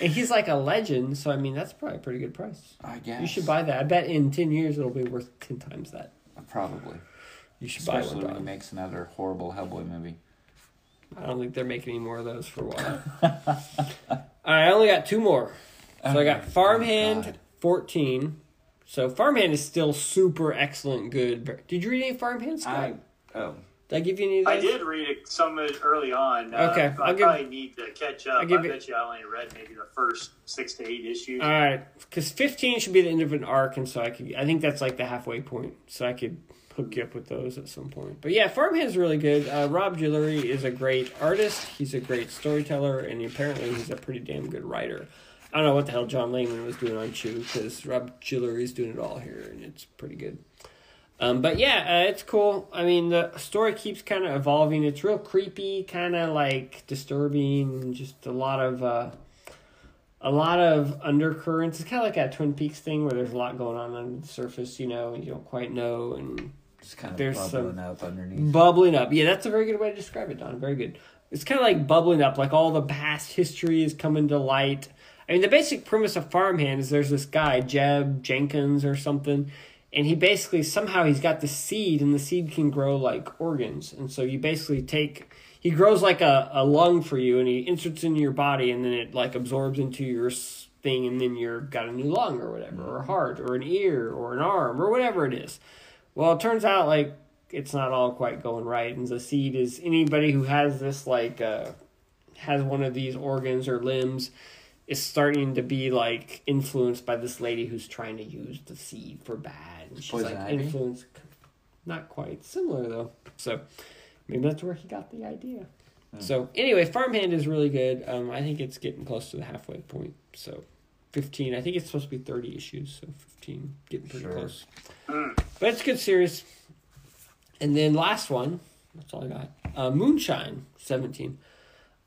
S1: and he's like a legend. So I mean, that's probably a pretty good price.
S2: I guess
S1: You should buy that. I bet in ten years it'll be worth ten times that.
S2: Uh, probably.
S1: You should
S2: Especially
S1: buy
S2: when he
S1: one. Don.
S2: makes another horrible Hellboy movie.
S1: I don't think they're making any more of those for a while. All right, I only got two more. So I got
S2: Okay.
S1: Farmhand
S2: Oh God.
S1: fourteen. So Farmhand is still super excellent, good. Did you read any Farmhand? Scott?
S2: I oh
S1: did I give you any of those?
S3: I did read it- some of it early on.
S1: Okay,
S3: uh, I
S1: I'll give-
S3: probably need to catch up.
S1: I'll
S3: I
S1: give you-
S3: bet you I only read maybe the first six to eight issues.
S1: All right, because fifteen should be the end of an arc, and so I could. I think that's like the halfway point, so I could hook you up with those at some point. But yeah, Farmhand's really good. Uh, Rob Guillory is a great artist. He's a great storyteller, and apparently he's a pretty damn good writer. I don't know what the hell John Layman was doing on Chew because Rob Guillory's doing it all here, and it's pretty good. Um, but yeah, uh, it's cool. I mean, the story keeps kind of evolving. It's real creepy, kind of like disturbing. Just a lot of uh, a lot of undercurrents. It's kind of like that Twin Peaks thing where there's a lot going on under the surface, you know, and you don't quite know, and
S2: just kind of
S1: There's
S2: bubbling
S1: some-
S2: up underneath.
S1: bubbling up. Yeah, that's a very good way to describe it, Don. Very good. It's kind of like bubbling up, like all the past history is coming to light. I mean, the basic premise of Farmhand is there's this guy, Jeb Jenkins or something, and he basically somehow he's got the seed, and the seed can grow like organs. And so you basically take he grows like a, a lung for you, and he inserts into your body, and then it like absorbs into your s- thing, and then you've got a new lung or whatever, or a heart, or an ear, or an arm, or whatever it is. Well, it turns out like it's not all quite going right, and the seed is anybody who has this like uh, has one of these organs or limbs is starting to be like influenced by this lady who's trying to use the seed for bad, and she's
S2: Poison
S1: like
S2: ivy?
S1: influenced. Not quite similar though, so maybe that's where he got the idea. So anyway, Farmhand is really good. Um, I think it's getting close to the halfway point. So, fifteen. I think it's supposed to be thirty issues. So fifteen, getting pretty
S2: Sure.
S1: close. But it's a good series. And then last one, that's all I got. Uh, Moonshine seventeen.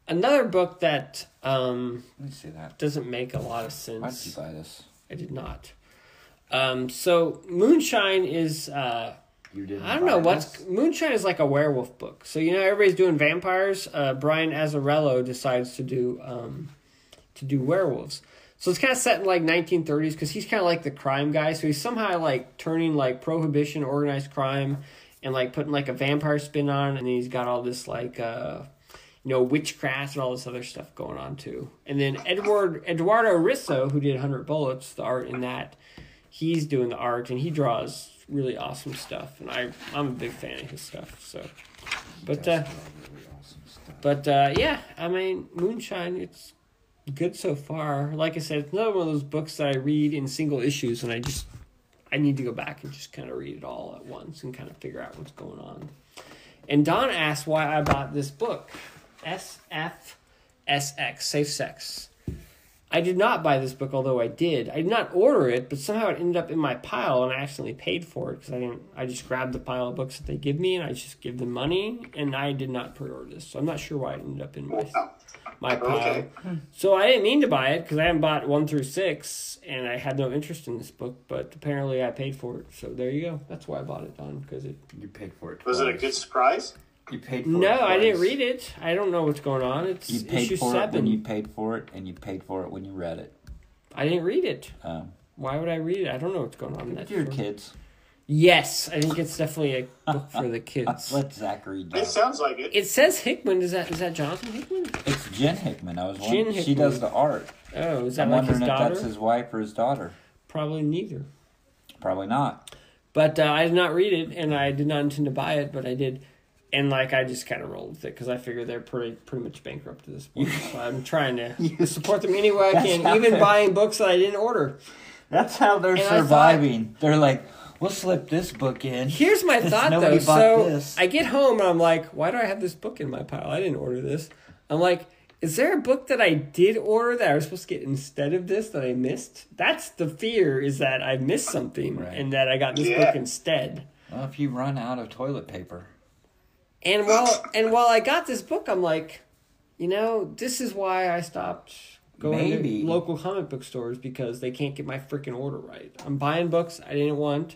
S1: Another book that um,
S2: Let me see that.
S1: doesn't make a lot of
S2: Why did you
S1: sense.
S2: buy this?
S1: I did not. Um, so Moonshine is uh,
S2: You didn't.
S1: I don't
S2: buy
S1: know what's
S2: this?
S1: Moonshine is like a werewolf book. So you know everybody's doing vampires. Uh, Brian Azzarello decides to do um, to do werewolves. So it's kind of set in like 1930s because he's kind of like the crime guy. So he's somehow like turning like prohibition, organized crime, and like putting like a vampire spin on. it. And he's got all this like uh, you know witchcraft and all this other stuff going on too. And then Edward Eduardo Risso, who did 100 Bullets, the art in that he's doing the art and he draws really awesome stuff and I I'm a big fan of his stuff so but uh,
S2: That's really awesome stuff.
S1: but uh, yeah I mean moonshine it's good so far like I said it's another one of those books that I read in single issues and I just I need to go back and just kind of read it all at once and kind of figure out what's going on and Don asked why I bought this book SFSX Safe Sex I did not buy this book, although I did. I did not order it, but somehow it ended up in my pile, and I accidentally paid for it because I didn't. I just grabbed the pile of books that they give me, and I just give them money, and I did not pre-order this, so I'm not sure why it ended up in my my pile.
S3: Okay.
S1: So I didn't mean to buy it because I haven't bought one through six, and I had no interest in this book. But apparently, I paid for it, so there you go. That's why I bought it, Don, because it.
S2: You paid for it.
S3: Was it a good
S2: twice.
S3: surprise?
S2: You paid for it.
S1: No, I didn't
S2: twice.
S1: read it. I don't know what's going on. It's
S2: You paid
S1: issue
S2: for it
S1: seven.
S2: when you paid for it, and you paid for it when you read it.
S1: I didn't read it.
S2: Um,
S1: Why would I read it? I don't know what's going on. in that
S2: dear
S1: story.
S2: kids,
S1: Yes, I think it's definitely a book for the kids.
S2: let Zach read
S3: It
S2: that.
S3: sounds like it.
S1: It says Hickman. Is that is that Jonathan Hickman?
S2: It's Jen Hickman. I was
S1: Jen
S2: wondering. She
S1: Hickman.
S2: does the art.
S1: Oh, is that
S2: I'm
S1: like his
S2: wondering if
S1: daughter?
S2: that's his wife or his daughter.
S1: Probably neither.
S2: Probably not.
S1: But uh, I did not read it, and I did not intend to buy it, but I did. And like I just kind of rolled with it because I figure they're pretty pretty much bankrupt at this point. so I'm trying to support them any way I
S2: That's
S1: can,
S2: how
S1: even
S2: they're-
S1: buying books that I didn't order.
S2: That's how they're
S1: And I thought-
S2: surviving. They're like, we'll slip this book in.
S1: Here's my
S2: Since
S1: thought
S2: nobody
S1: though.
S2: bought
S1: So
S2: this.
S1: I get home and I'm like, why do I have this book in my pile? I didn't order this. I'm like, is there a book that I did order that I was supposed to get instead of this that I missed? That's the fear is that I missed something
S2: Right.
S1: and that I got this
S3: Yeah.
S1: book instead.
S2: Well, if you run out of toilet paper,
S1: And while and while I got this book, I'm like, you know, this is why I stopped going
S2: Maybe.
S1: to local comic book stores because they can't get my freaking order right. I'm buying books I didn't want.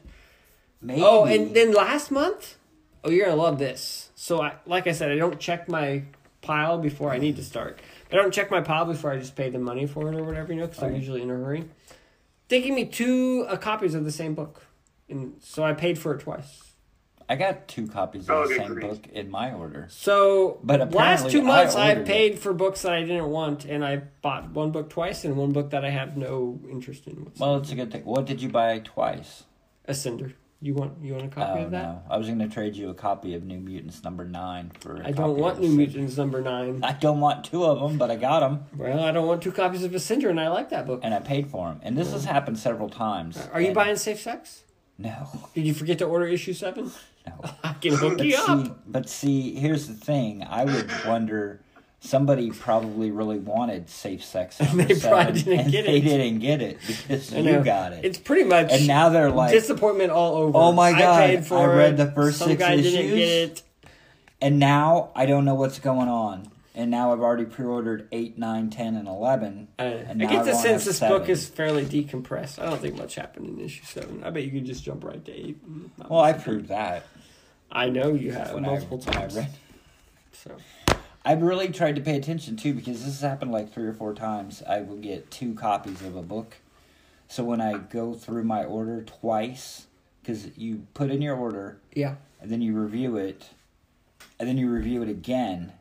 S2: maybe.
S1: Oh, and then last month, oh, you're gonna love this. So, I, like I said, I don't check my pile before I need to start. I don't check my pile before I just pay the money for it or whatever, you know, because I'm usually in a hurry. They gave me two uh, copies of the same book, and so I paid for it twice.
S2: I got two copies of
S3: Oh,
S2: the
S3: good
S2: same
S3: grief.
S2: book in my order.
S1: So,
S2: But
S1: last two
S2: apparently I
S1: months, I've
S2: ordered
S1: paid for books that I didn't want, and I bought one book twice and one book that I have no interest in. whatsoever.
S2: Well, it's a good thing. What did you buy twice?
S1: Ascender, you want you want a copy
S2: Oh
S1: of that?
S2: no! I was going to trade you a copy of New Mutants number nine for. I
S1: I don't want New Mutants number nine.
S2: I don't want two of them, but I got them,
S1: Well, I don't want two copies of Ascender, and I like that book.
S2: and I paid for them. And this has happened several times.
S1: Are you
S2: and-
S1: buying safe sex?
S2: No,
S1: Did you forget to order issue seven?
S2: no.
S1: I can hook
S2: But
S1: you
S2: see,
S1: up.
S2: but see, here's the thing. I would wonder. Somebody probably really wanted safe sex. And
S1: they probably didn't
S2: and
S1: get
S2: they
S1: it.
S2: didn't get it because
S1: I
S2: you
S1: know.
S2: got it.
S1: It's pretty much
S2: and now they're like,
S1: disappointment all over.
S2: Oh my God,
S1: I, paid for
S2: I read
S1: it.
S2: the first
S1: Some
S2: six
S1: guy didn't
S2: issues.
S1: get it.
S2: and now I don't know what's going on. And now I've already pre-ordered eight, nine, ten, and eleven.
S1: I, Uh, I
S2: and now
S1: get the
S2: wanna
S1: sense
S2: have
S1: this
S2: seven.
S1: book is fairly decompressed. I don't think much happened in issue seven. I bet you could just jump right to eight. Not
S2: Well, I
S1: much.
S2: proved that
S1: I know you have
S2: when I-
S1: multiple
S2: when I
S1: times.
S2: read
S1: So
S2: I've really tried to pay attention too because this has happened like three or four times. I will get two copies of a book. So when I go through my order twice, because you put in your order
S1: yeah,
S2: and then you review it, and then you review it again,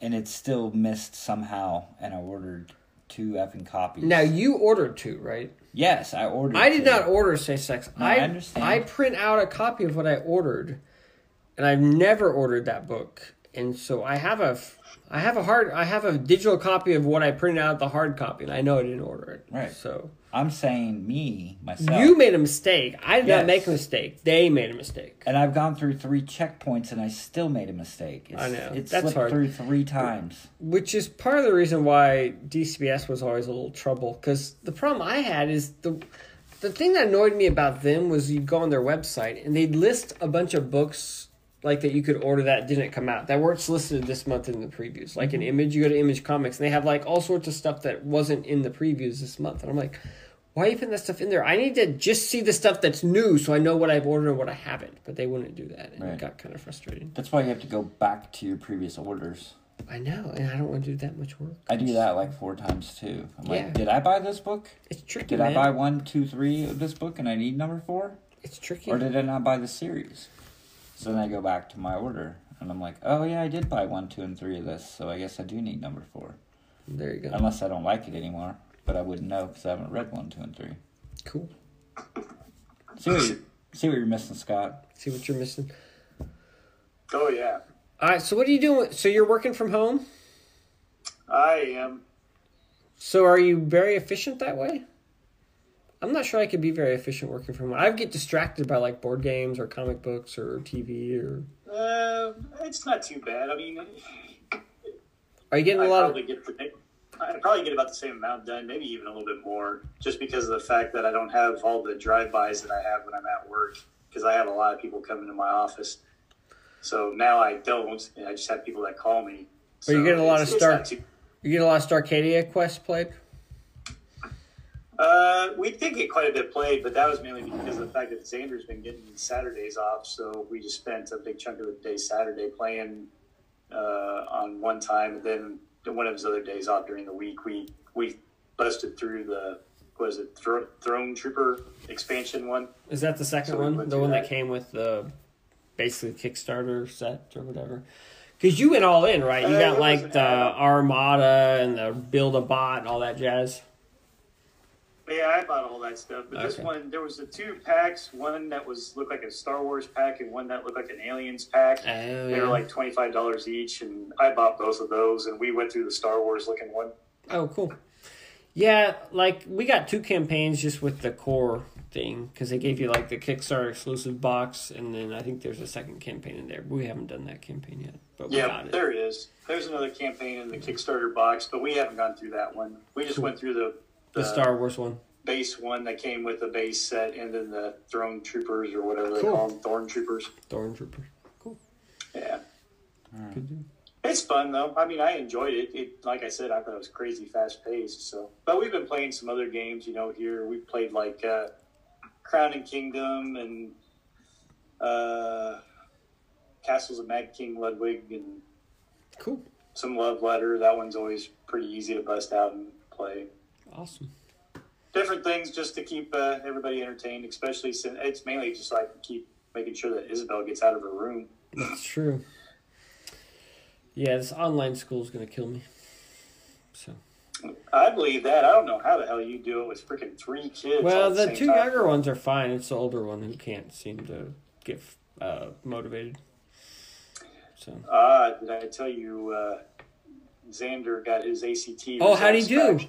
S2: and it's still missed somehow, and I ordered two effing copies.
S1: now you ordered two, right?
S2: yes, I ordered.
S1: I did
S2: two.
S1: not order safe sex.
S2: No,
S1: I
S2: I understand.
S1: I print out a copy of what I ordered, and I've never ordered that book, and so I have a I have a hard I have a digital copy of what I printed out the hard copy, and I know I didn't order it.
S2: Right.
S1: So
S2: I'm saying me myself.
S1: you made a mistake. I did
S2: Yes.
S1: not make a mistake. They made a mistake.
S2: and I've gone through three checkpoints and I still made a mistake. It's,
S1: I know.
S2: It
S1: That's
S2: slipped
S1: hard.
S2: through three times.
S1: which is part of the reason why DCBS was always a little trouble because the problem I had is the the thing that annoyed me about them was you go on their website and they'd list a bunch of books like that you could order that didn't come out that weren't listed this month in the previews. Like an image, you go to Image Comics and they have like all sorts of stuff that wasn't in the previews this month, and I'm like, why are you putting that stuff in there? I need to just see the stuff that's new so I know what I've ordered and what I haven't. But they wouldn't do that, and it
S2: Right.
S1: got kind of frustrating.
S2: That's why you have to go back to your previous orders.
S1: I know, and I don't want to do that much work.
S2: I do that like four times too. I'm
S1: Yeah.
S2: like, did I buy this book?
S1: It's tricky.
S2: Did I
S1: man.
S2: buy one, two, three of this book and I need number four?
S1: It's tricky.
S2: Or did I not buy the series? So then I go back to my order and I'm like, oh yeah, I did buy one, two, and three of this, so I guess I do need number four.
S1: there you go.
S2: Unless I don't like it anymore, but I wouldn't know because I haven't read one, two, and three.
S1: cool.
S2: See what you see what you're missing, Scott.
S1: See what you're missing.
S3: Oh yeah,
S1: All right. So what are you doing? So you're working from home.
S3: I am.
S1: So are you very efficient that way? I'm not sure I could be very efficient working from home. I get distracted by like board games or comic books or TV or.
S3: Uh, it's not too bad. I mean,
S1: Are you getting a
S3: I
S1: lot?
S3: probably get the, I probably get about the same amount done, maybe even a little bit more, just because of the fact that I don't have all the drive-bys that I have when I'm at work, because I have a lot of people coming to my office. So now I don't. and I just have people that call me.
S1: But you get a lot
S3: it's-
S1: of
S3: it's not
S1: start-
S3: too-
S1: Of, you get a lot of Starcadia quest played.
S3: Uh, we did get quite a bit played, but that was mainly because of the fact that Xander's been getting Saturdays off, so we just spent a big chunk of the day Saturday playing uh, on one time, and then one of his other days off during the week, we we busted through the what was it Thro- Throne Trooper expansion one.
S1: Is that the second
S3: So we
S1: one?
S3: went
S1: The
S3: through
S1: one that
S3: that.
S1: came with the basically Kickstarter set or whatever? Because you went all in, right? You
S3: Uh,
S1: got
S3: it
S1: like
S3: wasn't
S1: the
S3: added up.
S1: Armada and the Build a Bot and all that jazz.
S3: But yeah, I bought all that stuff, but this
S1: Okay.
S3: one there was the two packs, one that was looked like a Star Wars pack, and one that looked like an Aliens pack.
S1: Oh,
S3: They
S1: yeah.
S3: were like twenty five dollars each, and I bought both of those, and we went through the Star Wars looking one.
S1: oh, cool. Yeah, like we got two campaigns just with the core thing because they gave you like the Kickstarter exclusive box, and then I think there's a second campaign in there. We haven't done that campaign yet, but we
S3: Yeah,
S1: got it.
S3: there it is. There's another campaign in the Kickstarter box, but we haven't gone through that one. We just went through the,
S1: The Star Wars one.
S3: base one that came with the base set and then the Throne Troopers or whatever they
S1: Cool.
S3: call them, Thorn Troopers.
S1: Thorn Trooper. Cool.
S3: Yeah.
S1: Good deal.
S3: It's fun though. I mean, I enjoyed it. It, like I said, I thought it was crazy fast paced. So, but we've been playing some other games. You know, here we played like uh, Crown and Kingdom and uh, Castles of Mad King Ludwig and
S1: Cool.
S3: some Love Letter. That one's always pretty easy to bust out and play.
S1: Awesome.
S3: different things just to keep uh, everybody entertained, especially since it's mainly just so I can keep making sure that Isabel gets out of her room.
S1: That's true. Yeah, this online school is going to kill me. So
S3: I believe that. I don't know how the hell you do it with freaking three kids. all
S1: well,
S3: at
S1: the
S3: same
S1: two
S3: time.
S1: younger ones are fine. It's the older one who can't seem to get uh, motivated. So
S3: Ah, did I tell you uh, Xander got his ACT?
S1: Oh, how'd he
S3: results
S1: do?
S3: back.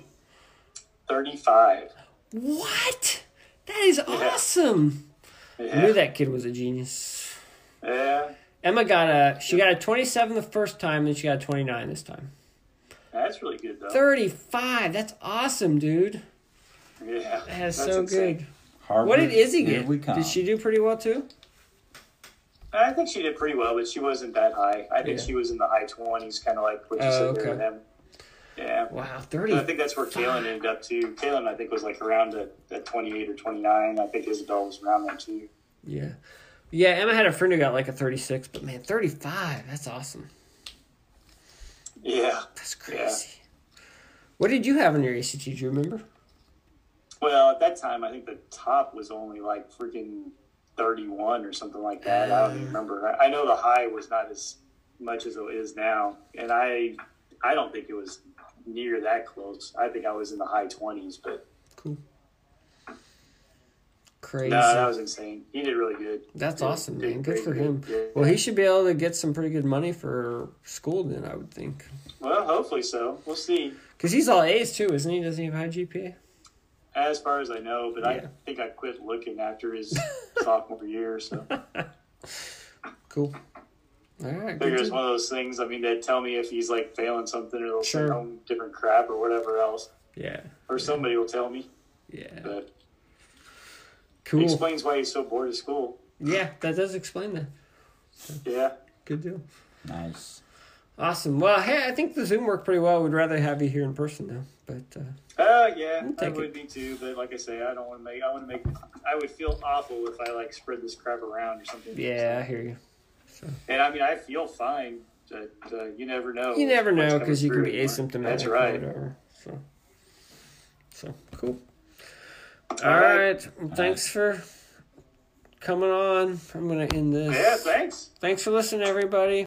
S3: Thirty-five.
S1: what? That is awesome. I knew
S3: Yeah.
S1: that kid was a genius.
S3: yeah,
S1: Emma got a she got a twenty seven the first time, then she got a twenty nine this time.
S3: that's really good though.
S1: Thirty five. That's awesome, dude.
S3: yeah,
S1: That's,
S3: that's
S1: so
S3: insane.
S1: good.
S2: Harvard,
S1: What did Izzy
S2: here
S1: get?
S2: We come.
S1: Did she do pretty well too?
S3: I think she did pretty well, but she wasn't that high. I think
S1: Yeah.
S3: she was in the high twenties, kind of like what you
S1: Oh,
S3: said
S1: okay.
S3: there with him. Yeah.
S1: Wow,
S3: And
S1: thirty.
S3: I think that's where Kalen ended up too. Kalen, I think, was like around at, at 28 or 29. I think Isabel was around there too.
S1: Yeah. Yeah, Emma had a friend who got like a 36, but man, 35, that's awesome.
S3: Yeah.
S1: That's crazy. What did you have on your ACT? Do you remember?
S3: Well, at that time, I think the top was only like freaking 31 or something like that. I
S1: Oh.
S3: don't even remember. I, I know the high was not as much as it is now, and I I don't think it was near that close. I think I was in the high 20s, but
S1: Cool. Crazy.
S3: no, that was insane. He did really good.
S1: that's
S3: Yeah,
S1: awesome,
S3: did
S1: man. Good
S3: great,
S1: for him.
S3: yeah.
S1: Well, he should be able to get some pretty good money for school then, I would think.
S3: Well, hopefully so. We'll see.
S1: Because he's all A's too, isn't he? Doesn't he have high GPA?
S3: As far as I know, but
S1: Yeah.
S3: I think I quit looking after his sophomore year. So
S1: Cool. All right.
S3: figure
S1: Good
S3: it's
S1: deal.
S3: one of those things. I mean, they tell me if he's like failing something, or they'll
S1: Sure.
S3: send home different crap or whatever else,
S1: Yeah.
S3: or somebody will tell me.
S1: Yeah.
S3: But it
S1: Cool.
S3: explains why he's so bored at school.
S1: Yeah, that does explain that.
S3: Yeah.
S1: Good deal.
S2: Nice.
S1: Awesome. Well, hey, I think the Zoom worked pretty well. We'd rather have you here in person though. But uh,
S3: Uh, yeah, I
S1: take
S3: would be too, but like I say, I don't want to make. I want to make. I would feel awful if I like spread this crap around or something.
S1: yeah, I hear you.
S3: And I mean, I feel fine, but uh, you never know.
S1: You never
S3: what's
S1: know
S3: coming
S1: because you can
S3: through
S1: be
S3: anymore.
S1: asymptomatic.
S3: That's
S1: or
S3: right.
S1: whatever, So, so cool.
S3: All
S1: All
S3: right.
S1: right. Well, thanks for coming on. I'm gonna end this.
S3: Yeah. Thanks.
S1: Thanks for listening, everybody.